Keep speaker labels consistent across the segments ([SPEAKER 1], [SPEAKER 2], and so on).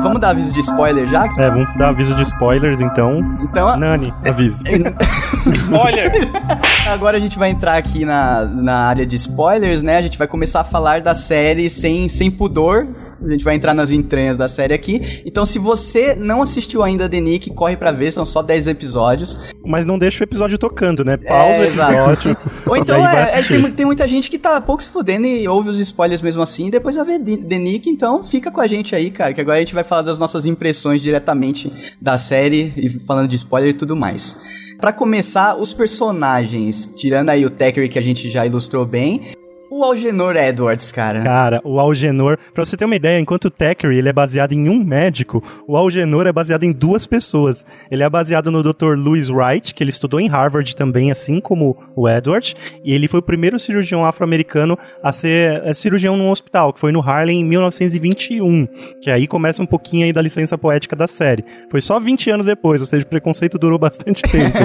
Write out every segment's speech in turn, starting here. [SPEAKER 1] Vamos dar aviso de spoiler já?
[SPEAKER 2] É, vamos dar aviso de spoilers então.
[SPEAKER 1] Então, a-
[SPEAKER 2] Nani, avisa.
[SPEAKER 3] Spoiler!
[SPEAKER 1] agora a gente vai entrar aqui na, na área de spoilers, né? A gente vai começar a falar da série sem, sem pudor. A gente vai entrar nas entranhas da série aqui. Então, se você não assistiu ainda The Nick, corre pra ver, são só 10 episódios.
[SPEAKER 2] Mas não deixa o episódio tocando, né? Pausa
[SPEAKER 1] É,
[SPEAKER 2] o episódio.
[SPEAKER 1] Ou então,
[SPEAKER 2] Daí vai
[SPEAKER 1] é- é,
[SPEAKER 2] assistir.
[SPEAKER 1] tem, mu- tem muita gente que tá pouco se fudendo e ouve os spoilers mesmo assim, e depois vai ver The The Nick. Então, fica com a gente aí, cara, que agora a gente vai falar das nossas impressões diretamente da série, e falando de spoiler e tudo mais. Pra começar, os personagens, tirando aí o Thackeray que a gente já ilustrou bem, o Algenor Edwards, cara.
[SPEAKER 2] Cara, o Algenor. Pra você ter uma ideia, enquanto o Thackeray ele é baseado em um médico, o Algenor é baseado em duas pessoas. Ele é baseado no Dr. Louis Wright, que ele estudou em Harvard também, assim como o Edward. E ele foi o primeiro cirurgião afro-americano a ser eh, cirurgião num hospital, que foi no Harlem em 1921. Que aí começa um pouquinho aí da licença poética da série. Foi só 20 anos depois, ou seja, o preconceito durou bastante tempo.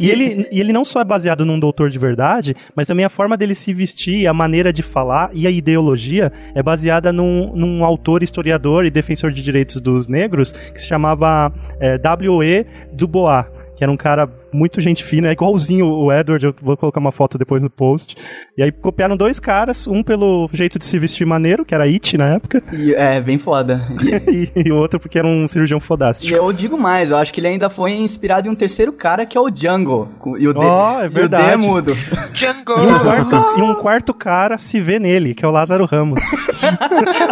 [SPEAKER 2] E ele, e ele não só é baseado num doutor de verdade, mas também a forma dele se vestir, a maneira de falar e a ideologia é baseada num, num autor, historiador e defensor de direitos dos negros que se chamava eh, W.E. Dubois, que era um cara muito gente fina, é igualzinho o Edward, eu vou colocar uma foto depois no post. E aí copiaram dois caras, um pelo jeito de se vestir maneiro, que era It na época,
[SPEAKER 1] E é bem foda.
[SPEAKER 2] e, e o outro porque era um cirurgião fodástico.
[SPEAKER 1] E eu digo mais, eu acho que ele ainda foi inspirado em um terceiro cara que é o Django. com- E o D,
[SPEAKER 2] Ó, é
[SPEAKER 1] e o D
[SPEAKER 2] verdade.
[SPEAKER 1] mudo.
[SPEAKER 2] E um, quarto, e um quarto cara se vê nele, que é o Lázaro Ramos.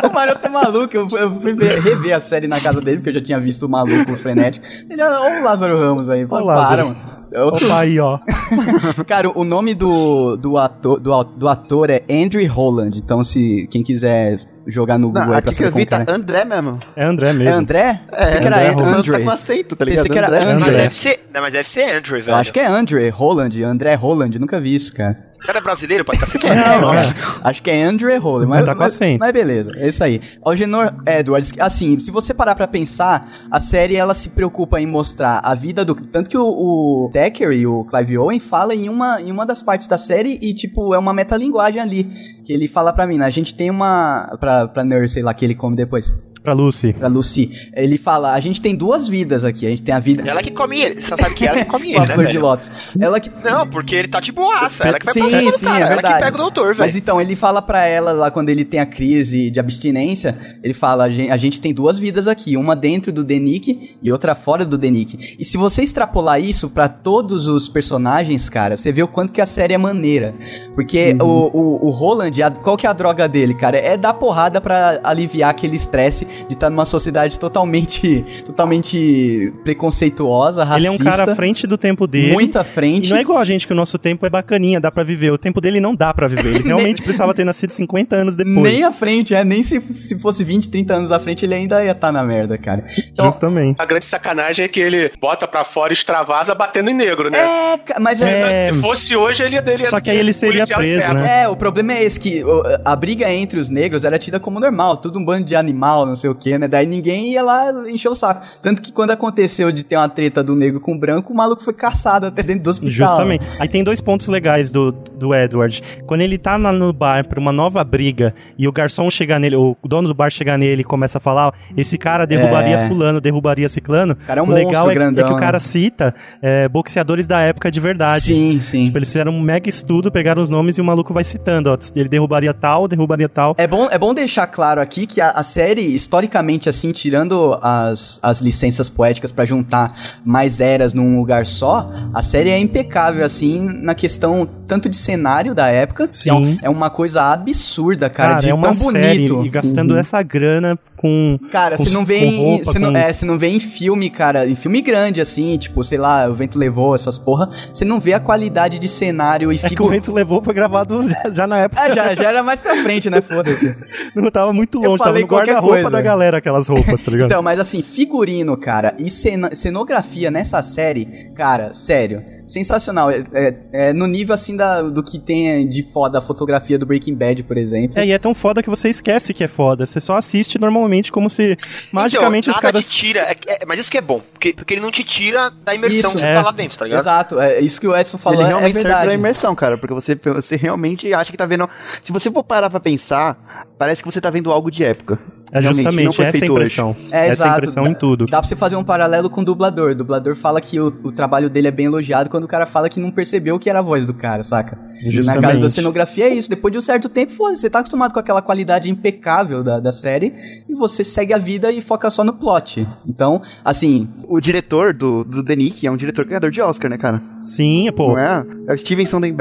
[SPEAKER 1] O maroto é maluco. Eu fui, eu fui ver- rever a série na casa dele, porque eu já tinha visto o maluco, o frenético. Ele era olha o Lázaro Ramos aí. Fala, para,
[SPEAKER 2] Lázaro.
[SPEAKER 1] mano. É outro-
[SPEAKER 2] Opa, aí, ó.
[SPEAKER 1] Cara, o nome do, do, ator, do, au- do ator é Andrew Holland. Então, se quem quiser jogar no Google
[SPEAKER 4] Não,
[SPEAKER 1] é pra
[SPEAKER 4] aqui que
[SPEAKER 1] saber
[SPEAKER 4] eu vi
[SPEAKER 1] como que
[SPEAKER 4] tá
[SPEAKER 1] é.
[SPEAKER 4] André mesmo.
[SPEAKER 2] É André
[SPEAKER 1] É
[SPEAKER 2] mesmo.
[SPEAKER 1] André? Pensei que
[SPEAKER 2] André
[SPEAKER 1] era
[SPEAKER 2] Holland.
[SPEAKER 4] André tá
[SPEAKER 1] Andrew.
[SPEAKER 4] com acento, tá
[SPEAKER 1] Pensei
[SPEAKER 4] ligado?
[SPEAKER 1] que era
[SPEAKER 4] André.
[SPEAKER 2] André.
[SPEAKER 3] Mas deve ser. Não, mas deve ser Andrew, velho.
[SPEAKER 1] Eu acho que é Andrew Holland, André Holland, nunca vi isso, cara.
[SPEAKER 3] O cara é brasileiro, pode estar sendo.
[SPEAKER 2] Não, é.
[SPEAKER 1] Acho que é Andrew Holland, mas,
[SPEAKER 2] Mas tá com
[SPEAKER 1] mas,
[SPEAKER 2] acento.
[SPEAKER 1] mas beleza, é isso aí. Algenor Edwards, assim, se você parar pra pensar, a série ela se preocupa em mostrar a vida do. Tanto que o, o Thackeray, o Clive Owen, fala em uma, em uma das partes da série e, tipo, é uma metalinguagem ali. Que ele fala pra mim, né? A gente tem uma. Pra, pra Nurse, sei lá, que ele come depois.
[SPEAKER 2] Pra Lucy.
[SPEAKER 1] Pra Lucy. Ele fala: a gente tem duas vidas aqui. A gente tem a vida.
[SPEAKER 3] Ela que come ele. Você sabe que ela que come
[SPEAKER 1] com
[SPEAKER 3] ele,
[SPEAKER 1] a
[SPEAKER 3] né,
[SPEAKER 1] flor de
[SPEAKER 3] velho?
[SPEAKER 1] lótus. Ela que.
[SPEAKER 3] Não, porque ele tá de boaça. Ela que vai
[SPEAKER 1] Sim,
[SPEAKER 3] pra cima do
[SPEAKER 1] sim,
[SPEAKER 3] cara.
[SPEAKER 1] é
[SPEAKER 3] ela que
[SPEAKER 1] verdade.
[SPEAKER 3] pega o doutor, velho.
[SPEAKER 1] Mas então, ele fala pra ela lá quando ele tem a crise de abstinência, ele fala, a gen- a gente, tem duas vidas aqui, uma dentro do Denick e outra fora do Denick. E se você extrapolar isso pra todos os personagens, cara, você vê o quanto que a série é maneira. Porque
[SPEAKER 2] Uhum.
[SPEAKER 1] o, o, o Roland, a- qual que é a droga dele, cara? É dar porrada pra aliviar aquele estresse de estar numa sociedade totalmente, totalmente preconceituosa,
[SPEAKER 2] Ele
[SPEAKER 1] racista.
[SPEAKER 2] é um cara à frente do tempo dele.
[SPEAKER 1] muito à
[SPEAKER 2] E
[SPEAKER 1] frente.
[SPEAKER 2] não é igual a gente, que o nosso tempo é bacaninha, dá pra viver. O tempo dele não dá pra viver. Ele realmente precisava ter nascido 50 anos depois.
[SPEAKER 1] Nem à frente, é. Nem se, se fosse 20, 30 anos à frente, ele ainda ia estar na merda, cara. Então,
[SPEAKER 2] Justamente.
[SPEAKER 5] A grande sacanagem é que ele bota pra fora e extravasa batendo em negro, né?
[SPEAKER 1] é, ca- mas é.
[SPEAKER 2] É,
[SPEAKER 5] Se fosse hoje, ele ia dele.
[SPEAKER 2] Só que aí ele seria preso, né?
[SPEAKER 1] é, o problema é esse, que o- a briga entre os negros era tida como normal, tudo um bando de animal, não sei o que, né? Daí ninguém ia lá encher o saco. Tanto que quando aconteceu de ter uma treta do negro com o branco, o maluco foi caçado até dentro do hospital.
[SPEAKER 2] Justamente. Aí tem dois pontos legais do, do Edward. Quando ele tá na- no bar pra uma nova briga e o garçom chegar nele, o dono do bar chegar nele e começa a falar: ó, esse cara derrubaria
[SPEAKER 1] É.
[SPEAKER 2] fulano, derrubaria ciclano.
[SPEAKER 1] cara é um
[SPEAKER 2] o legal
[SPEAKER 1] monstro
[SPEAKER 2] é,
[SPEAKER 1] grandão,
[SPEAKER 2] é que o
[SPEAKER 1] né?
[SPEAKER 2] cara cita é, boxeadores da época de verdade.
[SPEAKER 1] Sim, sim.
[SPEAKER 2] Tipo, eles fizeram um mega estudo, pegaram os nomes e o maluco vai citando, ó. Ele derrubaria tal, derrubaria tal.
[SPEAKER 1] É bom, é bom deixar claro aqui que a, a série, historicamente, assim, tirando as, as licenças poéticas pra juntar mais eras num lugar só, a série é impecável, assim, na questão tanto de cenário da época, que é, um-
[SPEAKER 2] Sim.
[SPEAKER 1] é uma coisa absurda, cara, de
[SPEAKER 2] é
[SPEAKER 1] tão
[SPEAKER 2] uma
[SPEAKER 1] bonito. Uhum.
[SPEAKER 2] série e gastando essa grana com com.
[SPEAKER 1] Cara,
[SPEAKER 2] com-
[SPEAKER 1] você não vê
[SPEAKER 2] com
[SPEAKER 1] em,
[SPEAKER 2] roupa,
[SPEAKER 1] você não,
[SPEAKER 2] com-
[SPEAKER 1] é, você não vê em filme, cara, em filme grande assim, tipo, sei lá, o vento levou essas porra, você não vê a qualidade de cenário e
[SPEAKER 2] É que o
[SPEAKER 1] fica
[SPEAKER 2] vento levou, foi gravado já, já na época.
[SPEAKER 1] Ah, já, já era mais pra frente, né? Foda-se.
[SPEAKER 2] Não tava muito
[SPEAKER 1] Eu
[SPEAKER 2] longe, tava
[SPEAKER 1] falei
[SPEAKER 2] no
[SPEAKER 1] qualquer
[SPEAKER 2] guarda-roupa
[SPEAKER 1] coisa.
[SPEAKER 2] da galera, aquelas roupas, tá ligado?
[SPEAKER 1] Então, mas assim, figurino, cara, e cena- cenografia nessa série, cara, sério, sensacional. É, é- é no nível assim da, do que tem de foda a fotografia do Breaking Bad, por exemplo.
[SPEAKER 2] É, e é tão foda que você esquece que é foda. Você só assiste normalmente como se magicamente
[SPEAKER 3] então,
[SPEAKER 2] os
[SPEAKER 3] nada
[SPEAKER 2] caras.
[SPEAKER 3] te tira. é- é- mas isso que é bom, porque, porque ele não te tira da imersão
[SPEAKER 1] Isso.
[SPEAKER 3] que você
[SPEAKER 2] É.
[SPEAKER 3] tá lá dentro, tá ligado?
[SPEAKER 1] Exato, é isso que o Edson falou,
[SPEAKER 4] ele
[SPEAKER 1] é
[SPEAKER 4] realmente serve pra
[SPEAKER 1] verdade.
[SPEAKER 4] imersão, cara, porque você, você realmente acha que tá vendo. Se você for parar pra pensar, parece que você tá vendo algo de época.
[SPEAKER 2] É
[SPEAKER 4] Realmente, não
[SPEAKER 2] justamente
[SPEAKER 4] foi
[SPEAKER 2] essa a
[SPEAKER 4] feito
[SPEAKER 2] impressão.
[SPEAKER 1] É,
[SPEAKER 2] essa
[SPEAKER 1] exato.
[SPEAKER 2] impressão em tudo.
[SPEAKER 1] Dá pra você fazer um paralelo com o dublador. O dublador fala que o, o trabalho dele é bem elogiado quando o cara fala que não percebeu o que era a voz do cara, saca? Na casa da
[SPEAKER 2] Justamente.
[SPEAKER 1] cenografia é isso. Depois de um certo tempo, foda-se, você tá acostumado com aquela qualidade impecável da, da série e você segue a vida e foca só no plot. Então, assim,
[SPEAKER 4] O diretor do, do The Nick é um diretor ganhador de Oscar, né, cara?
[SPEAKER 2] Sim, pô.
[SPEAKER 4] Não é? É o Steven Sondheim.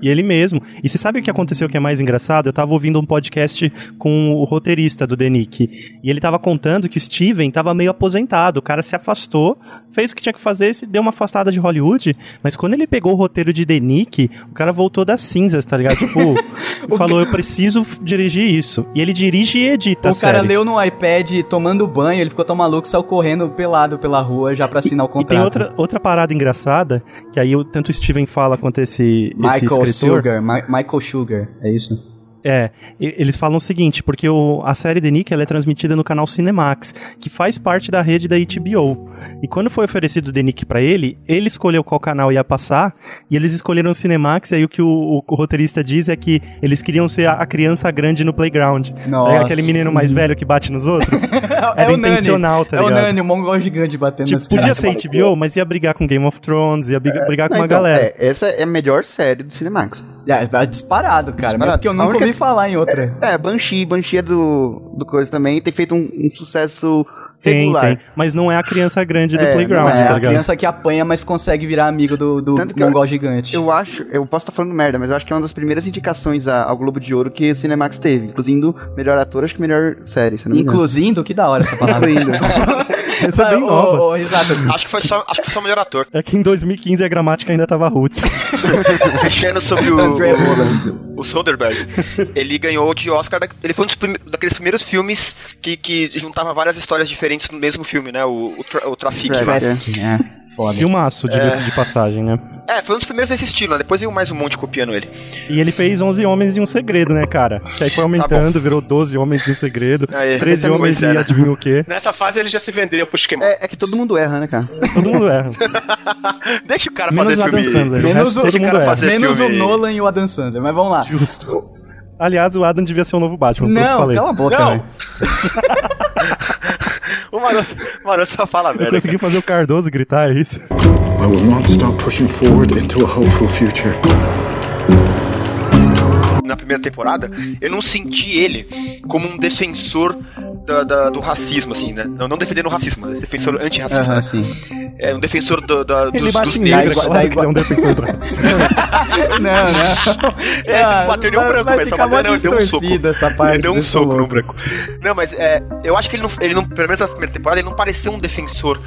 [SPEAKER 2] E ele mesmo. E você sabe o que aconteceu que é mais engraçado? Eu tava ouvindo um podcast com o roteirista do The Nick. E ele tava contando que o Steven tava meio aposentado. O cara se afastou, fez o que tinha que fazer, se deu uma afastada de Hollywood. Mas quando ele pegou o roteiro de The Nick, o cara voltou das cinzas, tá ligado? Tipo, falou: eu preciso dirigir isso. E ele dirige e edita. a
[SPEAKER 1] o cara
[SPEAKER 2] série.
[SPEAKER 1] leu no iPad tomando banho, ele ficou tão maluco, saiu correndo pelado pela rua já pra assinar o
[SPEAKER 2] E tem
[SPEAKER 1] contrato.
[SPEAKER 2] outra, outra parada engraçada, que aí o- tanto o Steven fala quanto esse, esse
[SPEAKER 1] Michael
[SPEAKER 2] escritor.
[SPEAKER 1] Sugar, Ma- Michael Sugar, é isso?
[SPEAKER 2] É, e- eles falam o seguinte, porque o- a série The Nick ela é transmitida no canal Cinemax, que faz parte da rede da HBO. E quando foi oferecido o The Nick pra ele, ele escolheu qual canal ia passar, e eles escolheram o Cinemax, e aí o que o, o- o roteirista diz é que eles queriam ser a, a criança grande no playground.
[SPEAKER 1] Nossa.
[SPEAKER 2] É aquele menino mais velho que bate nos outros.
[SPEAKER 1] É,
[SPEAKER 2] Era
[SPEAKER 1] o Nani.
[SPEAKER 2] intencional, tá
[SPEAKER 1] é o
[SPEAKER 2] ligado?
[SPEAKER 1] Nani, o mongol gigante batendo
[SPEAKER 2] Tipo,
[SPEAKER 1] nas
[SPEAKER 2] podia
[SPEAKER 1] crianças.
[SPEAKER 2] ser HBO, mas ia brigar com Game of Thrones, ia brigar brigar Tá com
[SPEAKER 4] Não,
[SPEAKER 2] uma
[SPEAKER 4] então,
[SPEAKER 2] galera.
[SPEAKER 4] é, essa é a melhor série do Cinemax.
[SPEAKER 1] É, é disparado, cara.
[SPEAKER 4] Disparado.
[SPEAKER 1] Mesmo porque eu
[SPEAKER 4] A
[SPEAKER 1] nunca
[SPEAKER 4] única-
[SPEAKER 1] ouvi falar em outra.
[SPEAKER 4] É, Banshee, Banshee é do, do coisa também, tem feito um, um sucesso
[SPEAKER 2] Tem,
[SPEAKER 4] regular.
[SPEAKER 2] tem. Mas não é a criança grande do
[SPEAKER 4] É,
[SPEAKER 2] playground,
[SPEAKER 4] não
[SPEAKER 1] É,
[SPEAKER 2] tá
[SPEAKER 1] a
[SPEAKER 2] ligado?
[SPEAKER 1] criança que apanha, mas consegue virar amigo do, do
[SPEAKER 4] Tanto que
[SPEAKER 1] mongol gigante.
[SPEAKER 4] Eu acho, eu posso estar falando merda, mas eu acho que é uma das primeiras indicações a- ao Globo de Ouro que o Cinemax teve, incluindo melhor ator, acho que melhor série, se não me engano.
[SPEAKER 1] Inclusindo, que da hora essa palavra.
[SPEAKER 4] Incluindo.
[SPEAKER 2] Essa é bem
[SPEAKER 1] Ô,
[SPEAKER 2] nova.
[SPEAKER 1] ô, ô, risada.
[SPEAKER 3] Acho que foi só, acho que foi só o melhor ator.
[SPEAKER 2] É que em 2015 a gramática ainda tava roots.
[SPEAKER 3] Fechando sobre
[SPEAKER 1] André
[SPEAKER 3] o,
[SPEAKER 1] Holland.
[SPEAKER 3] o Soderbergh, ele ganhou de Oscar. da- Ele foi um dos prime- daqueles primeiros filmes que, que juntava várias histórias diferentes no mesmo filme, né? O, o, tra- o Traffic. lá.
[SPEAKER 1] Traffic, é. Foda.
[SPEAKER 2] Filmaço, diga-se de passagem, né?
[SPEAKER 3] É, foi um dos primeiros desse estilo, né? Depois veio mais um monte copiando ele.
[SPEAKER 2] E ele fez 11 Homens e um Segredo, né, cara? Que aí foi aumentando, virou 12 Homens e um Segredo,
[SPEAKER 3] Aí,
[SPEAKER 2] 13
[SPEAKER 3] essa
[SPEAKER 2] Homens e
[SPEAKER 3] coisa era.
[SPEAKER 2] adivinha o quê?
[SPEAKER 5] Nessa fase ele já se vendeu pro esquema.
[SPEAKER 4] é, é que todo mundo erra, né, cara?
[SPEAKER 2] Todo mundo erra.
[SPEAKER 3] Deixa o cara
[SPEAKER 2] Menos né? o
[SPEAKER 3] fazer
[SPEAKER 2] Adam
[SPEAKER 3] filme.
[SPEAKER 2] Sandler.
[SPEAKER 1] Menos
[SPEAKER 2] Menos
[SPEAKER 1] o-
[SPEAKER 2] todo
[SPEAKER 1] esse
[SPEAKER 2] mundo é.
[SPEAKER 3] cara
[SPEAKER 2] erra.
[SPEAKER 3] fazer-
[SPEAKER 1] Menos o
[SPEAKER 3] filme-
[SPEAKER 1] Nolan e o Adam Sandler, mas vamos lá.
[SPEAKER 2] Justo. Aliás, o Adam devia ser o novo Batman, pelo que eu
[SPEAKER 1] Não,
[SPEAKER 2] falei.
[SPEAKER 1] cala a boca, né?
[SPEAKER 5] Não.
[SPEAKER 1] velho.
[SPEAKER 3] O Maroto, o Maroto só fala
[SPEAKER 2] Eu
[SPEAKER 3] merda.
[SPEAKER 2] consegui fazer o Cardoso gritar, é isso?
[SPEAKER 6] I will not stop pushing forward into a hopeful future.
[SPEAKER 3] cara. Na primeira temporada, eu não senti ele como um defensor da- da- do racismo, assim, né? Não, não defendendo o racismo, mas defensor antirracista.
[SPEAKER 1] Aham,
[SPEAKER 3] né?
[SPEAKER 1] sim.
[SPEAKER 3] É um defensor do, da- dos,
[SPEAKER 2] Ele
[SPEAKER 3] dos
[SPEAKER 2] bate em
[SPEAKER 1] negros,
[SPEAKER 2] negra,
[SPEAKER 1] da
[SPEAKER 2] claro que
[SPEAKER 1] igual-
[SPEAKER 2] ele é um defensor do
[SPEAKER 1] Não, não.
[SPEAKER 3] É,
[SPEAKER 1] Ah,
[SPEAKER 3] bateu nenhum
[SPEAKER 1] vai-
[SPEAKER 3] branco,
[SPEAKER 1] vai
[SPEAKER 3] mas só
[SPEAKER 1] ficar
[SPEAKER 3] bateu,
[SPEAKER 1] mó
[SPEAKER 3] não, ele deu um soco.
[SPEAKER 1] distorcida essa parte,
[SPEAKER 3] ele deu um
[SPEAKER 1] vocês
[SPEAKER 3] soco
[SPEAKER 1] falou.
[SPEAKER 3] no branco. Não, mas é, eu acho que ele não, ele não, pelo menos na primeira temporada, ele não pareceu um defensor,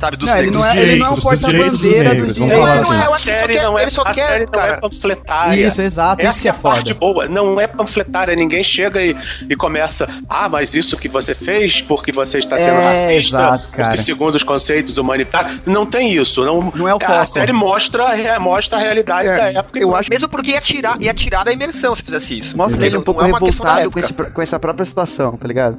[SPEAKER 3] sabe, dos
[SPEAKER 1] Não, ele
[SPEAKER 3] negros.
[SPEAKER 1] não é, ele não é um
[SPEAKER 2] direitos, dos direitos dos
[SPEAKER 1] porta-bandeira dos
[SPEAKER 2] negros,
[SPEAKER 1] direitos.
[SPEAKER 2] vamos
[SPEAKER 3] Ele
[SPEAKER 2] falar
[SPEAKER 3] não
[SPEAKER 2] assim.
[SPEAKER 3] é, eu
[SPEAKER 5] a
[SPEAKER 3] acho que ele só
[SPEAKER 5] série
[SPEAKER 3] quer-
[SPEAKER 5] não é,
[SPEAKER 3] ele só
[SPEAKER 5] a
[SPEAKER 3] quer,
[SPEAKER 5] série não é
[SPEAKER 3] cara.
[SPEAKER 5] panfletária.
[SPEAKER 1] Isso, exato,
[SPEAKER 5] Essa
[SPEAKER 1] isso que é
[SPEAKER 5] a parte
[SPEAKER 1] foda.
[SPEAKER 5] boa, não é panfletária. Ninguém chega e, e começa, ah, mas isso que você fez porque você está sendo
[SPEAKER 1] É,
[SPEAKER 5] racista,
[SPEAKER 1] exato, cara.
[SPEAKER 5] porque segundo os conceitos humanitários, não tem isso. Não,
[SPEAKER 1] Não é o
[SPEAKER 5] A
[SPEAKER 1] foco.
[SPEAKER 5] série mostra, a re- mostra a realidade
[SPEAKER 4] É,
[SPEAKER 5] da época. e
[SPEAKER 4] eu
[SPEAKER 5] mostra
[SPEAKER 4] acho-
[SPEAKER 3] Mesmo porque ia tirar, ia tirar da imersão se fizesse isso.
[SPEAKER 4] Mostra ele um
[SPEAKER 3] Não
[SPEAKER 4] pouco
[SPEAKER 3] é uma questão da
[SPEAKER 4] revoltado com,
[SPEAKER 3] época.
[SPEAKER 4] esse pr- com essa própria situação, tá ligado?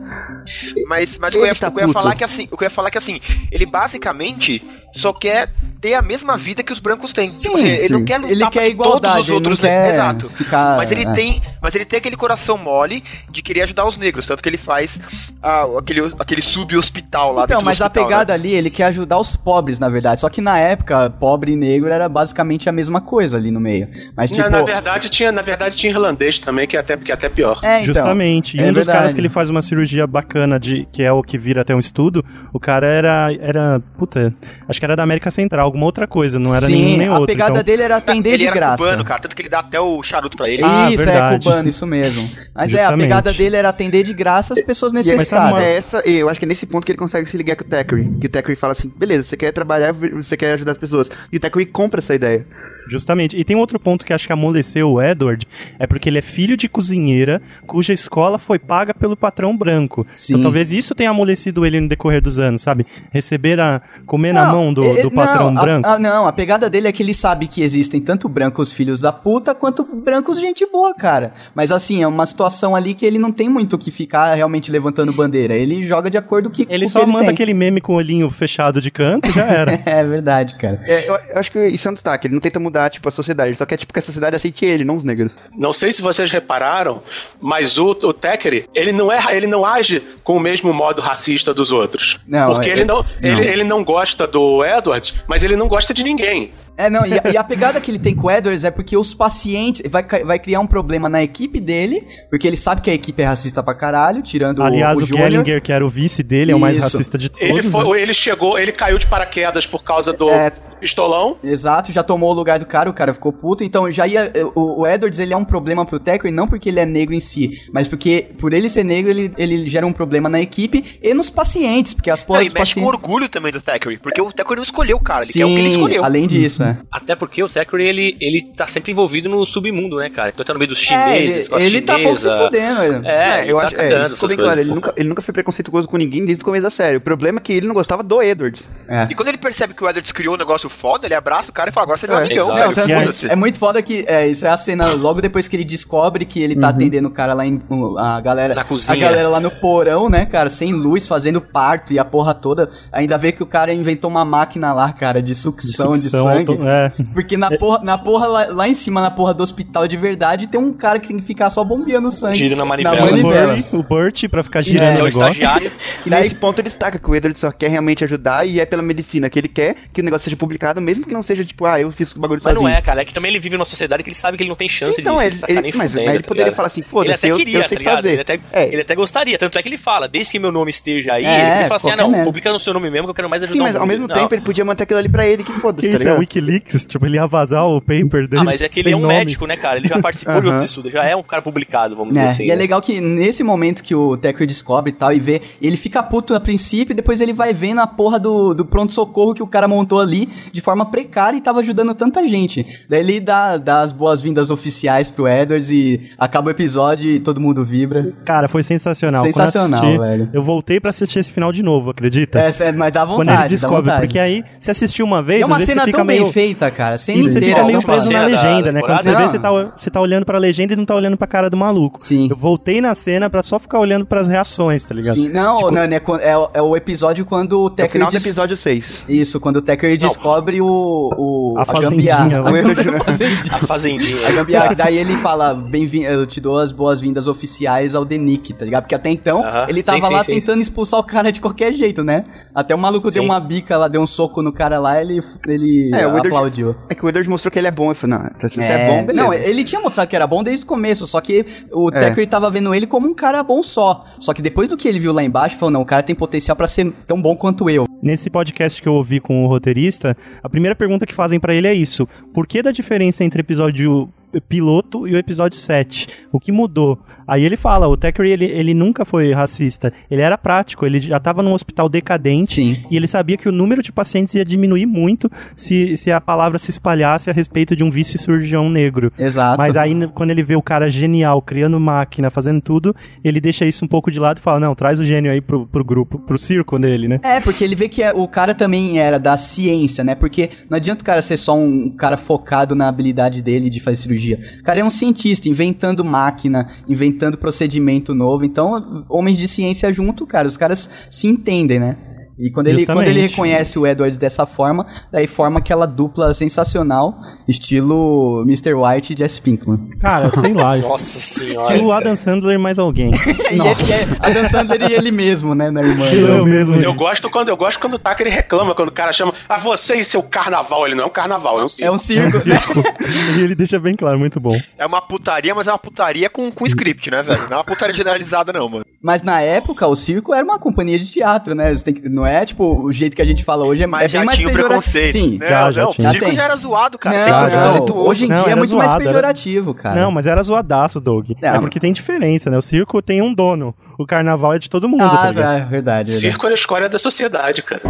[SPEAKER 3] Mas, mas o que eu ia,
[SPEAKER 4] Ele tá
[SPEAKER 3] o que eu ia
[SPEAKER 4] puto.
[SPEAKER 3] falar que assim, o que eu ia falar que assim, ele basicamente só quer ter a mesma vida que os brancos têm.
[SPEAKER 1] Sim,
[SPEAKER 3] Tipo assim, ele não
[SPEAKER 4] sim.
[SPEAKER 3] quer lutar
[SPEAKER 1] Ele
[SPEAKER 3] pra
[SPEAKER 1] quer
[SPEAKER 3] que
[SPEAKER 1] igualdade,
[SPEAKER 3] todos os outros
[SPEAKER 1] ele não
[SPEAKER 3] né?
[SPEAKER 1] quer
[SPEAKER 3] Exato.
[SPEAKER 4] Ah,
[SPEAKER 1] ficar-
[SPEAKER 3] mas ele
[SPEAKER 1] é.
[SPEAKER 3] tem, mas ele tem aquele coração mole de querer ajudar os negros, tanto que ele faz ah, aquele aquele sub-hospital lá
[SPEAKER 1] Então,
[SPEAKER 3] dentro do
[SPEAKER 1] mas a
[SPEAKER 3] hospital, né?
[SPEAKER 1] pegada ali, ele quer ajudar os pobres, na verdade. Só que na época, pobre e negro era basicamente a mesma coisa ali no meio. Mas tipo.
[SPEAKER 5] Na, na verdade tinha, na verdade tinha irlandês também que é até que é até pior.
[SPEAKER 1] é, então,
[SPEAKER 2] Justamente. E
[SPEAKER 1] é
[SPEAKER 2] um dos caras
[SPEAKER 1] verdade.
[SPEAKER 2] que ele faz uma cirurgia bacana, de, que é o que vira até um estudo, o cara era. era puta, acho que era da América Central, alguma outra coisa, não era
[SPEAKER 1] Sim,
[SPEAKER 2] nenhum nem
[SPEAKER 1] a
[SPEAKER 2] outro.
[SPEAKER 1] pegada
[SPEAKER 2] então-
[SPEAKER 1] dele era atender
[SPEAKER 3] ele
[SPEAKER 1] de
[SPEAKER 3] era
[SPEAKER 1] graça.
[SPEAKER 3] cubano, cara, tanto que ele dá até o charuto pra ele.
[SPEAKER 2] Ah,
[SPEAKER 1] Isso, é
[SPEAKER 2] verdade.
[SPEAKER 1] pano, isso mesmo. Mas é, a
[SPEAKER 2] Justamente. tá
[SPEAKER 1] pegada dele era atender de graça as pessoas necessitadas.
[SPEAKER 4] É essa, e eu acho que é nesse ponto que ele consegue se ligar com o Thackeray. Que o Thackeray fala assim: beleza, você quer trabalhar, você quer ajudar as pessoas. E o Thackeray compra essa ideia.
[SPEAKER 2] Justamente. E tem outro ponto que acho que amoleceu o Edward, é porque ele é filho de cozinheira cuja escola foi paga pelo patrão branco.
[SPEAKER 1] Sim.
[SPEAKER 2] Então talvez isso tenha amolecido ele no decorrer dos anos, sabe? Receber a. comer na
[SPEAKER 1] Não,
[SPEAKER 2] mão do,
[SPEAKER 1] ele-
[SPEAKER 2] do patrão
[SPEAKER 1] não, a-
[SPEAKER 2] branco.
[SPEAKER 1] a- não, a pegada dele é que ele sabe que existem tanto brancos filhos da puta quanto brancos gente boa, cara. Mas assim, é uma situação ali que ele não tem muito o que ficar realmente levantando bandeira. Ele joga de acordo com o que
[SPEAKER 2] Ele
[SPEAKER 1] com o
[SPEAKER 2] só
[SPEAKER 1] que
[SPEAKER 2] manda
[SPEAKER 1] tem.
[SPEAKER 2] aquele meme com o olhinho fechado de canto e já era.
[SPEAKER 1] É verdade, cara.
[SPEAKER 4] É, eu, eu acho que isso é um destaque. Ele não tenta mudar, tipo, a sociedade. Ele só quer, tipo, que a sociedade aceite ele, não os negros.
[SPEAKER 5] Não sei se vocês repararam, mas o, o Thackeray, ele não é, ele não age com o mesmo modo racista dos outros.
[SPEAKER 1] Não,
[SPEAKER 5] porque
[SPEAKER 1] é-
[SPEAKER 5] ele não, Ele,
[SPEAKER 1] não.
[SPEAKER 5] ele não gosta do Edward, mas ele não gosta de ninguém.
[SPEAKER 1] É, não, e a, e a pegada que ele tem com o Edwards é porque os pacientes. Vai, ca- vai criar um problema na equipe dele, porque ele sabe que a equipe é racista pra caralho, tirando
[SPEAKER 2] Aliás,
[SPEAKER 1] o,
[SPEAKER 2] o,
[SPEAKER 1] o Júnior.
[SPEAKER 2] Gellinger, que era o vice dele, é o mais
[SPEAKER 1] Isso.
[SPEAKER 2] racista de todos.
[SPEAKER 5] Ele, foi-
[SPEAKER 2] né?
[SPEAKER 5] ele chegou, ele caiu de paraquedas por causa do
[SPEAKER 1] É.
[SPEAKER 5] pistolão.
[SPEAKER 1] Exato, já tomou o lugar do cara, o cara ficou puto. Então já ia. O, o Edwards ele é um problema pro Thackeray, não porque ele é negro em si, mas porque por ele ser negro, ele, ele gera um problema na equipe e nos pacientes, porque as
[SPEAKER 3] Não,
[SPEAKER 1] porras
[SPEAKER 3] e
[SPEAKER 1] dos
[SPEAKER 3] mexe com o
[SPEAKER 1] pacientes.
[SPEAKER 3] orgulho também do Thackeray, porque o Thackeray não escolheu o cara, ele quer o que ele escolheu.
[SPEAKER 1] além disso, né?
[SPEAKER 7] Até porque o Thackeray, ele, ele tá sempre envolvido no submundo, né, cara? Então tá no meio dos
[SPEAKER 1] É,
[SPEAKER 7] chineses,
[SPEAKER 1] ele,
[SPEAKER 7] com a
[SPEAKER 1] ele tá pouco se
[SPEAKER 7] chinesa.
[SPEAKER 1] fudendo. ele-
[SPEAKER 7] É,
[SPEAKER 4] eu
[SPEAKER 7] ele tá
[SPEAKER 4] acho. É, isso
[SPEAKER 7] cagando
[SPEAKER 4] ficou
[SPEAKER 7] essas
[SPEAKER 4] bem claro.
[SPEAKER 7] coisas.
[SPEAKER 4] Ele nunca, ele nunca foi preconceituoso com ninguém desde o começo da série. O problema é que ele não gostava do Edwards.
[SPEAKER 1] É.
[SPEAKER 3] E quando ele percebe que o Edwards criou um negócio foda, ele abraça o cara e fala, agora você é meu
[SPEAKER 4] É,
[SPEAKER 3] amigão.
[SPEAKER 7] exato.
[SPEAKER 3] velho,
[SPEAKER 1] Não, tanto que
[SPEAKER 3] foda-se.
[SPEAKER 1] é muito foda que é, isso é a cena logo depois que ele descobre que ele tá
[SPEAKER 2] Uhum.
[SPEAKER 1] atendendo o cara lá em o- a galera
[SPEAKER 7] Na cozinha.
[SPEAKER 1] a galera lá no porão, né, cara, sem luz, fazendo parto e a porra toda. Ainda vê que o cara inventou uma máquina lá, cara, de sucção de,
[SPEAKER 2] Sucção,
[SPEAKER 1] sangue.
[SPEAKER 2] auto- é.
[SPEAKER 1] Porque na porra, na porra lá, lá em cima, na porra do hospital de verdade, tem um cara que tem que ficar só bombeando sangue.
[SPEAKER 7] Gira na manivela.
[SPEAKER 1] Na manivela.
[SPEAKER 2] O Murray, o Burt, pra ficar girando
[SPEAKER 7] É
[SPEAKER 2] o
[SPEAKER 7] o
[SPEAKER 2] negócio.
[SPEAKER 7] estagiário.
[SPEAKER 4] E
[SPEAKER 1] Daí-
[SPEAKER 4] nesse ponto ele destaca que o Edwards só quer realmente ajudar e é pela medicina que ele quer que o negócio seja publicado, mesmo que não seja, tipo, ah, eu fiz o bagulho
[SPEAKER 7] Mas
[SPEAKER 4] sozinho.
[SPEAKER 7] não é, cara. É que também ele vive numa sociedade que ele sabe que ele não tem chance
[SPEAKER 4] Sim, então,
[SPEAKER 7] disso.
[SPEAKER 4] ele-
[SPEAKER 7] tá nem
[SPEAKER 4] ele- mas
[SPEAKER 7] fudendo,
[SPEAKER 4] aí ele
[SPEAKER 7] tá
[SPEAKER 4] poderia
[SPEAKER 7] ligado?
[SPEAKER 4] falar assim, foda-se,
[SPEAKER 7] Ele até
[SPEAKER 4] eu-
[SPEAKER 7] queria,
[SPEAKER 4] eu sei
[SPEAKER 7] tá ligado?
[SPEAKER 4] fazer.
[SPEAKER 7] Ele até,
[SPEAKER 4] É.
[SPEAKER 7] ele até gostaria. Tanto é que ele fala, desde que meu nome esteja aí,
[SPEAKER 1] É,
[SPEAKER 7] ele fala assim, ah,
[SPEAKER 1] qualquer
[SPEAKER 7] não,
[SPEAKER 1] merda.
[SPEAKER 7] publica no seu nome mesmo que eu quero mais ajudar
[SPEAKER 4] Sim,
[SPEAKER 7] o
[SPEAKER 4] mas ao
[SPEAKER 7] mundo.
[SPEAKER 4] mesmo
[SPEAKER 7] Não.
[SPEAKER 4] tempo ele podia manter aquilo ali pra ele, que
[SPEAKER 2] Que
[SPEAKER 4] foda-se, tá
[SPEAKER 2] isso é
[SPEAKER 4] ligado?
[SPEAKER 2] Wikileaks? Tipo, ele ia vazar o paper dele.
[SPEAKER 7] Ah, mas é que ele
[SPEAKER 2] sem
[SPEAKER 7] é um
[SPEAKER 2] nome.
[SPEAKER 7] médico, né, cara? Ele já participou de outros
[SPEAKER 4] Aham.
[SPEAKER 7] estudos, já é um cara publicado, vamos
[SPEAKER 1] É,
[SPEAKER 7] dizer assim.
[SPEAKER 1] e é
[SPEAKER 7] né?
[SPEAKER 1] legal que nesse momento que o Tecker descobre e tal e vê, ele fica puto a princípio e depois ele vai vendo a porra do, do pronto-socorro que o cara montou ali de forma precária e tava ajudando tanta gente. Daí ele dá, dá as boas-vindas oficiais pro Edwards e acaba o episódio e todo mundo vibra.
[SPEAKER 2] Cara, foi sensacional. Quando eu
[SPEAKER 1] Sensacional,
[SPEAKER 2] assisti,
[SPEAKER 1] velho.
[SPEAKER 2] Eu voltei pra assistir esse final de novo, acredita?
[SPEAKER 1] É, sério, mas dá vontade.
[SPEAKER 2] Quando ele
[SPEAKER 1] dá
[SPEAKER 2] descobre,
[SPEAKER 1] vontade.
[SPEAKER 2] porque aí você assistiu uma vez,
[SPEAKER 1] é uma
[SPEAKER 2] às vezes
[SPEAKER 1] cena
[SPEAKER 2] você fica
[SPEAKER 1] tão
[SPEAKER 2] meio...
[SPEAKER 1] bem feita, cara. Cena
[SPEAKER 2] Sim, você
[SPEAKER 1] inteira.
[SPEAKER 2] fica
[SPEAKER 1] é
[SPEAKER 2] meio
[SPEAKER 1] tão
[SPEAKER 2] preso
[SPEAKER 1] foda.
[SPEAKER 2] na
[SPEAKER 7] cena da-
[SPEAKER 2] legenda,
[SPEAKER 7] da
[SPEAKER 2] né? Quando
[SPEAKER 7] temporada.
[SPEAKER 2] você vê,
[SPEAKER 1] Não.
[SPEAKER 2] você tá, você tá olhando pra legenda e não tá olhando pra cara do maluco.
[SPEAKER 1] Sim.
[SPEAKER 2] Eu voltei na cena pra só ficar olhando pras reações, tá ligado?
[SPEAKER 1] Sim, não,
[SPEAKER 2] Tipo-
[SPEAKER 1] não, né, quando- é, o- é o episódio quando o
[SPEAKER 4] É o
[SPEAKER 1] Tecker
[SPEAKER 4] final do episódio 6.
[SPEAKER 1] Isso, quando o Tecker descobre o, o.
[SPEAKER 2] A fazendinha né?
[SPEAKER 1] gambiarra.
[SPEAKER 2] lá.
[SPEAKER 1] A gambiarra- fazendinha.
[SPEAKER 7] A fazendinha.
[SPEAKER 4] É
[SPEAKER 1] A gambiarra, que daí ele fala, bem-vindo, eu te dou as boas-vindas oficiais ao Denick, tá ligado? Porque até então,
[SPEAKER 7] Aham,
[SPEAKER 1] ele
[SPEAKER 7] sim,
[SPEAKER 1] tava
[SPEAKER 7] sim,
[SPEAKER 1] lá
[SPEAKER 7] sim,
[SPEAKER 1] tentando expulsar o cara de qualquer jeito, né? Até o maluco deu
[SPEAKER 7] Sim.
[SPEAKER 1] uma bica lá, deu um soco no cara lá, ele, ele
[SPEAKER 4] É, o Edward-
[SPEAKER 1] aplaudiu.
[SPEAKER 4] É que o Edwards mostrou que ele é bom. Eu falei, não, então, se você é, bom, beleza.
[SPEAKER 1] Não, ele tinha mostrado que era bom desde o começo, só que o
[SPEAKER 4] É.
[SPEAKER 1] Thackeray tava vendo ele como um cara bom só. Só que depois do que ele viu lá embaixo, falou, não, o cara tem potencial pra ser tão bom quanto eu.
[SPEAKER 2] Nesse podcast que eu ouvi com o roteirista, a primeira pergunta que fazem pra ele é isso: por que da diferença entre o episódio piloto e o episódio 7? O que mudou? Aí ele fala, o Thackeray ele, ele nunca foi racista, ele era prático, ele já tava num hospital decadente
[SPEAKER 1] Sim.
[SPEAKER 2] e ele sabia que o número de pacientes ia diminuir muito se, se a palavra se espalhasse a respeito de um vice-cirurgião negro.
[SPEAKER 1] Exato.
[SPEAKER 2] Mas aí, n- quando ele vê o cara genial, criando máquina, fazendo tudo, ele deixa isso um pouco de lado e fala: não, traz o gênio aí pro, pro grupo, pro circo dele, né?
[SPEAKER 1] É, porque ele vê que é- o cara também era da ciência, né? Porque não adianta o cara ser só um cara focado na habilidade dele de fazer cirurgia. O cara é um cientista, inventando máquina, inventando procedimento novo. Então, homens de ciência junto, cara, os caras se entendem, né? E quando ele, quando ele
[SPEAKER 2] Justamente.
[SPEAKER 1] reconhece o Edwards dessa forma, daí forma aquela dupla sensacional, estilo Mr. White e Jess Pinkman.
[SPEAKER 2] Cara, sei lá.
[SPEAKER 7] Nossa senhora.
[SPEAKER 2] Estilo Adam Sandler mais alguém.
[SPEAKER 1] E ele, é, a Dan Sandler e ele mesmo, né, na irmã.
[SPEAKER 2] É, Eu, mesmo.
[SPEAKER 5] Eu gosto quando eu gosto quando o Thackeray reclama, quando o cara chama a você e seu carnaval. Ele não é um carnaval, é um
[SPEAKER 1] É
[SPEAKER 5] circo.
[SPEAKER 1] um circo. né?
[SPEAKER 2] Tipo, e ele deixa bem claro, muito bom.
[SPEAKER 1] um
[SPEAKER 3] É uma putaria, mas é uma putaria com, com script, né, velho? Não é uma putaria generalizada, não, mano.
[SPEAKER 1] Mas na época, o circo era uma companhia de teatro, né? Você tem que- não é tipo o jeito que a gente fala hoje, é,
[SPEAKER 3] Mas
[SPEAKER 1] é
[SPEAKER 3] já
[SPEAKER 1] bem mais
[SPEAKER 3] tinha o
[SPEAKER 1] pejorativo.
[SPEAKER 3] preconceito.
[SPEAKER 1] Sim.
[SPEAKER 3] Não,
[SPEAKER 2] Já, já
[SPEAKER 3] não,
[SPEAKER 2] tinha.
[SPEAKER 3] O circo
[SPEAKER 1] Já tem.
[SPEAKER 3] já era zoado, cara.
[SPEAKER 1] não,
[SPEAKER 3] Sempre
[SPEAKER 2] já,
[SPEAKER 3] foi
[SPEAKER 2] já.
[SPEAKER 1] não,
[SPEAKER 3] preconceituoso.
[SPEAKER 1] Hoje em
[SPEAKER 2] Não,
[SPEAKER 1] dia é
[SPEAKER 2] era
[SPEAKER 1] muito mais
[SPEAKER 2] zoado, era-
[SPEAKER 1] pejorativo, cara.
[SPEAKER 2] Não, mas era zoadaço, Doug.
[SPEAKER 1] Não.
[SPEAKER 2] É porque tem diferença, né? O circo tem um dono. O carnaval é de todo mundo, tá
[SPEAKER 1] Ah,
[SPEAKER 2] ligado?
[SPEAKER 1] tá, é verdade. é verdade.
[SPEAKER 5] Circo era a escória da sociedade, cara.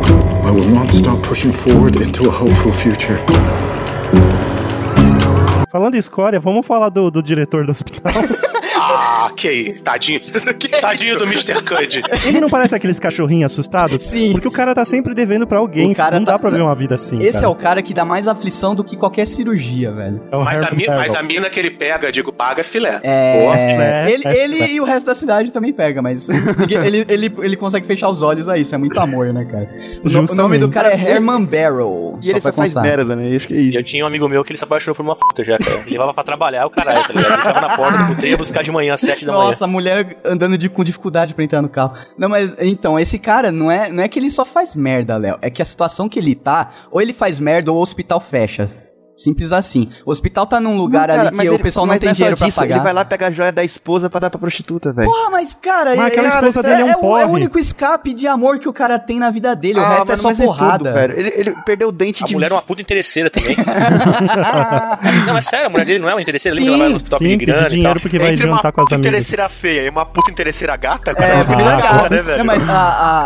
[SPEAKER 6] I will not stop pushing forward into a hopeful future.
[SPEAKER 2] Falando em escória, vamos falar do, do diretor do hospital.
[SPEAKER 5] Ah, que aí, tadinho. tadinho do Mr. Cud.
[SPEAKER 2] Ele não parece aqueles cachorrinhos assustados?
[SPEAKER 1] Sim.
[SPEAKER 2] Porque o cara tá sempre devendo pra alguém.
[SPEAKER 1] O cara
[SPEAKER 2] não
[SPEAKER 1] tá-
[SPEAKER 2] dá pra ver uma vida assim.
[SPEAKER 1] Esse
[SPEAKER 2] cara.
[SPEAKER 1] é o cara que dá mais aflição do que qualquer cirurgia, velho.
[SPEAKER 2] É o
[SPEAKER 5] Mas a,
[SPEAKER 2] Herman
[SPEAKER 5] mi-
[SPEAKER 2] Melville.
[SPEAKER 5] mas a mina que ele pega, digo, paga é filé.
[SPEAKER 1] É,
[SPEAKER 2] Boa, filé.
[SPEAKER 1] ele, ele e o resto da cidade também pega, mas ninguém- ele, ele, ele consegue fechar os olhos a isso, é muito amor, né, cara? O no- O nome
[SPEAKER 2] Justamente.
[SPEAKER 1] do cara é Herman Barrow.
[SPEAKER 4] E ele só
[SPEAKER 1] pra
[SPEAKER 4] faz
[SPEAKER 1] constar.
[SPEAKER 4] merda, né? Eu acho que é isso.
[SPEAKER 7] Eu tinha um amigo meu que ele se apaixonou por uma puta já, cara. Ele levava pra trabalhar o caralho, tá ligado? Ele ficava na porta do puteiro, ia buscar de manhã às sete da manhã.
[SPEAKER 1] Nossa, a mulher andando de, com dificuldade pra entrar no carro. Não, mas então, esse cara não é, não é que ele só faz merda, Léo. É que a situação que ele tá, ou ele faz merda ou o hospital fecha. Simples assim. O hospital tá num lugar
[SPEAKER 4] Não, cara,
[SPEAKER 1] ali
[SPEAKER 4] mas
[SPEAKER 1] que o
[SPEAKER 4] ele-
[SPEAKER 1] pessoal
[SPEAKER 4] mas
[SPEAKER 1] não tem
[SPEAKER 4] é só
[SPEAKER 1] dinheiro pra
[SPEAKER 4] disso,
[SPEAKER 1] pagar.
[SPEAKER 4] Ele vai lá pegar a joia da esposa pra dar pra prostituta, velho.
[SPEAKER 1] Porra, mas cara,
[SPEAKER 2] Mas aquela
[SPEAKER 1] é-
[SPEAKER 2] esposa
[SPEAKER 1] é-
[SPEAKER 2] dele é um
[SPEAKER 1] é, o- é o
[SPEAKER 2] porre.
[SPEAKER 1] único escape de amor que o cara tem na vida dele. O
[SPEAKER 4] Ah,
[SPEAKER 1] resto é
[SPEAKER 4] mano,
[SPEAKER 1] só
[SPEAKER 4] mas
[SPEAKER 1] porrada.
[SPEAKER 4] tudo, velho. Ele, ele perdeu o dente
[SPEAKER 7] A
[SPEAKER 4] de.
[SPEAKER 7] mulher era uma puta interesseira também. não, é sério, a mulher dele não é uma interesseira. Lembra que ela vai no top
[SPEAKER 2] Sim,
[SPEAKER 7] de
[SPEAKER 2] pedir
[SPEAKER 7] grana e tal?
[SPEAKER 2] dinheiro porque vai
[SPEAKER 3] Entre uma
[SPEAKER 2] jantar com as
[SPEAKER 3] puta
[SPEAKER 2] amigas.
[SPEAKER 3] interesseira feia e uma puta interesseira gata, cara.
[SPEAKER 1] É,
[SPEAKER 3] fica
[SPEAKER 1] primeira
[SPEAKER 2] Ah,
[SPEAKER 1] casa.
[SPEAKER 3] legal, né, velho?
[SPEAKER 1] Não, mas a,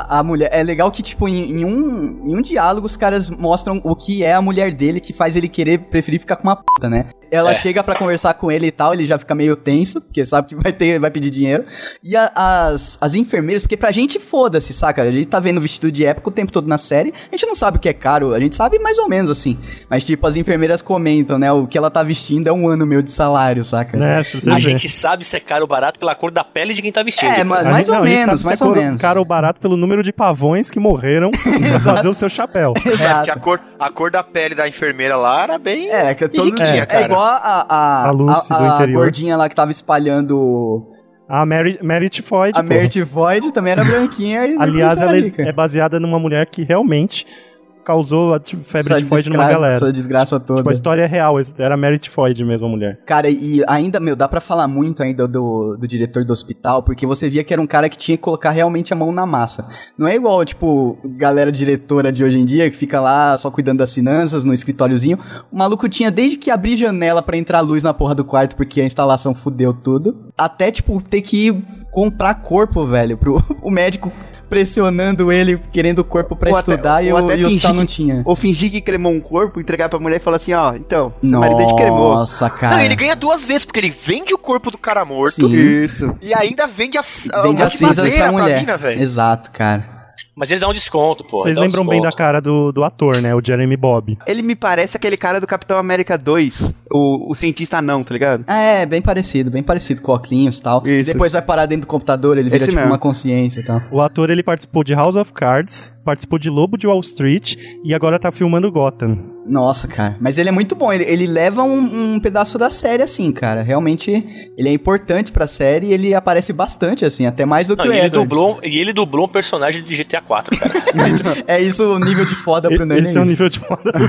[SPEAKER 1] a, a mulher. É legal que, tipo, em, em um, em um diálogo, os caras mostram o que é a mulher dele que faz ele querer preferir ficar com uma puta, né? Ela
[SPEAKER 7] É.
[SPEAKER 1] chega pra conversar com ele e tal, ele já fica meio tenso, porque sabe que vai ter, vai pedir dinheiro. E a- as, as enfermeiras, porque pra gente foda-se, saca? A gente tá vendo vestido de época o tempo todo na série, a gente não sabe o que é caro, a gente sabe mais ou menos assim. Mas, tipo, as enfermeiras comentam, né? O que ela tá vestindo é um ano meu de salário, saca?
[SPEAKER 2] Né, pra você
[SPEAKER 7] A
[SPEAKER 2] ver.
[SPEAKER 7] gente sabe se é caro ou barato pela cor da pele de quem tá vestindo.
[SPEAKER 1] É,
[SPEAKER 7] cara.
[SPEAKER 1] mano,
[SPEAKER 2] A
[SPEAKER 1] mais
[SPEAKER 2] gente-
[SPEAKER 1] ou
[SPEAKER 2] não, a gente sabe
[SPEAKER 1] menos,
[SPEAKER 2] se
[SPEAKER 1] mais
[SPEAKER 2] é
[SPEAKER 1] ou
[SPEAKER 2] caro-
[SPEAKER 1] menos.
[SPEAKER 2] caro ou barato pelo número de pavões que morreram pra fazer o seu chapéu.
[SPEAKER 3] É, porque
[SPEAKER 1] Exato.
[SPEAKER 3] a cor, a cor da pele da enfermeira lá era bem.
[SPEAKER 1] É, que todo,
[SPEAKER 3] Riquinha,
[SPEAKER 1] é,
[SPEAKER 3] cara.
[SPEAKER 1] igual a, a,
[SPEAKER 2] A Lucy do interior.
[SPEAKER 1] gordinha lá que tava espalhando
[SPEAKER 2] A Mary, Mary Tifoid,
[SPEAKER 1] a
[SPEAKER 2] pô.
[SPEAKER 1] Mert Void, também era branquinha e
[SPEAKER 2] É Aliás,
[SPEAKER 1] era
[SPEAKER 2] ela
[SPEAKER 1] rica.
[SPEAKER 2] é baseada numa mulher que realmente causou a ti- febre
[SPEAKER 1] Essa
[SPEAKER 2] tifoide numa
[SPEAKER 1] desgra-
[SPEAKER 2] galera.
[SPEAKER 1] Essa desgraça toda.
[SPEAKER 2] Tipo, a história é real, era Mary Tifoid mesmo a mulher.
[SPEAKER 1] Cara, e ainda, meu, dá pra falar muito ainda do, do diretor do hospital, porque você via que era um cara que tinha que colocar realmente a mão na massa. Não é igual, tipo, galera diretora de hoje em dia, que fica lá só cuidando das finanças, no escritóriozinho. O maluco tinha desde que abrir janela pra entrar luz na porra do quarto, porque a instalação fudeu tudo, até, tipo, ter que ir comprar corpo, velho, pro o médico pressionando ele, querendo o corpo pra
[SPEAKER 4] Ou até-
[SPEAKER 1] estudar, e,
[SPEAKER 4] ou
[SPEAKER 1] o,
[SPEAKER 4] até
[SPEAKER 1] e o hospital
[SPEAKER 4] fingir
[SPEAKER 1] não
[SPEAKER 4] que-
[SPEAKER 1] tinha.
[SPEAKER 4] Ou fingir que cremou um corpo, entregar pra mulher e falar assim: ó, então, seu marido te cremou.
[SPEAKER 1] Nossa, cara.
[SPEAKER 3] Não, ele ganha duas vezes, porque ele vende o corpo do cara morto
[SPEAKER 1] Sim.
[SPEAKER 4] Isso.
[SPEAKER 3] e ainda vende as,
[SPEAKER 1] Vende
[SPEAKER 3] um
[SPEAKER 1] as
[SPEAKER 3] monte de
[SPEAKER 1] cinzas
[SPEAKER 3] madeira
[SPEAKER 1] da
[SPEAKER 3] pra
[SPEAKER 1] mulher.
[SPEAKER 3] mina, velho.
[SPEAKER 1] Exato, cara.
[SPEAKER 7] Mas ele dá um desconto, pô. ele
[SPEAKER 2] Vocês
[SPEAKER 7] dá um
[SPEAKER 2] lembram bem da
[SPEAKER 7] desconto.
[SPEAKER 2] cara do, do ator, né? O Jeremy Bob.
[SPEAKER 4] Ele me parece aquele cara do Capitão América 2, o, o cientista anão, tá ligado?
[SPEAKER 1] Ah, É, bem parecido, bem parecido com óculos e tal.
[SPEAKER 4] Isso.
[SPEAKER 1] Depois vai parar dentro do computador, ele vira
[SPEAKER 4] Esse
[SPEAKER 1] tipo
[SPEAKER 4] mesmo.
[SPEAKER 1] uma consciência e tal.
[SPEAKER 2] O ator, ele participou de House of Cards, participou de Lobo de Wall Street e agora tá filmando Gotham.
[SPEAKER 1] Nossa, cara. Mas ele é muito bom, ele, ele leva um, um pedaço da série, assim, cara. Realmente, ele é importante pra série e ele aparece bastante, assim, até mais do que
[SPEAKER 7] Não,
[SPEAKER 1] o
[SPEAKER 7] e, ele
[SPEAKER 1] Edwards.
[SPEAKER 7] dublou, e ele dublou um personagem de GTA 4, cara.
[SPEAKER 1] É isso o nível de foda pro Nani.
[SPEAKER 2] Esse é o nível de foda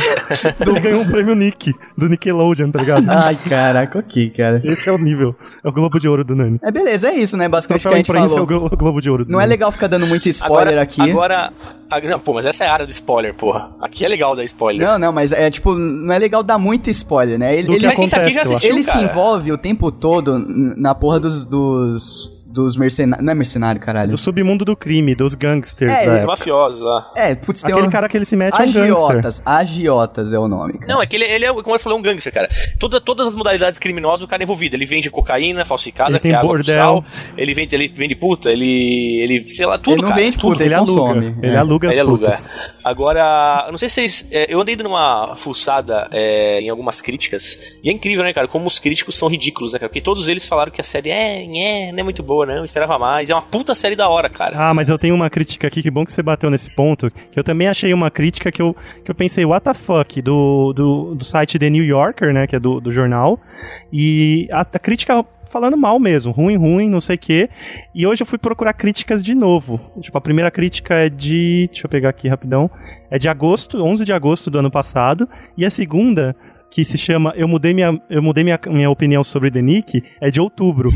[SPEAKER 2] do Ele ganhou um prêmio Nick, do Nickelodeon, tá ligado?
[SPEAKER 1] Ai, caraca, ok, cara.
[SPEAKER 2] Esse é o nível. É o Globo de Ouro do Nani.
[SPEAKER 1] É beleza, é isso, né? Basicamente o que a
[SPEAKER 2] Troféu
[SPEAKER 1] gente
[SPEAKER 2] imprensa é o
[SPEAKER 1] falou.
[SPEAKER 2] Glo- o Globo de Ouro do
[SPEAKER 1] Não é
[SPEAKER 2] Nani.
[SPEAKER 1] legal ficar dando muito spoiler
[SPEAKER 7] agora,
[SPEAKER 1] aqui.
[SPEAKER 7] Agora. a- não, pô, mas essa é a área do spoiler, porra. Aqui é legal dar spoiler.
[SPEAKER 1] Não, não, mas é tipo, não é legal dar muito spoiler, né? Ele,
[SPEAKER 2] Do
[SPEAKER 1] ele,
[SPEAKER 2] que
[SPEAKER 7] quem tá aqui já
[SPEAKER 2] acontece lá.
[SPEAKER 7] assistiu,
[SPEAKER 1] ele se
[SPEAKER 7] cara.
[SPEAKER 1] envolve o tempo todo n- na porra dos. dos, dos mercenários. Não é mercenário, caralho.
[SPEAKER 2] Do submundo do crime, dos gangsters
[SPEAKER 1] É,
[SPEAKER 2] da
[SPEAKER 7] Os
[SPEAKER 2] época.
[SPEAKER 7] mafiosos lá.
[SPEAKER 1] É, putz, tem
[SPEAKER 2] Aquele
[SPEAKER 1] um-
[SPEAKER 2] cara que ele se mete é um gangster.
[SPEAKER 1] Agiotas. Agiotas é o nome. Cara.
[SPEAKER 7] Não, é que ele, ele é, como eu falei, um gangster, cara. Toda, todas as modalidades criminosas o cara é envolvido. Ele vende cocaína falsificada,
[SPEAKER 2] Ele tem
[SPEAKER 7] que é água com
[SPEAKER 2] bordel.
[SPEAKER 7] sal, ele vende, ele vende puta, ele. ele sei lá, tudo,
[SPEAKER 1] Ele não
[SPEAKER 7] cara,
[SPEAKER 1] vende
[SPEAKER 7] tudo.
[SPEAKER 1] puta, ele consome.
[SPEAKER 2] aluga. Ele
[SPEAKER 1] É.
[SPEAKER 2] aluga as
[SPEAKER 7] Ele aluga,
[SPEAKER 2] putas.
[SPEAKER 7] é. Agora, eu não sei se vocês. é, eu andei dando uma fuçada é, em algumas críticas. E é incrível, né, cara? Como os críticos são ridículos, né, cara? Porque todos eles falaram que a série é, é, não é muito boa, não. Eu esperava mais. É uma puta série da hora, cara.
[SPEAKER 2] Ah, mas eu tenho uma crítica aqui, que bom que você bateu nesse ponto, que eu também achei uma crítica que eu, que eu pensei, what the fuck, do, do, do site The New Yorker, né, que é do, do jornal, e a, a crítica falando mal mesmo, ruim, ruim, não sei o quê, e hoje eu fui procurar críticas de novo, tipo, a primeira crítica é de, deixa eu pegar aqui rapidão, é de agosto, 11 de agosto do ano passado, e a segunda que se chama Eu Mudei Minha, eu mudei minha, minha Opinião sobre The Nick, é de outubro.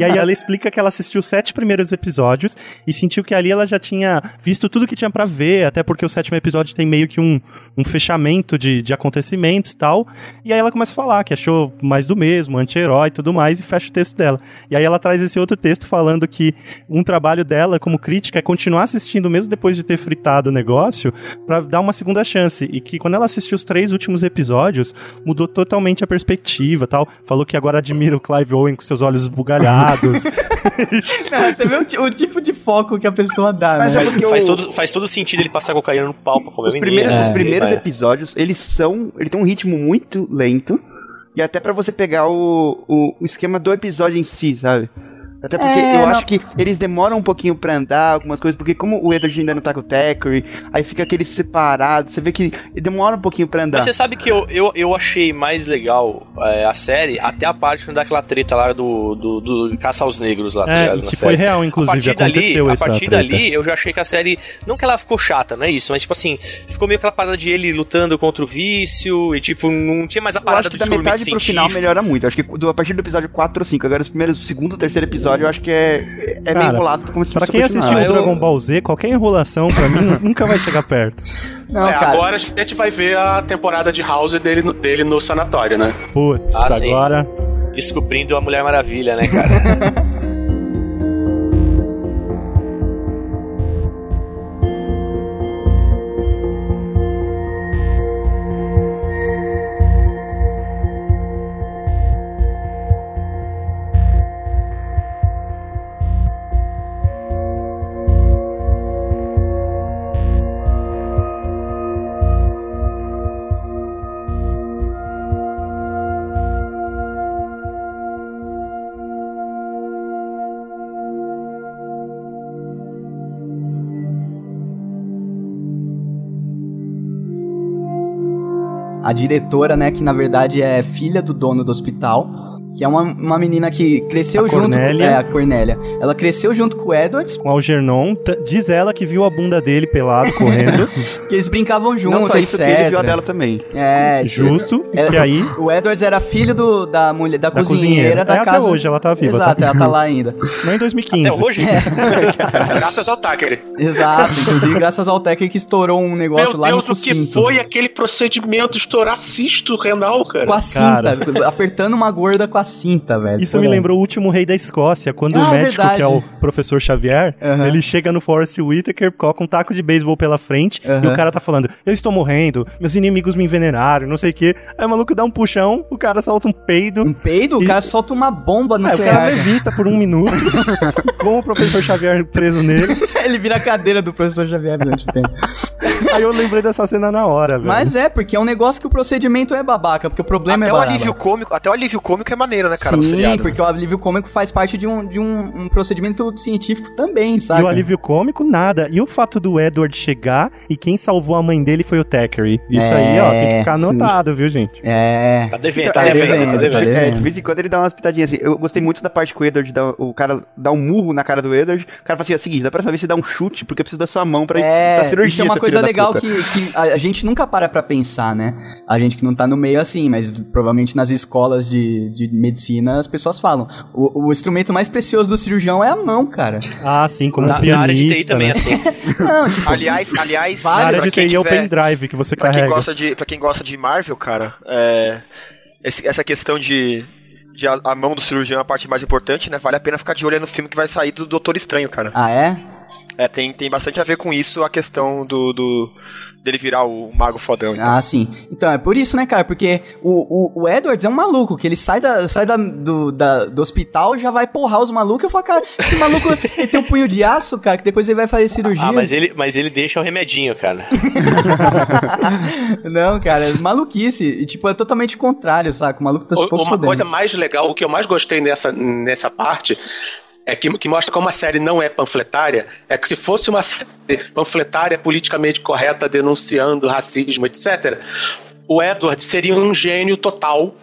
[SPEAKER 2] e aí ela explica que ela assistiu os sete primeiros episódios e sentiu que ali ela já tinha visto tudo que tinha pra ver, até porque o sétimo episódio tem meio que um, um fechamento de, de acontecimentos e tal. E aí ela começa a falar que achou mais do mesmo, anti-herói e tudo mais, e fecha o texto dela. E aí ela traz esse outro texto falando que um trabalho dela como crítica é continuar assistindo mesmo depois de ter fritado o negócio, pra dar uma segunda chance. E que quando ela assistiu os três últimos episódios, mudou totalmente a perspectiva tal. Falou que agora admira o Clive Owen com seus olhos esbugalhados.
[SPEAKER 1] Não, você vê o, ti- o tipo de foco que a pessoa dá,
[SPEAKER 4] Mas
[SPEAKER 1] né?
[SPEAKER 4] é
[SPEAKER 2] Ah,
[SPEAKER 4] porque
[SPEAKER 7] Faz
[SPEAKER 4] o-
[SPEAKER 7] todo, faz todo sentido ele passar cocaína no pau pra comer
[SPEAKER 4] Os
[SPEAKER 7] menino,
[SPEAKER 4] primeiros,
[SPEAKER 7] né?
[SPEAKER 4] os primeiros
[SPEAKER 7] É.
[SPEAKER 4] episódios, eles são. Ele tem um ritmo muito lento. E até pra você pegar o, o, o esquema do episódio em si, sabe? Até porque
[SPEAKER 1] É,
[SPEAKER 4] eu
[SPEAKER 1] não.
[SPEAKER 4] acho que eles demoram um pouquinho pra andar, algumas coisas, porque como o Edward ainda não tá com o Thackeray, aí fica aquele separado, você vê que demora um pouquinho
[SPEAKER 2] Tá.
[SPEAKER 4] pra andar.
[SPEAKER 7] Mas você sabe que eu, eu, eu achei mais legal é, a série até a parte quando dá aquela treta lá do, do, do Caça aos Negros lá, tá
[SPEAKER 2] é,
[SPEAKER 7] ligado,
[SPEAKER 2] e
[SPEAKER 7] na
[SPEAKER 2] que
[SPEAKER 7] série.
[SPEAKER 2] foi real, inclusive,
[SPEAKER 7] a partir
[SPEAKER 2] aconteceu
[SPEAKER 7] dali,
[SPEAKER 2] essa
[SPEAKER 7] A partir
[SPEAKER 2] treta.
[SPEAKER 7] dali, eu já achei que a série. Não que ela ficou chata, não é isso, mas tipo assim, ficou meio aquela parada de ele lutando contra o vício e tipo, não tinha mais a
[SPEAKER 4] Eu acho
[SPEAKER 7] parada
[SPEAKER 4] que
[SPEAKER 7] do
[SPEAKER 4] da
[SPEAKER 7] descobrimento
[SPEAKER 4] metade pro final
[SPEAKER 7] científico.
[SPEAKER 4] melhora muito. Eu acho que do- a partir do episódio 4 ou 5, agora os primeiros, o segundo, terceiro episódio, eu acho que é, é meio
[SPEAKER 2] Cara,
[SPEAKER 4] enrolado como se
[SPEAKER 2] Pra
[SPEAKER 4] fosse
[SPEAKER 2] quem
[SPEAKER 4] continuar.
[SPEAKER 2] assistiu o
[SPEAKER 7] eu-
[SPEAKER 2] Dragon Ball Z, qualquer enrolação pra mim nunca vai chegar perto.
[SPEAKER 1] Não,
[SPEAKER 5] É,
[SPEAKER 1] cara.
[SPEAKER 5] agora a gente vai ver a temporada de House dele, no- dele no sanatório, né?
[SPEAKER 2] Putz,
[SPEAKER 7] Ah, sim.
[SPEAKER 2] agora.
[SPEAKER 7] Descobrindo a Mulher Maravilha, né, cara?
[SPEAKER 1] a diretora, né, que na verdade é filha do dono do hospital, que é uma, uma menina que cresceu
[SPEAKER 2] A
[SPEAKER 1] junto
[SPEAKER 2] Cornélia.
[SPEAKER 1] com é, a Cornélia. Ela cresceu junto com o Edwards,
[SPEAKER 2] Com o Algernon, t- diz ela que viu a bunda dele pelado correndo,
[SPEAKER 1] que eles brincavam juntos,
[SPEAKER 4] Não só isso, que
[SPEAKER 1] etc.
[SPEAKER 4] ele viu a dela também.
[SPEAKER 1] É,
[SPEAKER 2] justo,
[SPEAKER 1] É,
[SPEAKER 2] que aí
[SPEAKER 1] o Edwards era filho do- da mulher da,
[SPEAKER 2] Da
[SPEAKER 1] cozinheira,
[SPEAKER 2] cozinheira.
[SPEAKER 1] da
[SPEAKER 2] É, até
[SPEAKER 1] casa.
[SPEAKER 2] hoje ela tá viva,
[SPEAKER 1] Exato,
[SPEAKER 2] tá?
[SPEAKER 1] ela tá lá ainda.
[SPEAKER 2] não é em 2015.
[SPEAKER 7] Até hoje.
[SPEAKER 4] É.
[SPEAKER 1] É.
[SPEAKER 5] É, Graças ao Tucker.
[SPEAKER 1] Exato, inclusive graças ao Tech que estourou um negócio
[SPEAKER 5] Meu
[SPEAKER 1] lá
[SPEAKER 5] Deus,
[SPEAKER 1] no
[SPEAKER 5] o que
[SPEAKER 1] cinto.
[SPEAKER 5] foi aquele procedimento estourar cisto renal, cara?
[SPEAKER 1] Com a cinta,
[SPEAKER 2] Cara.
[SPEAKER 1] apertando uma gorda com a cinta, velho.
[SPEAKER 2] Isso me lembrou o último rei da Escócia, quando
[SPEAKER 1] Ah,
[SPEAKER 2] o médico,
[SPEAKER 1] verdade.
[SPEAKER 2] que é o professor Xavier,
[SPEAKER 1] Aham.
[SPEAKER 2] ele chega no Forrest Whitaker, coloca um taco de beisebol pela frente, e
[SPEAKER 1] Aham.
[SPEAKER 2] o cara tá falando: Eu estou morrendo, meus inimigos me envenenaram, não sei o quê. Aí o maluco dá um puxão, o cara solta um
[SPEAKER 1] Um
[SPEAKER 2] peido.
[SPEAKER 1] peido, o
[SPEAKER 2] E- Ah,
[SPEAKER 1] cara solta uma bomba no
[SPEAKER 2] Aí É, o cara
[SPEAKER 1] cara.
[SPEAKER 2] levita por um minuto, com o professor Xavier preso nele.
[SPEAKER 1] Ele vira a cadeira do professor Xavier durante o tempo.
[SPEAKER 2] Aí eu lembrei dessa cena na hora, velho.
[SPEAKER 1] Mas é, porque é um negócio que o procedimento é babaca, porque o problema
[SPEAKER 3] Até
[SPEAKER 1] é
[SPEAKER 3] o
[SPEAKER 1] babaca.
[SPEAKER 3] alívio cômico, até o alívio cômico é maneiro, né, cara, no
[SPEAKER 1] Sim,
[SPEAKER 3] seriado.
[SPEAKER 1] porque o alívio cômico faz parte de um, de um, um procedimento científico também, sabe?
[SPEAKER 2] E o alívio cômico, nada. E o fato do Edward chegar e quem salvou a mãe dele foi o Thackeray. Isso aí, ó, tem que ficar
[SPEAKER 4] sim.
[SPEAKER 2] anotado, viu, gente?
[SPEAKER 1] É.
[SPEAKER 7] Tá devendo,
[SPEAKER 4] Então,
[SPEAKER 7] tá
[SPEAKER 4] é,
[SPEAKER 7] devendo, tá
[SPEAKER 1] verdade.
[SPEAKER 7] devendo.
[SPEAKER 1] devendo.
[SPEAKER 4] é, de vez em quando ele dá umas pitadinhas assim. Eu gostei muito da parte que o Edward dá, o cara dá um murro na cara do Edward. O cara fala assim: é o seguinte, da próxima vez você dá um chute, porque eu preciso da sua mão pra ir pra cirurgia.
[SPEAKER 1] isso é uma
[SPEAKER 4] seu
[SPEAKER 1] coisa
[SPEAKER 4] filho da
[SPEAKER 1] legal
[SPEAKER 4] puta."
[SPEAKER 1] que, que a, a gente nunca para pra pensar, né? A gente que não tá no meio assim, mas provavelmente nas escolas de, de medicina as pessoas falam. O, o instrumento mais precioso do cirurgião é a mão, cara.
[SPEAKER 2] Ah, sim, como
[SPEAKER 7] Na,
[SPEAKER 2] pianista,
[SPEAKER 7] na área de TI também,
[SPEAKER 2] né?
[SPEAKER 7] assim.
[SPEAKER 1] Não, tipo,
[SPEAKER 3] Aliás, aliás,
[SPEAKER 2] Na área
[SPEAKER 3] é pra
[SPEAKER 2] de
[SPEAKER 3] quem
[SPEAKER 2] TI é o
[SPEAKER 3] tiver-
[SPEAKER 2] pendrive que você
[SPEAKER 3] Pra quem,
[SPEAKER 2] carrega.
[SPEAKER 3] gosta de, pra quem gosta de Marvel, cara, é, esse- essa questão de, de a, a mão do cirurgião é a parte mais importante, né? Vale a pena ficar de olho no filme que vai sair do Doutor Estranho, cara.
[SPEAKER 1] Ah, é?
[SPEAKER 3] É, tem, tem bastante a ver com isso a questão do, do- dele virar o mago fodão. então.
[SPEAKER 1] Ah, sim. Então, é por isso, né, cara? Porque o, o, o Edwards é um maluco, que ele sai, da, sai da, do, da- do hospital e já vai porrar os malucos. Eu falo, cara, esse maluco ele tem um punho de aço, cara, que depois ele vai fazer cirurgia.
[SPEAKER 7] Ah, mas ele, mas ele deixa o remedinho, cara.
[SPEAKER 1] Não, cara, é maluquice. E, tipo, é totalmente contrário, saca? O maluco tá se
[SPEAKER 5] O-
[SPEAKER 1] pouco
[SPEAKER 5] Uma
[SPEAKER 1] fudendo.
[SPEAKER 5] coisa mais legal, o que eu mais gostei nessa, nessa parte é que, que mostra como a série não é panfletária, é que se fosse uma série panfletária, politicamente correta, denunciando racismo, etc., o Edward seria um gênio total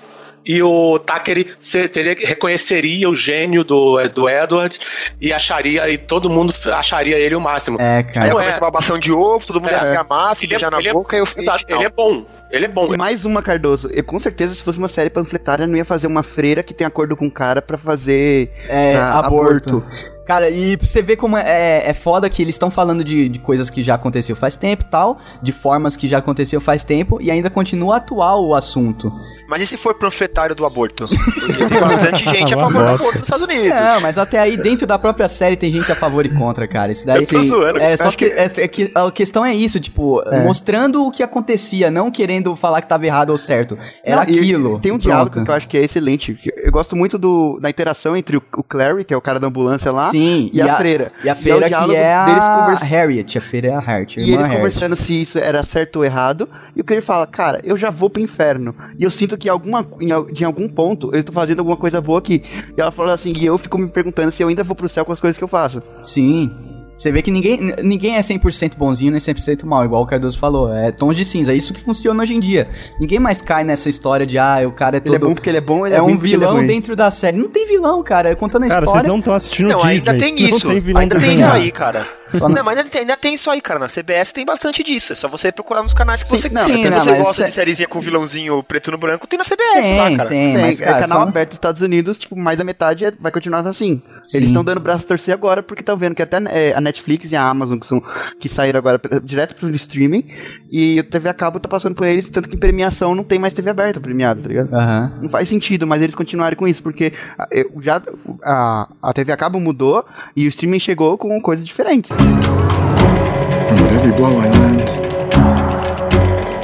[SPEAKER 5] e o Takeri se- teria, reconheceria o gênio do, do Edward e acharia, e todo mundo acharia ele o máximo.
[SPEAKER 1] É,
[SPEAKER 3] Aí
[SPEAKER 1] cara.
[SPEAKER 5] Não,
[SPEAKER 3] começa
[SPEAKER 5] é.
[SPEAKER 3] a babação de ovo, todo mundo
[SPEAKER 5] É.
[SPEAKER 3] ia se amar, se
[SPEAKER 5] Ele é-
[SPEAKER 3] beijar na
[SPEAKER 5] ele é-
[SPEAKER 3] boca, e eu fiquei.
[SPEAKER 5] Exato,
[SPEAKER 3] não.
[SPEAKER 5] ele é bom. Ele é bom.
[SPEAKER 4] E mais uma, Cardoso. Eu, com certeza, se fosse uma série panfletária, não ia fazer uma freira que tem acordo com o cara pra fazer
[SPEAKER 1] É,
[SPEAKER 4] pra
[SPEAKER 1] aborto. Cara, e pra você ver como é, é foda que eles estão falando de, de coisas que já aconteceu faz tempo e tal, de formas que já aconteceu faz tempo, e ainda continua atual o assunto.
[SPEAKER 3] Mas e se for profetário do aborto? Porque tem bastante gente a favor do
[SPEAKER 2] Nossa.
[SPEAKER 3] aborto nos Estados Unidos.
[SPEAKER 1] Não, mas até aí, dentro da própria série, tem gente a favor e contra, cara. Isso daí.
[SPEAKER 3] Eu tô zoando.
[SPEAKER 1] É, só que, é- é que a questão é isso, tipo, mostrando o que acontecia, não querendo falar que tava errado ou certo. Era
[SPEAKER 4] Não, e-
[SPEAKER 1] aquilo.
[SPEAKER 4] e Tem um
[SPEAKER 1] Pronto.
[SPEAKER 4] diálogo que eu acho que é excelente. que Eu gosto muito do, da interação entre o, o Clary, que é o cara da ambulância lá,
[SPEAKER 1] Sim,
[SPEAKER 4] e, a, freira.
[SPEAKER 1] E a
[SPEAKER 4] o
[SPEAKER 1] feira que
[SPEAKER 4] diálogo
[SPEAKER 1] é a
[SPEAKER 4] deles conversa-
[SPEAKER 1] Harriet, a feira é a Hart.
[SPEAKER 4] E eles conversando se isso era certo ou errado. E o Clary fala, cara, eu já vou pro inferno. E eu sinto que alguma, em, al- de algum ponto eu tô fazendo alguma coisa boa aqui. E ela fala assim, e eu fico me perguntando se eu ainda vou pro céu com as coisas que eu faço.
[SPEAKER 1] Sim. Você vê que ninguém, n- ninguém é 100% bonzinho nem 100% mal, igual o Cardoso falou. É tons de cinza. É isso que funciona hoje em dia. Ninguém mais cai nessa história de, ah, o cara é todo.
[SPEAKER 4] Ele é bom porque ele é bom, ele
[SPEAKER 1] é,
[SPEAKER 4] é, ruim
[SPEAKER 1] um
[SPEAKER 4] porque ele é
[SPEAKER 1] vilão
[SPEAKER 4] ruim.
[SPEAKER 1] dentro da série. Não tem vilão, cara. Contando a
[SPEAKER 2] Cara, vocês
[SPEAKER 1] história.
[SPEAKER 2] não estão assistindo
[SPEAKER 3] Não,
[SPEAKER 2] Disney.
[SPEAKER 3] Então, ainda tem isso.
[SPEAKER 2] Não tem vilão
[SPEAKER 3] ainda tem
[SPEAKER 2] desenhado.
[SPEAKER 3] isso aí, cara.
[SPEAKER 1] Só
[SPEAKER 3] não,
[SPEAKER 1] não-
[SPEAKER 3] mas ainda tem, ainda tem isso aí, cara. Na CBS tem bastante disso. É só você procurar nos canais que
[SPEAKER 1] Sim,
[SPEAKER 3] você
[SPEAKER 1] não,
[SPEAKER 3] sim,
[SPEAKER 1] sim,
[SPEAKER 3] Se
[SPEAKER 1] não,
[SPEAKER 3] você
[SPEAKER 1] mas
[SPEAKER 3] gosta
[SPEAKER 1] é-
[SPEAKER 3] de sériezinha com um vilãozinho preto no branco, tem na CBS lá,
[SPEAKER 1] Tem,
[SPEAKER 3] cara.
[SPEAKER 1] tem,
[SPEAKER 4] Tem,
[SPEAKER 1] mas,
[SPEAKER 4] é
[SPEAKER 1] cara,
[SPEAKER 4] canal
[SPEAKER 1] fala-
[SPEAKER 4] aberto dos Estados Unidos, tipo, mais da metade é- vai continuar assim.
[SPEAKER 1] Sim.
[SPEAKER 4] Eles estão dando braço a torcer agora, porque estão vendo que até é, a Netflix e a Amazon, que, são, que saíram agora pe- direto pro streaming, e a TV a cabo tá passando por eles, tanto que em premiação não tem mais TV aberta premiada, tá ligado?
[SPEAKER 1] Aham.
[SPEAKER 4] Não faz sentido, mas eles continuarem com isso, porque ah, eu- já a, a TV a cabo mudou e o streaming chegou com coisas diferentes.
[SPEAKER 6] And with every blow I land,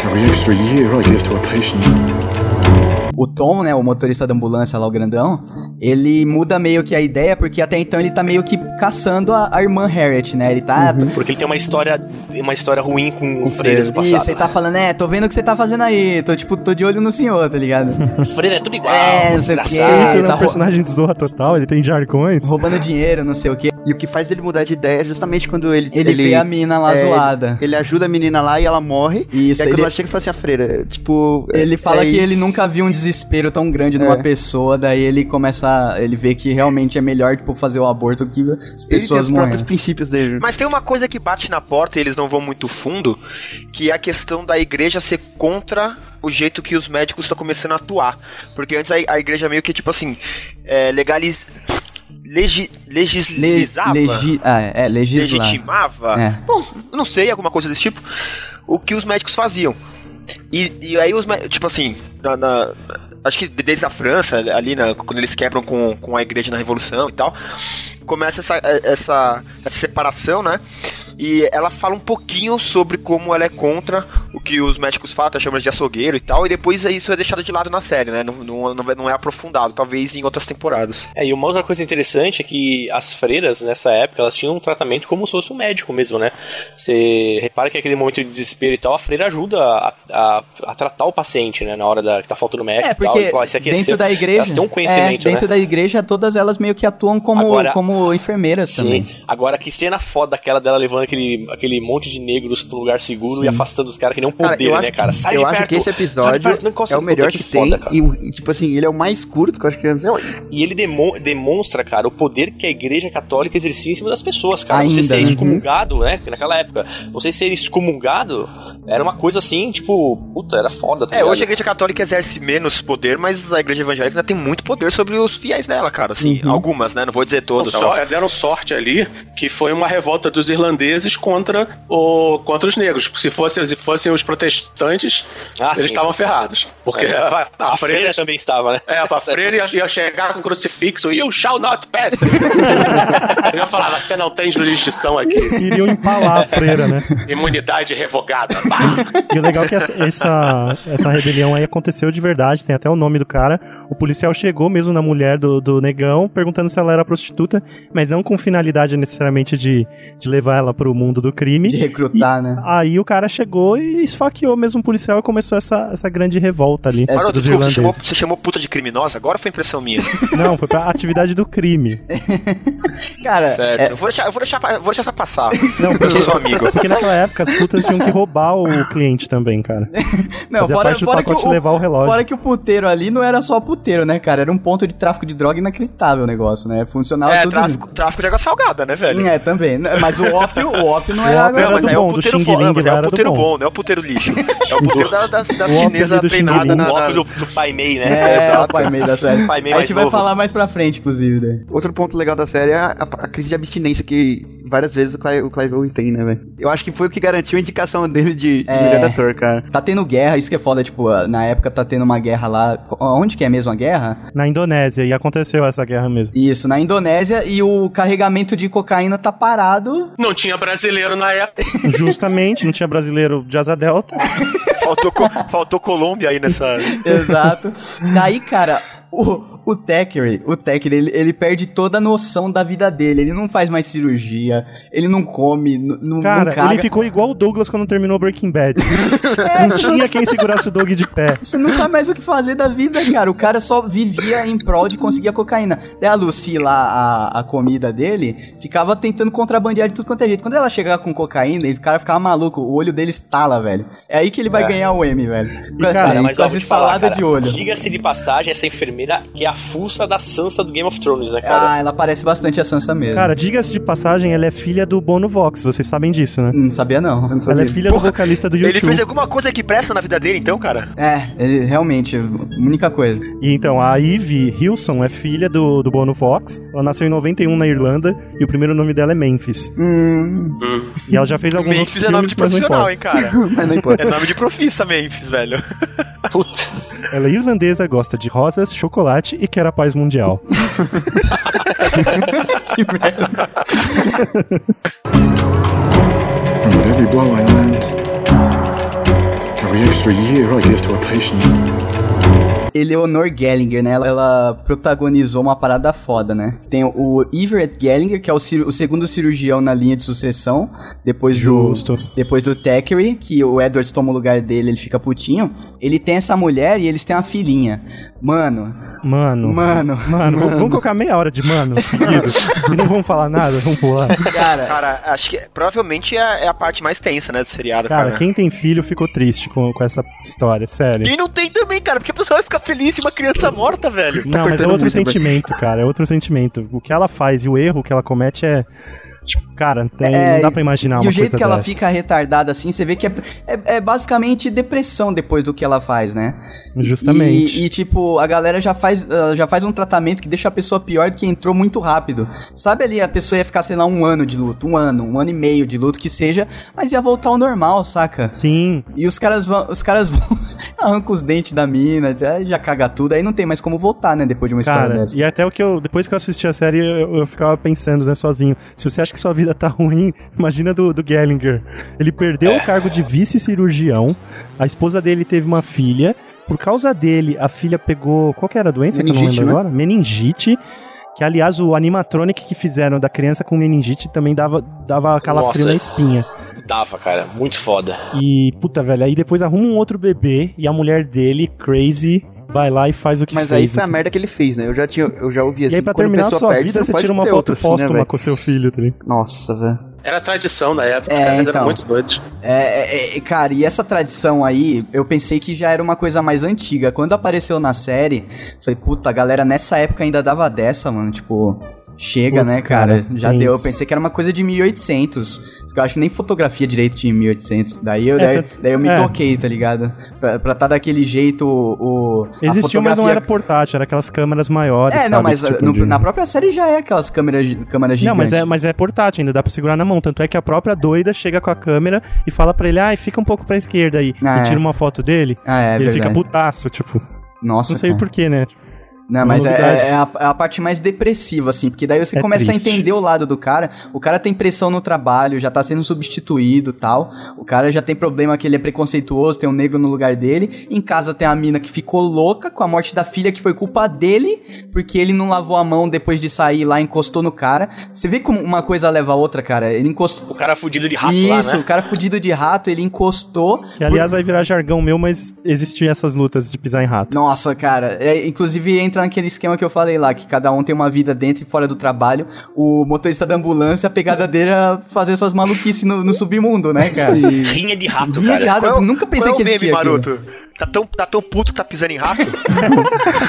[SPEAKER 6] every extra year I give to a patient,
[SPEAKER 1] O Tom, né, o motorista da ambulância lá, o grandão, ele muda meio que a ideia, porque até então ele tá meio que caçando a, a irmã Harriet, né? Ele tá
[SPEAKER 4] Uhum.
[SPEAKER 7] Porque ele tem uma história, uma história ruim com o Freire
[SPEAKER 1] Freira.
[SPEAKER 7] do passado.
[SPEAKER 1] Isso, ele tá
[SPEAKER 4] né?
[SPEAKER 1] falando, é, tô vendo o que você tá fazendo aí. Tô, tipo, tô de olho no senhor, tá ligado?
[SPEAKER 7] Freire é tudo igual.
[SPEAKER 1] É, não sei o
[SPEAKER 7] engraçado.
[SPEAKER 1] quê. tá
[SPEAKER 2] Ele é um
[SPEAKER 1] ro-
[SPEAKER 2] personagem de Zorra Total, ele tem jargões.
[SPEAKER 1] Roubando dinheiro, não sei o quê.
[SPEAKER 4] E o que faz ele mudar de ideia é justamente quando ele.
[SPEAKER 1] Ele, vê a mina lá
[SPEAKER 4] é,
[SPEAKER 1] zoada. É
[SPEAKER 4] Ele ajuda a menina lá e ela morre.
[SPEAKER 1] Isso,
[SPEAKER 4] e aí quando
[SPEAKER 1] ele-
[SPEAKER 4] ela chega e fala assim, a freira, tipo...
[SPEAKER 1] Ele
[SPEAKER 4] é-
[SPEAKER 1] fala
[SPEAKER 4] é
[SPEAKER 1] que ele
[SPEAKER 4] isso.
[SPEAKER 1] nunca viu um desespero tão grande numa pessoa, daí ele começa. a- Ele vê que realmente é melhor, tipo, fazer o aborto que as
[SPEAKER 4] Ele tem
[SPEAKER 1] pessoas
[SPEAKER 4] os próprios
[SPEAKER 1] morrendo.
[SPEAKER 4] princípios dele.
[SPEAKER 3] Mas tem uma coisa que bate na porta e eles não vão muito fundo, que é a questão da igreja ser contra o jeito que os médicos estão começando a atuar. Porque antes a, a igreja meio que, tipo assim, é, legaliz... Legi,
[SPEAKER 1] Le-
[SPEAKER 3] legislizava?
[SPEAKER 1] legi- ah, é, é, legislar.
[SPEAKER 3] legitimava?
[SPEAKER 1] É.
[SPEAKER 3] Bom, eu não sei, alguma coisa desse tipo. O que os médicos faziam. E, e aí os mé- tipo assim, na, na- acho que desde a França, ali na- quando eles quebram com, com a igreja na Revolução e tal, começa essa, é, essa, essa separação, né? E ela fala um pouquinho sobre como ela é contra o que os médicos falam, tá chamando de açougueiro e tal, e depois isso é deixado de lado na série, né? Não, não, não é- não é aprofundado, talvez em outras temporadas.
[SPEAKER 7] É, e uma outra coisa interessante é que as freiras, nessa época, elas tinham um tratamento como se fosse um médico mesmo, né? Você repara que aquele momento de desespero e tal, a freira ajuda a, a- a tratar o paciente, né? Na hora da, que tá faltando médico
[SPEAKER 1] É,
[SPEAKER 7] e tal.
[SPEAKER 1] porque
[SPEAKER 7] e fala, "Ah, se aqueceu."
[SPEAKER 1] dentro da igreja.
[SPEAKER 7] Elas têm um conhecimento,
[SPEAKER 1] é, dentro da igreja, todas elas meio que atuam como,
[SPEAKER 7] Agora-
[SPEAKER 1] como enfermeiras
[SPEAKER 7] Sim.
[SPEAKER 1] também.
[SPEAKER 7] Agora, que cena foda aquela dela levando aquele, aquele monte de negros pro lugar seguro
[SPEAKER 1] Sim.
[SPEAKER 7] e afastando os caras que nem um
[SPEAKER 4] Cara,
[SPEAKER 7] poder,
[SPEAKER 4] eu acho
[SPEAKER 7] né,
[SPEAKER 4] que-
[SPEAKER 7] cara? Sai
[SPEAKER 4] eu
[SPEAKER 7] de
[SPEAKER 4] acho
[SPEAKER 7] perto,
[SPEAKER 4] que esse
[SPEAKER 7] sai de
[SPEAKER 4] episódio
[SPEAKER 7] perto, não encosta
[SPEAKER 4] é o
[SPEAKER 7] no- puta,
[SPEAKER 4] melhor que, tem.
[SPEAKER 7] um foda, cara.
[SPEAKER 4] e, o- e, tipo assim, ele é o mais curto, que eu acho que...
[SPEAKER 7] Não, e ele demo- demonstra, cara, o poder que a igreja católica exercia em cima das pessoas, cara. você
[SPEAKER 1] Ainda,
[SPEAKER 7] ser
[SPEAKER 1] né?
[SPEAKER 7] excomungado, né? Naquela época, você ser excomungado era uma coisa assim, tipo, puta, era foda. tá
[SPEAKER 3] É, hoje a
[SPEAKER 7] ligado?
[SPEAKER 3] igreja católica exerce menos poder, mas a igreja evangélica ainda tem muito poder sobre os fiéis dela, cara. Assim,
[SPEAKER 2] Uhum.
[SPEAKER 3] algumas, né? Não vou dizer
[SPEAKER 5] Não,
[SPEAKER 3] todas. tá
[SPEAKER 5] só- deram sorte ali que foi uma revolta dos irlandeses contra, o, contra os negros. Se fossem, se fossem os protestantes,
[SPEAKER 7] Ah,
[SPEAKER 5] eles
[SPEAKER 7] sim.
[SPEAKER 5] estavam ferrados. Porque
[SPEAKER 7] É.
[SPEAKER 5] a, a
[SPEAKER 7] A freira,
[SPEAKER 5] freira.
[SPEAKER 7] também estava, né?
[SPEAKER 5] É, a freira ia, ia chegar com o crucifixo, you shall not pass. Eu falava, você não tem jurisdição aqui.
[SPEAKER 2] Iriam empalar a freira, né?
[SPEAKER 5] Imunidade revogada. Bah!
[SPEAKER 2] E o legal é que essa, essa, essa rebelião aí aconteceu de verdade, tem até o nome do cara. O policial chegou mesmo na mulher do, do negão, perguntando se ela era prostituta, mas não com finalidade necessariamente de, de levar ela pro mundo do crime.
[SPEAKER 1] De recrutar, né?
[SPEAKER 2] Aí o cara chegou e esfaqueou mesmo o policial e começou essa, essa grande revolta ali
[SPEAKER 1] Essa
[SPEAKER 3] Maroto,
[SPEAKER 2] dos
[SPEAKER 3] desculpa, você chamou,
[SPEAKER 2] irlandeses.
[SPEAKER 3] você chamou puta de criminosa? Agora foi impressão minha.
[SPEAKER 2] Não, foi pra atividade do crime.
[SPEAKER 1] Cara,
[SPEAKER 3] certo.
[SPEAKER 1] é-
[SPEAKER 3] Eu vou deixar, eu vou deixar, pa- vou deixar essa passar.
[SPEAKER 2] Não,
[SPEAKER 3] eu sou seu amigo.
[SPEAKER 2] Porque naquela época as putas tinham que roubar o, o cliente também, cara.
[SPEAKER 1] Não,
[SPEAKER 2] Fazia parte do pacote
[SPEAKER 1] que o,
[SPEAKER 2] levar o relógio.
[SPEAKER 1] fora que o puteiro ali não era só puteiro, né, cara? Era um ponto de tráfico de droga inacreditável o negócio, né?
[SPEAKER 2] Ah,
[SPEAKER 1] Funcionava
[SPEAKER 3] É,
[SPEAKER 1] tudo.
[SPEAKER 3] tráfico, tráfico de água salgada, né, velho?
[SPEAKER 1] É, também. Mas o ópio, o ópio não
[SPEAKER 2] O
[SPEAKER 1] era.
[SPEAKER 2] ópio
[SPEAKER 3] Não,
[SPEAKER 2] era
[SPEAKER 3] mas
[SPEAKER 2] do
[SPEAKER 3] aí é
[SPEAKER 2] bom,
[SPEAKER 3] o
[SPEAKER 2] do
[SPEAKER 3] puteiro
[SPEAKER 2] Xing
[SPEAKER 3] bom,
[SPEAKER 2] Ling
[SPEAKER 3] não, mas aí
[SPEAKER 2] lá
[SPEAKER 3] é
[SPEAKER 2] era
[SPEAKER 3] o
[SPEAKER 2] do
[SPEAKER 3] puteiro
[SPEAKER 2] bom.
[SPEAKER 3] bom, não é o puteiro lixo. É o puteiro da, das, das
[SPEAKER 2] O ópio
[SPEAKER 3] chinesas
[SPEAKER 2] do Xing
[SPEAKER 3] treinadas
[SPEAKER 2] Ling.
[SPEAKER 3] na,
[SPEAKER 7] O
[SPEAKER 3] na,
[SPEAKER 7] óculos do, do Pai Mei, né?
[SPEAKER 1] É,
[SPEAKER 3] exato.
[SPEAKER 1] o Pai Mei da série.
[SPEAKER 7] Pai Mei
[SPEAKER 1] a
[SPEAKER 7] mais
[SPEAKER 1] gente vai
[SPEAKER 7] novo.
[SPEAKER 1] falar mais pra frente, inclusive, né?
[SPEAKER 4] Outro ponto legal da série é a, a crise de abstinência que várias vezes o Clive, o Clive Owen tem, né, velho? Eu acho que foi o que garantiu a indicação dele de, de
[SPEAKER 1] É.
[SPEAKER 4] melhor ator, cara.
[SPEAKER 1] Tá tendo guerra, isso que é foda, tipo, ah, na época tá tendo uma guerra lá. Onde que é mesmo a guerra?
[SPEAKER 2] Na Indonésia, e aconteceu essa guerra mesmo.
[SPEAKER 1] Isso, na Indonésia, e o carregamento de cocaína tá parado.
[SPEAKER 5] Não tinha brasileiro na época.
[SPEAKER 2] Justamente, não tinha brasileiro de asa delta.
[SPEAKER 3] Faltou, co- faltou Colômbia aí nessa.
[SPEAKER 1] Exato. Daí, cara, o, o Thackeray, o Thackeray, ele, ele perde toda a noção da vida dele. Ele não faz mais cirurgia, ele não come, n- não, não
[SPEAKER 2] Cara,
[SPEAKER 1] caga.
[SPEAKER 2] ele ficou igual o Douglas quando terminou Breaking Bad.
[SPEAKER 1] É,
[SPEAKER 2] Não
[SPEAKER 1] você não
[SPEAKER 2] tinha quem segurasse o Doug de pé.
[SPEAKER 1] Você não sabe mais o que fazer da vida, cara. O cara só vivia em prol de conseguir a cocaína. Daí a Lucy lá, a, a comida dele, ficava tentando contrabandear de tudo quanto é jeito. Quando ela chegar com cocaína, ele- o cara ficava maluco. O olho dele estala, velho. É aí que ele vai
[SPEAKER 7] É.
[SPEAKER 1] ganhar o M, velho. Com,
[SPEAKER 2] cara,
[SPEAKER 1] essa-
[SPEAKER 7] mas
[SPEAKER 1] com
[SPEAKER 7] ó,
[SPEAKER 1] as
[SPEAKER 7] vou te falar,
[SPEAKER 1] estaladas
[SPEAKER 7] cara,
[SPEAKER 1] de olho.
[SPEAKER 7] Diga-se de passagem, essa enfermeira que é a fuça da Sansa do Game of Thrones, né, cara?
[SPEAKER 1] Ah, ela parece bastante a Sansa mesmo.
[SPEAKER 2] Cara, diga-se de passagem, ela é filha do Bono Vox, vocês sabem disso, né?
[SPEAKER 1] não sabia não.
[SPEAKER 2] Ela é filha do vocalista do
[SPEAKER 3] Ele fez
[SPEAKER 2] YouTube.
[SPEAKER 3] alguma coisa que presta na vida dele, então, cara?
[SPEAKER 1] É, ele- realmente, única coisa.
[SPEAKER 2] E então, a Ivy Hilson é filha do, do Bono Vox. Ela nasceu em 91 na Irlanda e o primeiro nome dela é Memphis.
[SPEAKER 1] Hum,
[SPEAKER 2] E ela já fez alguns outros
[SPEAKER 3] Memphis é nome
[SPEAKER 2] filmes,
[SPEAKER 3] de
[SPEAKER 2] mas não
[SPEAKER 3] profissional,
[SPEAKER 2] importa.
[SPEAKER 3] hein, cara?
[SPEAKER 4] Mas não importa.
[SPEAKER 3] É nome de profissa, Memphis, velho.
[SPEAKER 7] Puta.
[SPEAKER 2] Ela é irlandesa, gosta de rosas, chocolate e quer a paz mundial.
[SPEAKER 1] que merda.
[SPEAKER 6] And with every blow I land, every extra year I give to a patient,
[SPEAKER 1] Eleonor é Gallagher, né? Ela, ela protagonizou uma parada foda, né? Tem o Everett Gallagher, que é o, cir- o segundo cirurgião na linha de sucessão, depois
[SPEAKER 2] Justo.
[SPEAKER 1] do depois do Thackeray, que o Edwards toma o lugar dele, ele fica putinho. Ele tem essa mulher e eles têm uma filhinha. Mano,
[SPEAKER 2] Mano.
[SPEAKER 1] mano,
[SPEAKER 2] Mano, vamos- vamos colocar meia hora de mano seguido. e não vamos falar nada, vamos pular.
[SPEAKER 1] cara,
[SPEAKER 3] Cara, acho que provavelmente é, a- é a parte mais tensa, né, do seriado, cara.
[SPEAKER 2] Cara, quem tem filho ficou triste com, com essa história, sério.
[SPEAKER 3] Quem não tem também, cara, porque a pessoa vai ficar feliz de uma criança morta, velho. Tá
[SPEAKER 2] Não, mas é
[SPEAKER 4] cortando
[SPEAKER 2] outro
[SPEAKER 4] muito,
[SPEAKER 2] sentimento, cara. É outro sentimento. O que ela faz e o erro que ela comete é. Tipo, cara, tem-
[SPEAKER 1] É,
[SPEAKER 2] não dá pra imaginar
[SPEAKER 1] e
[SPEAKER 2] uma
[SPEAKER 1] o jeito
[SPEAKER 2] coisa
[SPEAKER 1] que ela
[SPEAKER 2] dessa.
[SPEAKER 1] fica retardada assim, você vê que é, é- é basicamente depressão depois do que ela faz, né?
[SPEAKER 2] Justamente.
[SPEAKER 1] E, e, tipo, a galera já faz, ela já faz um tratamento que deixa a pessoa pior do que entrou muito rápido. Sabe ali, a pessoa ia ficar, sei lá, um ano de luto, um ano, um ano e meio de luto que seja, mas ia voltar ao normal, saca?
[SPEAKER 2] Sim,
[SPEAKER 1] E os caras vão, os caras vão, arrancam os dentes da mina, tá? já caga tudo, aí não tem mais como voltar, né, depois de uma história
[SPEAKER 2] cara.
[SPEAKER 1] dessa.
[SPEAKER 2] E até o que eu. Depois que eu assisti a série, eu, eu ficava pensando, né, sozinho. Se você acha que sua vida tá ruim, imagina do, do Gallagher. Ele perdeu o cargo de vice-cirurgião, a esposa dele teve uma filha. Por causa dele, a filha pegou. Qual que era a doença que
[SPEAKER 4] Meningite,
[SPEAKER 2] eu não lembro
[SPEAKER 4] né?
[SPEAKER 2] agora? Meningite. Que, aliás, o animatronic que fizeram da criança com meningite também dava, dava calafrio
[SPEAKER 7] Nossa.
[SPEAKER 2] na espinha.
[SPEAKER 1] Ah.
[SPEAKER 7] Dava, cara. Muito foda.
[SPEAKER 2] E, puta, velho, aí depois arruma um outro bebê e a mulher dele, crazy, vai lá e faz o que
[SPEAKER 4] Mas
[SPEAKER 2] fez.
[SPEAKER 4] aí foi a
[SPEAKER 2] então.
[SPEAKER 4] merda que ele fez, né? Eu já, tinha, eu já ouvi assim.
[SPEAKER 2] E aí, pra
[SPEAKER 4] quando a
[SPEAKER 2] terminar a
[SPEAKER 4] pessoa
[SPEAKER 2] sua
[SPEAKER 4] perde,
[SPEAKER 2] vida,
[SPEAKER 4] não
[SPEAKER 2] você
[SPEAKER 4] pode
[SPEAKER 2] tira uma
[SPEAKER 4] ter
[SPEAKER 2] foto
[SPEAKER 4] outra, assim, né,
[SPEAKER 2] póstuma
[SPEAKER 4] velho?
[SPEAKER 2] com seu filho, tá ligado?
[SPEAKER 4] Nossa, velho.
[SPEAKER 5] Era tradição na época,
[SPEAKER 1] É,
[SPEAKER 5] elas
[SPEAKER 1] então.
[SPEAKER 5] eram muito doidos.
[SPEAKER 1] É, é, é, cara, e essa tradição aí, eu pensei que já era uma coisa mais antiga. Quando apareceu na série, falei, puta, a galera nessa época ainda dava dessa, mano. Tipo, chega,
[SPEAKER 2] Putz,
[SPEAKER 1] né, cara?
[SPEAKER 2] cara,
[SPEAKER 1] já
[SPEAKER 2] tem
[SPEAKER 1] deu. Eu
[SPEAKER 2] isso.
[SPEAKER 1] pensei que era uma coisa de 1800. Eu acho que nem fotografia direito tinha em 1800. Daí eu,
[SPEAKER 2] É,
[SPEAKER 1] daí,
[SPEAKER 2] tá-
[SPEAKER 1] daí eu me
[SPEAKER 2] é.
[SPEAKER 1] toquei, tá ligado? Pra, pra tá daquele jeito o. o- a
[SPEAKER 2] Existiu, mas não
[SPEAKER 1] fotografia-
[SPEAKER 2] era portátil, era aquelas câmeras maiores.
[SPEAKER 1] É,
[SPEAKER 2] sabe?
[SPEAKER 1] não, mas
[SPEAKER 2] Esse tipo
[SPEAKER 1] no-
[SPEAKER 2] de-
[SPEAKER 1] na própria série já é aquelas câmeras, câmeras gigantes.
[SPEAKER 2] Não, mas é, mas é portátil, ainda dá pra segurar na mão. Tanto é que a própria doida chega com a câmera e fala pra ele, ai, fica um pouco pra esquerda aí.
[SPEAKER 1] Ah,
[SPEAKER 2] e tira
[SPEAKER 1] é.
[SPEAKER 2] uma foto dele.
[SPEAKER 1] Ah, é,
[SPEAKER 2] e ele
[SPEAKER 1] verdade.
[SPEAKER 2] fica putaço, tipo.
[SPEAKER 1] Nossa,
[SPEAKER 2] não sei
[SPEAKER 1] cara.
[SPEAKER 2] porquê, né?
[SPEAKER 1] Não,
[SPEAKER 2] Uma
[SPEAKER 1] mas é,
[SPEAKER 2] novidade.
[SPEAKER 1] é a, é a parte mais depressiva, assim, porque daí você
[SPEAKER 2] É
[SPEAKER 1] começa
[SPEAKER 2] triste.
[SPEAKER 1] a entender o lado do cara. O cara tem pressão no trabalho, já tá sendo substituído tal. O cara já tem problema que ele é preconceituoso, tem um negro no lugar dele. Em casa tem a mina que ficou louca com a morte da filha, que foi culpa dele, porque ele não lavou a mão depois de sair lá, encostou no cara. Você vê como uma coisa leva a outra, cara? Ele encostou.
[SPEAKER 7] O cara fudido de rato
[SPEAKER 1] Isso,
[SPEAKER 7] lá, né?
[SPEAKER 1] o cara fudido de rato, ele encostou.
[SPEAKER 2] Que, aliás, vai virar jargão meu, mas existiam essas lutas de pisar em rato.
[SPEAKER 1] Nossa, cara, é, inclusive en- entra naquele esquema que eu falei lá, que cada um tem uma vida dentro e fora do trabalho. O motorista da ambulância, a pegada dele era fazer essas maluquices no, no submundo, né, cara?
[SPEAKER 7] Rinha de rato,
[SPEAKER 1] Linha de
[SPEAKER 7] cara.
[SPEAKER 1] rato,
[SPEAKER 3] Qual é
[SPEAKER 1] eu
[SPEAKER 3] o-
[SPEAKER 1] nunca pensei
[SPEAKER 3] Qual é
[SPEAKER 1] que
[SPEAKER 3] o meme,
[SPEAKER 1] existia aquilo.
[SPEAKER 3] maroto? Tá tão, tá tão puto que tá pisando em rato?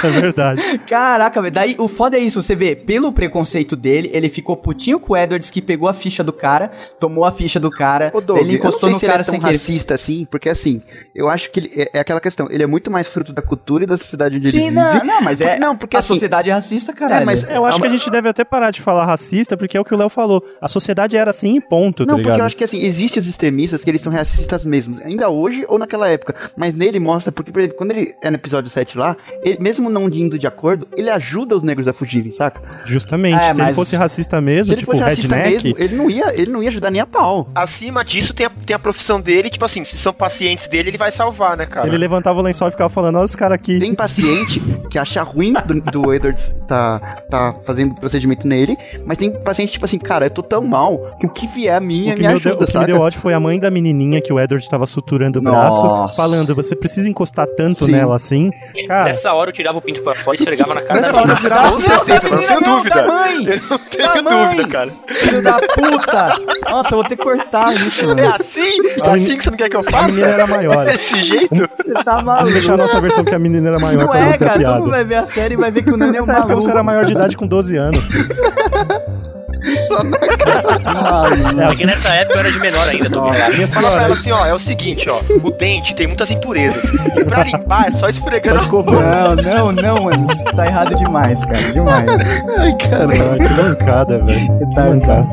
[SPEAKER 2] É verdade.
[SPEAKER 1] Caraca, velho. Daí o foda é isso. Você vê, pelo preconceito dele, ele ficou putinho com o Edwards que pegou a ficha do cara, tomou a ficha do cara,
[SPEAKER 4] Ô, Doug,
[SPEAKER 1] daí ele encostou
[SPEAKER 4] eu não sei
[SPEAKER 1] no
[SPEAKER 4] se
[SPEAKER 1] cara
[SPEAKER 4] ele é
[SPEAKER 1] sem
[SPEAKER 4] tão
[SPEAKER 1] querer.
[SPEAKER 4] racista assim, porque assim, eu acho que ele- é, é aquela questão, ele é muito mais fruto da cultura e da sociedade onde ele
[SPEAKER 1] Sim,
[SPEAKER 4] vive.
[SPEAKER 1] não, não, mas é.
[SPEAKER 4] Porque- não, porque
[SPEAKER 1] a
[SPEAKER 4] assim-
[SPEAKER 1] sociedade é racista, caralho.
[SPEAKER 4] É, mas
[SPEAKER 2] Eu acho
[SPEAKER 4] Ah,
[SPEAKER 2] que a
[SPEAKER 4] mas-
[SPEAKER 2] gente deve até parar de falar racista, porque é o que o Léo falou. A sociedade era assim e ponto,
[SPEAKER 4] Não,
[SPEAKER 2] tá
[SPEAKER 4] porque
[SPEAKER 2] ligado?
[SPEAKER 4] eu acho que assim, existem os extremistas que eles são racistas mesmo, ainda hoje ou naquela época. Mas nele mostra, porque, por exemplo, quando ele é no episódio 7 lá, ele, mesmo não indo de acordo, ele ajuda os negros a fugirem, saca?
[SPEAKER 2] Justamente.
[SPEAKER 1] É,
[SPEAKER 2] se ele
[SPEAKER 1] mas-
[SPEAKER 2] fosse racista mesmo,
[SPEAKER 4] Se ele
[SPEAKER 2] tipo
[SPEAKER 4] fosse racista
[SPEAKER 2] redneck,
[SPEAKER 4] mesmo, ele não, ia, ele não ia ajudar nem a pau.
[SPEAKER 3] Acima disso, tem a, tem a profissão dele, tipo assim, se são pacientes dele, ele vai salvar, né, cara?
[SPEAKER 2] ele levantava o lençol e ficava falando, olha os caras aqui.
[SPEAKER 4] Tem paciente que acha ruim do, do Edwards tá, tá fazendo procedimento nele, mas tem paciente tipo assim, cara, eu tô tão mal que o que vier a minha
[SPEAKER 2] O que, me
[SPEAKER 4] me
[SPEAKER 2] deu, o
[SPEAKER 4] ajuda,
[SPEAKER 2] que me
[SPEAKER 4] saca?
[SPEAKER 2] deu ódio foi a mãe da menininha que o Edward tava suturando o braço,
[SPEAKER 1] Nossa.
[SPEAKER 2] falando, você precisa encostar tanto
[SPEAKER 4] Sim.
[SPEAKER 2] nela assim. Cara,
[SPEAKER 7] Nessa hora eu tirava o pinto pra fora e esfregava na cara da
[SPEAKER 2] Nessa hora eu
[SPEAKER 7] menina.
[SPEAKER 2] virava-
[SPEAKER 1] Não, não, da
[SPEAKER 3] certeza, não
[SPEAKER 1] menina
[SPEAKER 3] tenho
[SPEAKER 1] não,
[SPEAKER 3] dúvida.
[SPEAKER 1] da mãe!
[SPEAKER 3] Tenho
[SPEAKER 1] Da mãe!
[SPEAKER 3] dúvida, cara.
[SPEAKER 1] Filho da puta! Nossa, eu vou ter que cortar isso,
[SPEAKER 3] É
[SPEAKER 1] mano.
[SPEAKER 3] assim? É assim que você não quer que eu
[SPEAKER 2] a
[SPEAKER 3] faça?
[SPEAKER 2] menina era maior.
[SPEAKER 3] Desse jeito?
[SPEAKER 1] Você tá
[SPEAKER 2] Vamos
[SPEAKER 1] maluco.
[SPEAKER 2] deixar a nossa versão que a menina era maior
[SPEAKER 1] Não
[SPEAKER 2] pra
[SPEAKER 1] é,
[SPEAKER 2] outra
[SPEAKER 1] cara. Todo
[SPEAKER 2] piada.
[SPEAKER 1] mundo vai ver a série e vai ver que o Nani é um
[SPEAKER 2] Nessa época você
[SPEAKER 1] maluco.
[SPEAKER 2] era maior de idade com 12 anos.
[SPEAKER 1] Maluco.
[SPEAKER 2] É
[SPEAKER 7] É que
[SPEAKER 2] assim
[SPEAKER 7] nessa época eu era de menor ainda, tô me ligado.
[SPEAKER 2] minha
[SPEAKER 3] Fala pra
[SPEAKER 2] senhora,
[SPEAKER 3] ela assim, ó, é o seguinte, ó, o dente tem muitas impurezas. E pra limpar é só
[SPEAKER 2] só
[SPEAKER 3] esfregando.
[SPEAKER 2] escovando.
[SPEAKER 1] Não, não, não, mano. Isso tá errado demais, cara. Demais.
[SPEAKER 4] Ai, cara.
[SPEAKER 2] Ah, que mancada, velho. Que
[SPEAKER 1] tá-
[SPEAKER 2] mancada.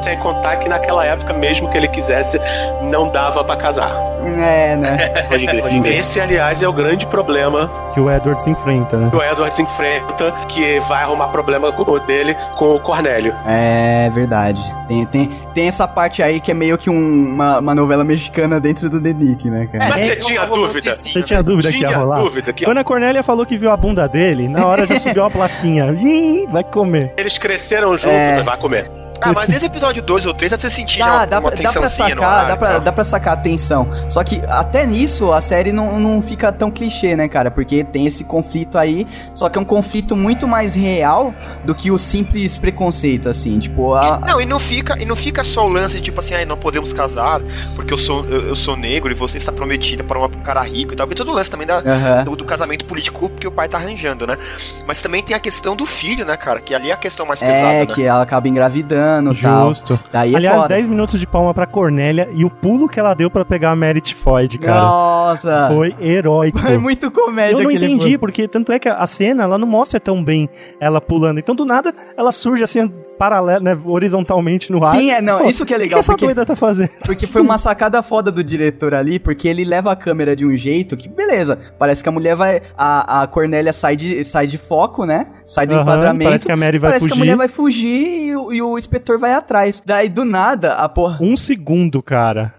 [SPEAKER 5] Sem contar que naquela época, mesmo que ele quisesse, não dava pra casar.
[SPEAKER 1] É, né?
[SPEAKER 7] Pode crer, pode crer.
[SPEAKER 5] Esse, aliás, é o grande problema
[SPEAKER 2] Que o Edward se enfrenta, né?
[SPEAKER 5] que o Edwards enfrenta, que vai arrumar problema com o dele com o Cornélio.
[SPEAKER 1] É verdade. Tem, tem, tem essa parte aí que é meio que um- uma, uma novela mexicana dentro do The Nick, né, cara?
[SPEAKER 5] Mas você tinha dúvida?
[SPEAKER 2] Você tinha dúvida que ia
[SPEAKER 5] Tinha
[SPEAKER 2] rolar?
[SPEAKER 5] dúvida que
[SPEAKER 2] Quando a Cornélia falou que viu a bunda dele, na hora já subiu uma plaquinha. Hum, vai comer.
[SPEAKER 5] eles cresceram juntos,
[SPEAKER 1] É.
[SPEAKER 5] vai comer.
[SPEAKER 3] Ah, mas desde o episódio 2 ou 3 dá pra você sentir já
[SPEAKER 1] Ah, Dá, dá, pra-
[SPEAKER 3] uma, uma
[SPEAKER 1] dá pra
[SPEAKER 3] tensãozinha no
[SPEAKER 1] sacar,
[SPEAKER 3] ar né?
[SPEAKER 1] dá
[SPEAKER 3] e
[SPEAKER 1] pra,
[SPEAKER 3] tal.
[SPEAKER 1] dá pra sacar a tensão. Só que até nisso a série não, não fica tão clichê, né, cara? Porque tem esse conflito aí, só que é um conflito muito mais real do que o simples preconceito, assim. Tipo, a,
[SPEAKER 3] Não, e não fica, e não fica só o lance de tipo assim, ai, não podemos casar, porque eu sou, eu, eu sou negro e você está prometida para uma- um cara rico e tal, porque todo o lance também da,
[SPEAKER 1] Aham.
[SPEAKER 3] do, do casamento político que o pai tá arranjando, né? Mas também tem a questão do filho, né, cara? Que ali é a questão mais
[SPEAKER 1] É,
[SPEAKER 3] pesada, né?
[SPEAKER 1] que ela acaba engravidando e tal.
[SPEAKER 2] Justo.
[SPEAKER 1] Daí é
[SPEAKER 2] Aliás,
[SPEAKER 1] foda.
[SPEAKER 2] 10 minutos de palma pra Cornélia e o pulo que ela deu pra pegar a Merit Floyd, cara.
[SPEAKER 1] Nossa!
[SPEAKER 2] Foi heróico.
[SPEAKER 1] Foi muito comédia
[SPEAKER 2] Eu não
[SPEAKER 1] aquele
[SPEAKER 2] entendi, porque tanto é que a cena, ela não mostra tão bem ela pulando. Então, do nada, ela surge assim, paralela, né, horizontalmente no ar.
[SPEAKER 1] Sim, é,
[SPEAKER 2] Você
[SPEAKER 1] não,
[SPEAKER 2] fala,
[SPEAKER 1] isso que é
[SPEAKER 2] "O
[SPEAKER 1] legal,
[SPEAKER 2] essa
[SPEAKER 1] porque-
[SPEAKER 2] doida tá fazendo?
[SPEAKER 1] Porque foi uma sacada foda do diretor ali, porque ele leva a câmera de um jeito que, beleza, parece que a mulher vai. A, a Cornélia sai de, sai de foco, né? Sai do
[SPEAKER 2] Aham,
[SPEAKER 1] enquadramento.
[SPEAKER 2] parece que a Mary vai
[SPEAKER 1] parece que
[SPEAKER 2] fugir.
[SPEAKER 1] a mulher vai fugir e o, e o inspetor vai atrás. Daí, do nada, a, porra,
[SPEAKER 2] Um segundo, cara.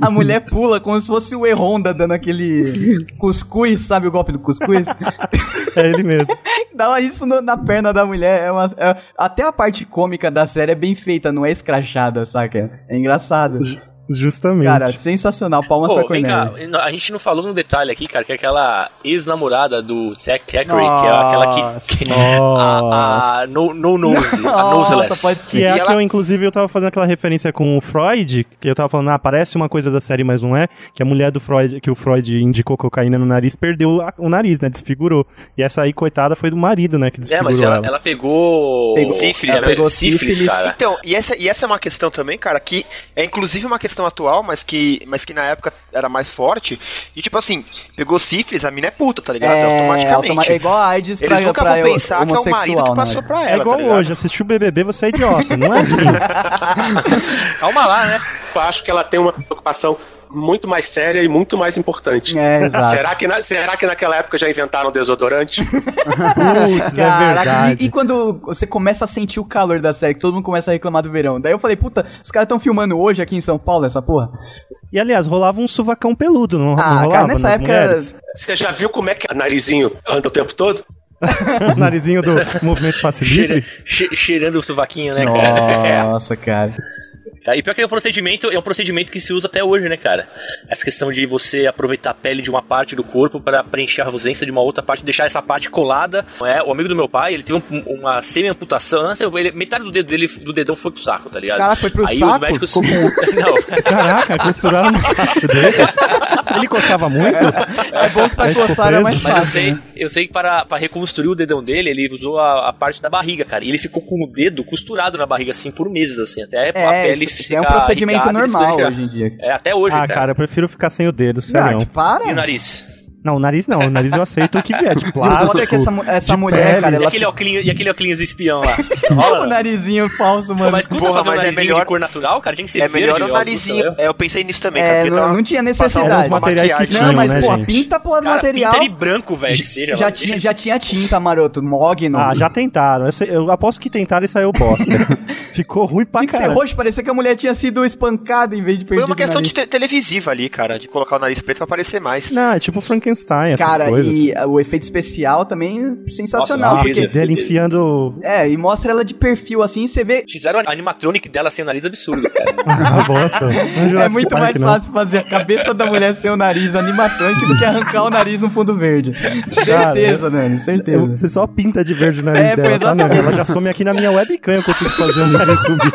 [SPEAKER 1] a mulher pula como se fosse o Erronda dando aquele cuscuz, sabe o golpe do cuscuz?
[SPEAKER 2] É ele mesmo.
[SPEAKER 1] Dá isso no- na perna da mulher. é uma- é- até a parte cômica da série é bem feita, não é escrachada, saca? É engraçado.
[SPEAKER 2] Justamente.
[SPEAKER 1] Cara, sensacional. Palmas pra
[SPEAKER 7] Pô, vem
[SPEAKER 1] Cornélia.
[SPEAKER 7] cá, a gente não falou no detalhe aqui, cara, que é aquela ex-namorada do Zack Cackery, que é aquela que. que
[SPEAKER 1] ah,
[SPEAKER 2] Nossa.
[SPEAKER 7] a, a no, no Nose, a Noseless.
[SPEAKER 1] pode esquecer.
[SPEAKER 2] Que é
[SPEAKER 3] E
[SPEAKER 2] a
[SPEAKER 3] ela-
[SPEAKER 2] que eu, inclusive, eu tava fazendo aquela referência com o Freud, que eu tava falando, ah, parece uma coisa da série, mas não é, que a mulher do Freud, que o Freud indicou cocaína no nariz, perdeu a- o nariz, né, desfigurou. E essa aí, coitada, foi do marido, né, que
[SPEAKER 7] É,
[SPEAKER 2] desfigurou
[SPEAKER 7] mas ela,
[SPEAKER 2] ela.
[SPEAKER 7] ela pegou.
[SPEAKER 1] Pegou
[SPEAKER 3] sífilis,
[SPEAKER 7] ela
[SPEAKER 3] né?
[SPEAKER 7] pegou
[SPEAKER 1] Sífilis,
[SPEAKER 7] sífilis, cara.
[SPEAKER 3] Então, e essa, e essa é uma questão também, cara, que é inclusive uma questão atual, mas que, mas que na época era mais forte. E tipo assim, pegou sífilis, a mina é puta, tá ligado? automaticamente.
[SPEAKER 1] automa- é igual a AIDS pra,
[SPEAKER 3] Eles nunca
[SPEAKER 1] pra
[SPEAKER 3] vão pensar que é o marido que
[SPEAKER 1] homossexual,
[SPEAKER 3] passou
[SPEAKER 1] né?
[SPEAKER 3] pra
[SPEAKER 2] É
[SPEAKER 3] ela.
[SPEAKER 2] igual
[SPEAKER 3] tá ligado?
[SPEAKER 2] hoje, assistiu o BBB, você é idiota, não é assim.
[SPEAKER 3] Calma lá, né?
[SPEAKER 5] Eu acho que ela tem uma preocupação muito mais séria e muito mais importante. Ah,
[SPEAKER 1] É, exato.
[SPEAKER 5] Será que, na- será que naquela época já inventaram desodorante?
[SPEAKER 2] Putz, é
[SPEAKER 1] Caraca,
[SPEAKER 2] verdade.
[SPEAKER 1] e, e quando você começa a sentir o calor da série, que todo mundo começa a reclamar do verão. Daí eu falei, puta, os caras estão filmando hoje aqui em São Paulo essa porra?
[SPEAKER 2] E aliás, rolava um suvacão peludo, não, não
[SPEAKER 1] Ah,
[SPEAKER 2] rolava?
[SPEAKER 1] cara, nessa
[SPEAKER 2] nas
[SPEAKER 1] época.
[SPEAKER 2] mulheres?
[SPEAKER 5] Você já viu como é que o narizinho anda o tempo todo?
[SPEAKER 1] assim.
[SPEAKER 2] Narizinho do movimento passe
[SPEAKER 7] Cheira-
[SPEAKER 2] livre.
[SPEAKER 7] che- cheirando o sovaquinho, né, cara?
[SPEAKER 1] Nossa, cara.
[SPEAKER 7] Cara, E pior que é um procedimento, é um procedimento que se usa até hoje, né, cara? Essa questão de você aproveitar a pele de uma parte do corpo para preencher a ausência de uma outra parte, deixar essa parte colada. É, o amigo do meu pai, ele teve um- uma semi-amputação, não sei, ele- metade do dedo dele, do dedão foi pro saco, tá ligado?
[SPEAKER 1] Caraca, foi pro
[SPEAKER 7] Aí
[SPEAKER 1] saco? assim?
[SPEAKER 7] os médicos.
[SPEAKER 1] Ficou
[SPEAKER 7] não,
[SPEAKER 2] Caraca, costuraram no saco dele. Ele coçava muito?
[SPEAKER 1] É bom que pra
[SPEAKER 2] Aí ficou
[SPEAKER 1] coçar é
[SPEAKER 2] preso.
[SPEAKER 1] mais
[SPEAKER 7] mas eu
[SPEAKER 1] fácil.
[SPEAKER 7] sei,
[SPEAKER 1] né?
[SPEAKER 7] eu sei que para, para reconstruir o dedão dele, ele usou a, a parte da barriga, cara. E ele ficou com o dedo costurado na barriga, assim, por meses, assim, até a
[SPEAKER 1] É,
[SPEAKER 7] pele
[SPEAKER 1] isso é um
[SPEAKER 7] ficar
[SPEAKER 1] procedimento
[SPEAKER 7] irrigada e eles
[SPEAKER 1] normal
[SPEAKER 7] podem
[SPEAKER 1] hoje em dia.
[SPEAKER 7] tirar. É, até hoje,
[SPEAKER 2] Ah,
[SPEAKER 7] cara.
[SPEAKER 2] cara, eu prefiro ficar sem o dedo,
[SPEAKER 1] Não,
[SPEAKER 2] sério.
[SPEAKER 1] que
[SPEAKER 7] E o
[SPEAKER 1] para.
[SPEAKER 7] nariz?
[SPEAKER 2] Não, o nariz não. O nariz eu aceito o que vier, tipo, de
[SPEAKER 1] E o
[SPEAKER 2] plástico.
[SPEAKER 1] foda é que essa, mu- essa
[SPEAKER 2] de
[SPEAKER 1] mulher,
[SPEAKER 2] pele.
[SPEAKER 1] cara,
[SPEAKER 7] E
[SPEAKER 1] ela
[SPEAKER 7] aquele, óculinho, e aquele óculinho de espião lá.
[SPEAKER 1] o
[SPEAKER 7] Rola, né?
[SPEAKER 1] narizinho falso,
[SPEAKER 7] Pô,
[SPEAKER 1] mano.
[SPEAKER 7] mas custa
[SPEAKER 3] Porra,
[SPEAKER 7] fazer um
[SPEAKER 3] mas é
[SPEAKER 7] narizinho de
[SPEAKER 3] melhor-
[SPEAKER 7] cor natural, cara? Tinha que ser
[SPEAKER 3] é melhor o
[SPEAKER 7] verde, ó, azul, sei
[SPEAKER 3] narizinho.
[SPEAKER 7] lá.
[SPEAKER 3] É, eu pensei nisso também, cara.
[SPEAKER 1] É,
[SPEAKER 3] porque
[SPEAKER 1] não,
[SPEAKER 3] tava-
[SPEAKER 1] não tinha
[SPEAKER 2] Eram os
[SPEAKER 1] necessidade.
[SPEAKER 3] uma
[SPEAKER 2] materiais que
[SPEAKER 3] maquiagem.
[SPEAKER 2] tinham,
[SPEAKER 1] Não, mas,
[SPEAKER 2] né,
[SPEAKER 1] porra,
[SPEAKER 2] gente?
[SPEAKER 1] pinta porra do
[SPEAKER 7] Cara,
[SPEAKER 1] material.
[SPEAKER 7] pinta de branco, velho, que seja.
[SPEAKER 1] Já
[SPEAKER 7] mano.
[SPEAKER 1] tinha, já tinha tinta, maroto. Mogno.
[SPEAKER 2] Ah, já tentaram. Eu, sei- eu aposto que tentaram e saiu bosta. Ficou ruim pra
[SPEAKER 1] Tinha que ser
[SPEAKER 2] caralho.
[SPEAKER 1] roxo, parecia que a mulher tinha sido espancada em vez de perder
[SPEAKER 3] Foi uma questão de te- televisiva ali, cara, de colocar o nariz preto pra aparecer mais.
[SPEAKER 2] Não, é tipo Frankenstein, essas
[SPEAKER 1] Cara,
[SPEAKER 2] coisas.
[SPEAKER 1] e ah, o efeito especial também é sensacional.
[SPEAKER 7] Nossa,
[SPEAKER 1] porque,
[SPEAKER 7] vida.
[SPEAKER 2] Dele enfiando.
[SPEAKER 1] é, e mostra ela de perfil assim, você vê.
[SPEAKER 7] Fizeram a animatronic dela sem o nariz absurdo, cara.
[SPEAKER 2] a bosta. Não
[SPEAKER 1] É
[SPEAKER 2] Jurassic
[SPEAKER 1] muito
[SPEAKER 2] Park, né?
[SPEAKER 1] mais
[SPEAKER 2] não.
[SPEAKER 1] fácil fazer a cabeça da mulher sem o nariz animatrônico do que arrancar o nariz no fundo verde. certeza, Nani,
[SPEAKER 2] Eu-
[SPEAKER 1] certeza.
[SPEAKER 2] você só pinta de verde o nariz
[SPEAKER 1] É, foi
[SPEAKER 2] dela, tá, Nani?
[SPEAKER 1] exatamente.
[SPEAKER 2] Ela já some aqui na minha webcam, eu consigo fazer um o nariz subir.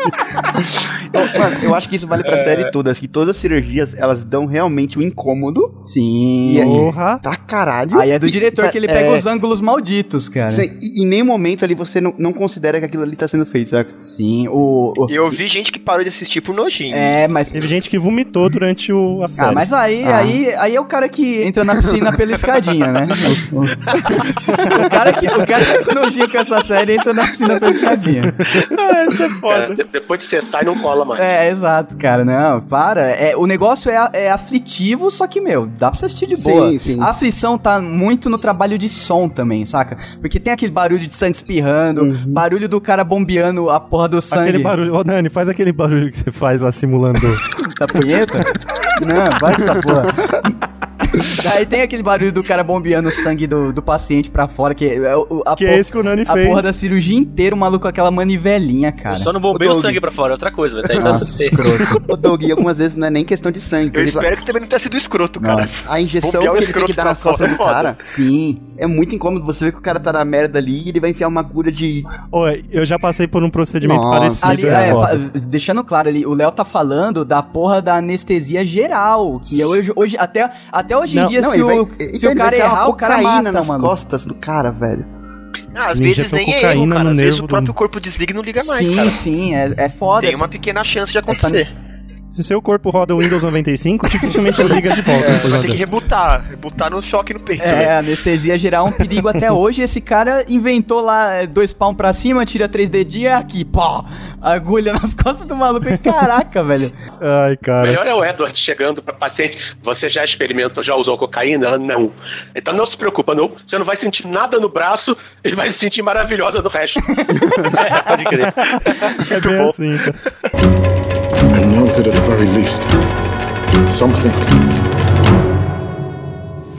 [SPEAKER 4] Eu, mano, eu acho que isso vale
[SPEAKER 1] É.
[SPEAKER 4] pra série toda. Acho que todas as cirurgias, elas dão realmente um incômodo
[SPEAKER 1] Sim.
[SPEAKER 4] E aí?
[SPEAKER 2] Porra!
[SPEAKER 4] pra caralho.
[SPEAKER 1] Aí é do diretor
[SPEAKER 4] E-
[SPEAKER 2] Tá,
[SPEAKER 1] que ele pega
[SPEAKER 4] é,
[SPEAKER 1] os ângulos malditos, cara.
[SPEAKER 4] Cê- e em nenhum momento ali você não, não considera que aquilo ali tá sendo feito, saca?
[SPEAKER 1] Sim, o. o-
[SPEAKER 3] E eu vi gente que parou de assistir por nojinho.
[SPEAKER 1] É, mas.
[SPEAKER 2] Teve gente que vomitou durante o, a série.
[SPEAKER 1] Ah, mas aí,
[SPEAKER 4] Ah.
[SPEAKER 1] aí, aí é o cara que entra na piscina pela escadinha, né? O, o- o cara que, o cara que tá com nojinho com essa série entra na piscina pela escadinha.
[SPEAKER 2] é,
[SPEAKER 5] Cara, de- depois de você sai, não cola mais.
[SPEAKER 1] É, exato, cara. Não, para. É, o negócio é, é aflitivo, só que, meu, dá pra você assistir de
[SPEAKER 4] Sim,
[SPEAKER 1] boa.
[SPEAKER 4] sim.
[SPEAKER 1] A aflição tá muito no trabalho de som também, saca? Porque tem aquele barulho de sangue espirrando,
[SPEAKER 4] Uhum.
[SPEAKER 1] barulho do cara bombeando a porra do sangue.
[SPEAKER 2] Aquele barulho. Ô, Nani, faz aquele barulho que você faz lá simulando.
[SPEAKER 1] da Tá punheta? Não, vai essa porra. Daí tem aquele barulho do cara bombeando o sangue do, do paciente pra fora, que é o- a,
[SPEAKER 2] que
[SPEAKER 1] por-
[SPEAKER 2] é esse que o Nani
[SPEAKER 1] a
[SPEAKER 2] fez.
[SPEAKER 1] porra da cirurgia inteira, o maluco com aquela manivelinha, cara.
[SPEAKER 7] só não bombei o
[SPEAKER 1] Doug.
[SPEAKER 7] sangue pra fora, é outra coisa, vai até
[SPEAKER 1] Nossa, escroto.
[SPEAKER 4] Ô, Doug, e algumas vezes não é nem questão de sangue. Por
[SPEAKER 3] Eu
[SPEAKER 4] exemplo,
[SPEAKER 3] espero que também não tenha sido escroto, cara.
[SPEAKER 4] A injeção que
[SPEAKER 3] Bombear o
[SPEAKER 4] ele tem que
[SPEAKER 3] escroto
[SPEAKER 4] dar
[SPEAKER 3] pra
[SPEAKER 4] na
[SPEAKER 3] fora
[SPEAKER 4] costa
[SPEAKER 3] é
[SPEAKER 4] do
[SPEAKER 3] foda.
[SPEAKER 4] cara
[SPEAKER 1] Sim.
[SPEAKER 4] é muito incômodo. Você vê que o cara tá na merda ali e ele vai enfiar uma agulha de.
[SPEAKER 2] Ô, eu já passei por um procedimento
[SPEAKER 4] Nossa.
[SPEAKER 2] parecido.
[SPEAKER 1] Ali,
[SPEAKER 2] é
[SPEAKER 1] é, fa-
[SPEAKER 2] foda.
[SPEAKER 1] deixando claro ali, o Léo tá falando da porra da anestesia geral, que é hoje, hoje até, até hoje em
[SPEAKER 2] Não,
[SPEAKER 1] dia,
[SPEAKER 4] Não,
[SPEAKER 1] se,
[SPEAKER 4] ele
[SPEAKER 1] o,
[SPEAKER 4] vai-
[SPEAKER 1] se
[SPEAKER 4] então
[SPEAKER 1] o
[SPEAKER 4] ele
[SPEAKER 1] cara
[SPEAKER 4] vai enfiar uma
[SPEAKER 1] errar, o cara
[SPEAKER 4] cocaína
[SPEAKER 1] mata,
[SPEAKER 4] nas
[SPEAKER 1] mano.
[SPEAKER 4] costas do cara, velho.
[SPEAKER 3] Ah, às
[SPEAKER 2] Ele
[SPEAKER 3] vezes
[SPEAKER 2] injetou
[SPEAKER 3] nem é erro,
[SPEAKER 2] cocaína
[SPEAKER 3] cara.
[SPEAKER 2] no
[SPEAKER 3] Às vezes
[SPEAKER 2] nervo
[SPEAKER 3] o
[SPEAKER 2] do-
[SPEAKER 3] próprio corpo desliga e não liga mais,
[SPEAKER 1] sim,
[SPEAKER 3] cara.
[SPEAKER 1] sim, é, é foda.
[SPEAKER 3] Tem uma pequena chance de
[SPEAKER 1] Essa-
[SPEAKER 3] acontecer.
[SPEAKER 2] Se o seu corpo roda o Windows 95, dificilmente ele liga de volta. depois
[SPEAKER 3] Vai
[SPEAKER 2] da-
[SPEAKER 3] ter que rebutar. Rebutar no choque no peito. né?
[SPEAKER 1] É, anestesia geral é um perigo até hoje. Esse cara inventou lá é, dois palmos pra cima, tira três dedinhos, é aqui, pó! Agulha nas costas do maluco. E Caraca, velho.
[SPEAKER 2] Ai, cara.
[SPEAKER 5] Melhor é o Edward chegando para paciente. Você já experimentou, já usou cocaína? Ela, não. Então não se preocupa, não. Você não vai sentir nada no braço e vai se sentir maravilhosa do resto.
[SPEAKER 7] Pode crer.
[SPEAKER 2] É bem assim, cara.
[SPEAKER 6] I know that at the very least, something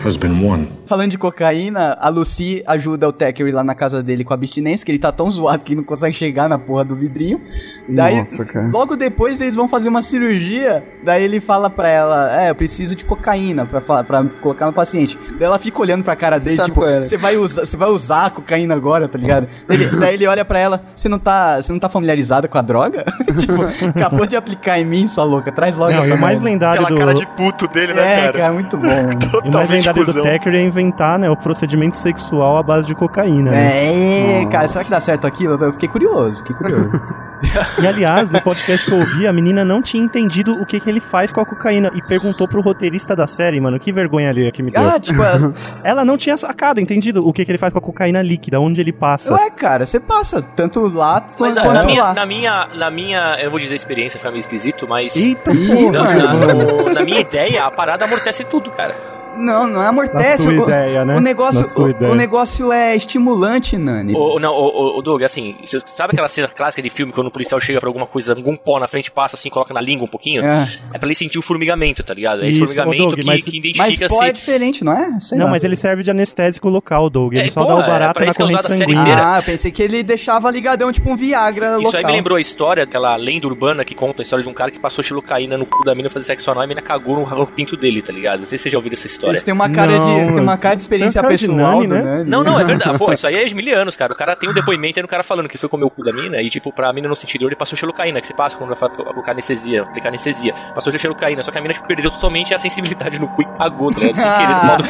[SPEAKER 6] has been won.
[SPEAKER 1] Falando de cocaína, a Lucy ajuda o Tecker lá na casa dele com a abstinência, que ele tá tão zoado que ele não consegue chegar na porra do vidrinho. Daí,
[SPEAKER 4] Nossa, cara.
[SPEAKER 1] logo depois, eles vão fazer uma cirurgia. Daí ele fala pra ela: É, eu preciso de cocaína pra, fa- pra colocar no paciente. Daí ela fica olhando pra cara dele,
[SPEAKER 4] sabe
[SPEAKER 1] tipo,
[SPEAKER 4] qual era.
[SPEAKER 1] você vai, usar- você vai usar a cocaína agora, tá ligado? Daí ele, daí ele olha pra ela: Você não tá, você não tá familiarizada com a droga? tipo, acabou de aplicar em mim, sua louca, traz logo
[SPEAKER 2] Não,
[SPEAKER 1] essa
[SPEAKER 2] e o mais
[SPEAKER 1] merda."
[SPEAKER 2] lendário
[SPEAKER 3] Aquela
[SPEAKER 2] é, do.
[SPEAKER 3] cara de puto dele, né,
[SPEAKER 1] É,
[SPEAKER 3] cara?
[SPEAKER 1] cara, muito bom.
[SPEAKER 2] E o mais
[SPEAKER 3] Totalmente
[SPEAKER 2] lendário do
[SPEAKER 3] cuzão.
[SPEAKER 2] Tecker é inve- inventar, né, o procedimento sexual à base de cocaína, né?
[SPEAKER 1] É, cara, será que dá certo aquilo? Eu fiquei curioso, fiquei curioso.
[SPEAKER 2] E aliás, no podcast que eu ouvi, a menina não tinha entendido o que, que ele faz com a cocaína e perguntou pro roteirista da série, mano, que vergonha ali que me deu.
[SPEAKER 1] ah, tipo, é-
[SPEAKER 2] Ela não tinha sacado, entendido o que, que ele faz com a cocaína líquida, onde ele passa.
[SPEAKER 1] ué, cara, você passa tanto lá
[SPEAKER 7] Mas
[SPEAKER 1] quanto
[SPEAKER 7] ah, na,
[SPEAKER 1] lá.
[SPEAKER 7] minha, na minha, na minha, eu não vou dizer experiência, foi meio esquisito, mas
[SPEAKER 2] Eita
[SPEAKER 1] Ih,
[SPEAKER 7] na,
[SPEAKER 2] porra!
[SPEAKER 7] na- no- na minha ideia, a parada amortece tudo, cara.
[SPEAKER 1] Não, não é
[SPEAKER 2] Na
[SPEAKER 1] amortece.
[SPEAKER 2] sua
[SPEAKER 1] o, o
[SPEAKER 2] ideia, né? Na sua
[SPEAKER 1] negócio, o,
[SPEAKER 2] ideia.
[SPEAKER 1] o negócio é estimulante, Nani.
[SPEAKER 7] O, não, o, Doug, assim, você sabe aquela cena clássica de filme quando o policial chega pra alguma coisa, algum pó na frente, passa assim, coloca na língua um pouquinho? É,
[SPEAKER 1] É.
[SPEAKER 7] pra ele sentir o formigamento, tá ligado? É esse
[SPEAKER 2] Isso, ô,
[SPEAKER 7] formigamento
[SPEAKER 2] Doug,
[SPEAKER 7] que,
[SPEAKER 2] mas-
[SPEAKER 7] que
[SPEAKER 1] Mas
[SPEAKER 7] identifica
[SPEAKER 1] pó é
[SPEAKER 7] se.
[SPEAKER 1] diferente, não é? Sei
[SPEAKER 2] Não,
[SPEAKER 1] lá.
[SPEAKER 2] mas ele serve de anestésico local, Doug. Ele
[SPEAKER 7] É,
[SPEAKER 2] só
[SPEAKER 7] pô,
[SPEAKER 2] dá o
[SPEAKER 7] é,
[SPEAKER 2] barato
[SPEAKER 7] pra
[SPEAKER 2] na
[SPEAKER 7] isso que é
[SPEAKER 2] corrente
[SPEAKER 7] usado a série
[SPEAKER 2] sanguínea.
[SPEAKER 7] inteira.
[SPEAKER 1] Ah, eu pensei que ele deixava ligadão, tipo um Viagra
[SPEAKER 7] Isso
[SPEAKER 1] local.
[SPEAKER 7] aí me lembrou a história, aquela lenda urbana que conta a história de um cara que passou xilocaína no cu da mina pra fazer sexo anal e a mina cagou no, no pinto dele, tá ligado? Não sei se você já ouviu essa história.
[SPEAKER 1] Isso tem uma cara
[SPEAKER 2] Não,
[SPEAKER 1] de tem uma cara de experiência
[SPEAKER 2] tem uma cara de
[SPEAKER 1] pessoal
[SPEAKER 2] Nani,
[SPEAKER 1] do
[SPEAKER 2] né?
[SPEAKER 1] Nani.
[SPEAKER 7] Não, não, é verdade. Pô, isso aí é de mil anos, cara. O cara tem um depoimento aí no cara falando que foi comer o cu da mina e, tipo, pra mina não sentir dor, ele passou xilocaína, que você passa quando vai fa- aplicar anestesia, aplicar anestesia. Passou xilocaína, só que a mina tipo, perdeu totalmente a sensibilidade no cu e cagou, tá ligado? Sem querer, do
[SPEAKER 1] Ah,
[SPEAKER 7] modo...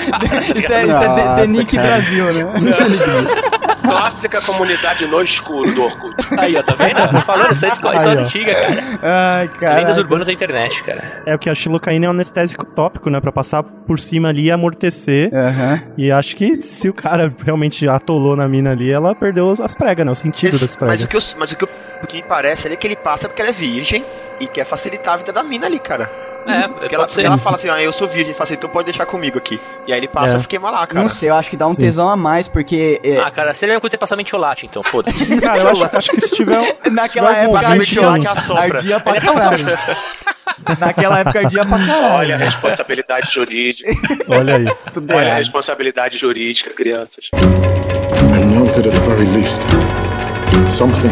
[SPEAKER 1] isso é, isso é de-
[SPEAKER 4] Nossa,
[SPEAKER 1] de Nick
[SPEAKER 4] cara.
[SPEAKER 1] Brasil, né?
[SPEAKER 5] Clássica comunidade no escuro do Orkut.
[SPEAKER 7] Aí, ó, tá vendo? Tô falando, isso é escola, isso é
[SPEAKER 2] Aí, ó.
[SPEAKER 7] antiga, cara.
[SPEAKER 1] Ai,
[SPEAKER 7] Lendas
[SPEAKER 1] cara.
[SPEAKER 7] urbanas da internet, cara.
[SPEAKER 2] É porque a xilocaína é um anestésico tópico, né? Pra passar por cima ali e amortecer.
[SPEAKER 1] É. Aham.
[SPEAKER 2] E acho que se o cara realmente atolou na mina ali, ela perdeu as pregas, né? O sentido das pregas.
[SPEAKER 3] Mas, mas o que, eu- mas o que eu- o que me parece ali é que ele passa porque ela é virgem e quer facilitar a vida da mina ali, cara.
[SPEAKER 7] É,
[SPEAKER 1] Hum.
[SPEAKER 3] Porque ela,
[SPEAKER 7] pode ser.
[SPEAKER 3] porque ela fala assim, ah, eu sou virgem, fala assim, então pode deixar comigo aqui. E aí ele
[SPEAKER 2] É.
[SPEAKER 3] passa esse esquema lá, cara.
[SPEAKER 1] Não sei, eu acho que dá um
[SPEAKER 2] Sim.
[SPEAKER 1] tesão a mais, porque é,
[SPEAKER 7] Ah, cara, seria a mesma coisa que você passar mentiolate, então, foda-se.
[SPEAKER 2] Cara, eu acho, acho que se tiver. um se
[SPEAKER 1] naquela
[SPEAKER 2] tiver algum
[SPEAKER 1] época
[SPEAKER 2] ouvinte
[SPEAKER 1] ardia,
[SPEAKER 3] lá que assopra.
[SPEAKER 1] ardia pra caralho. naquela época ardia pra caralho.
[SPEAKER 5] Olha a responsabilidade jurídica.
[SPEAKER 2] com- Olha aí.
[SPEAKER 1] Tudo
[SPEAKER 5] Olha a
[SPEAKER 1] errado.
[SPEAKER 5] responsabilidade jurídica, crianças.
[SPEAKER 6] And know that at the very least, something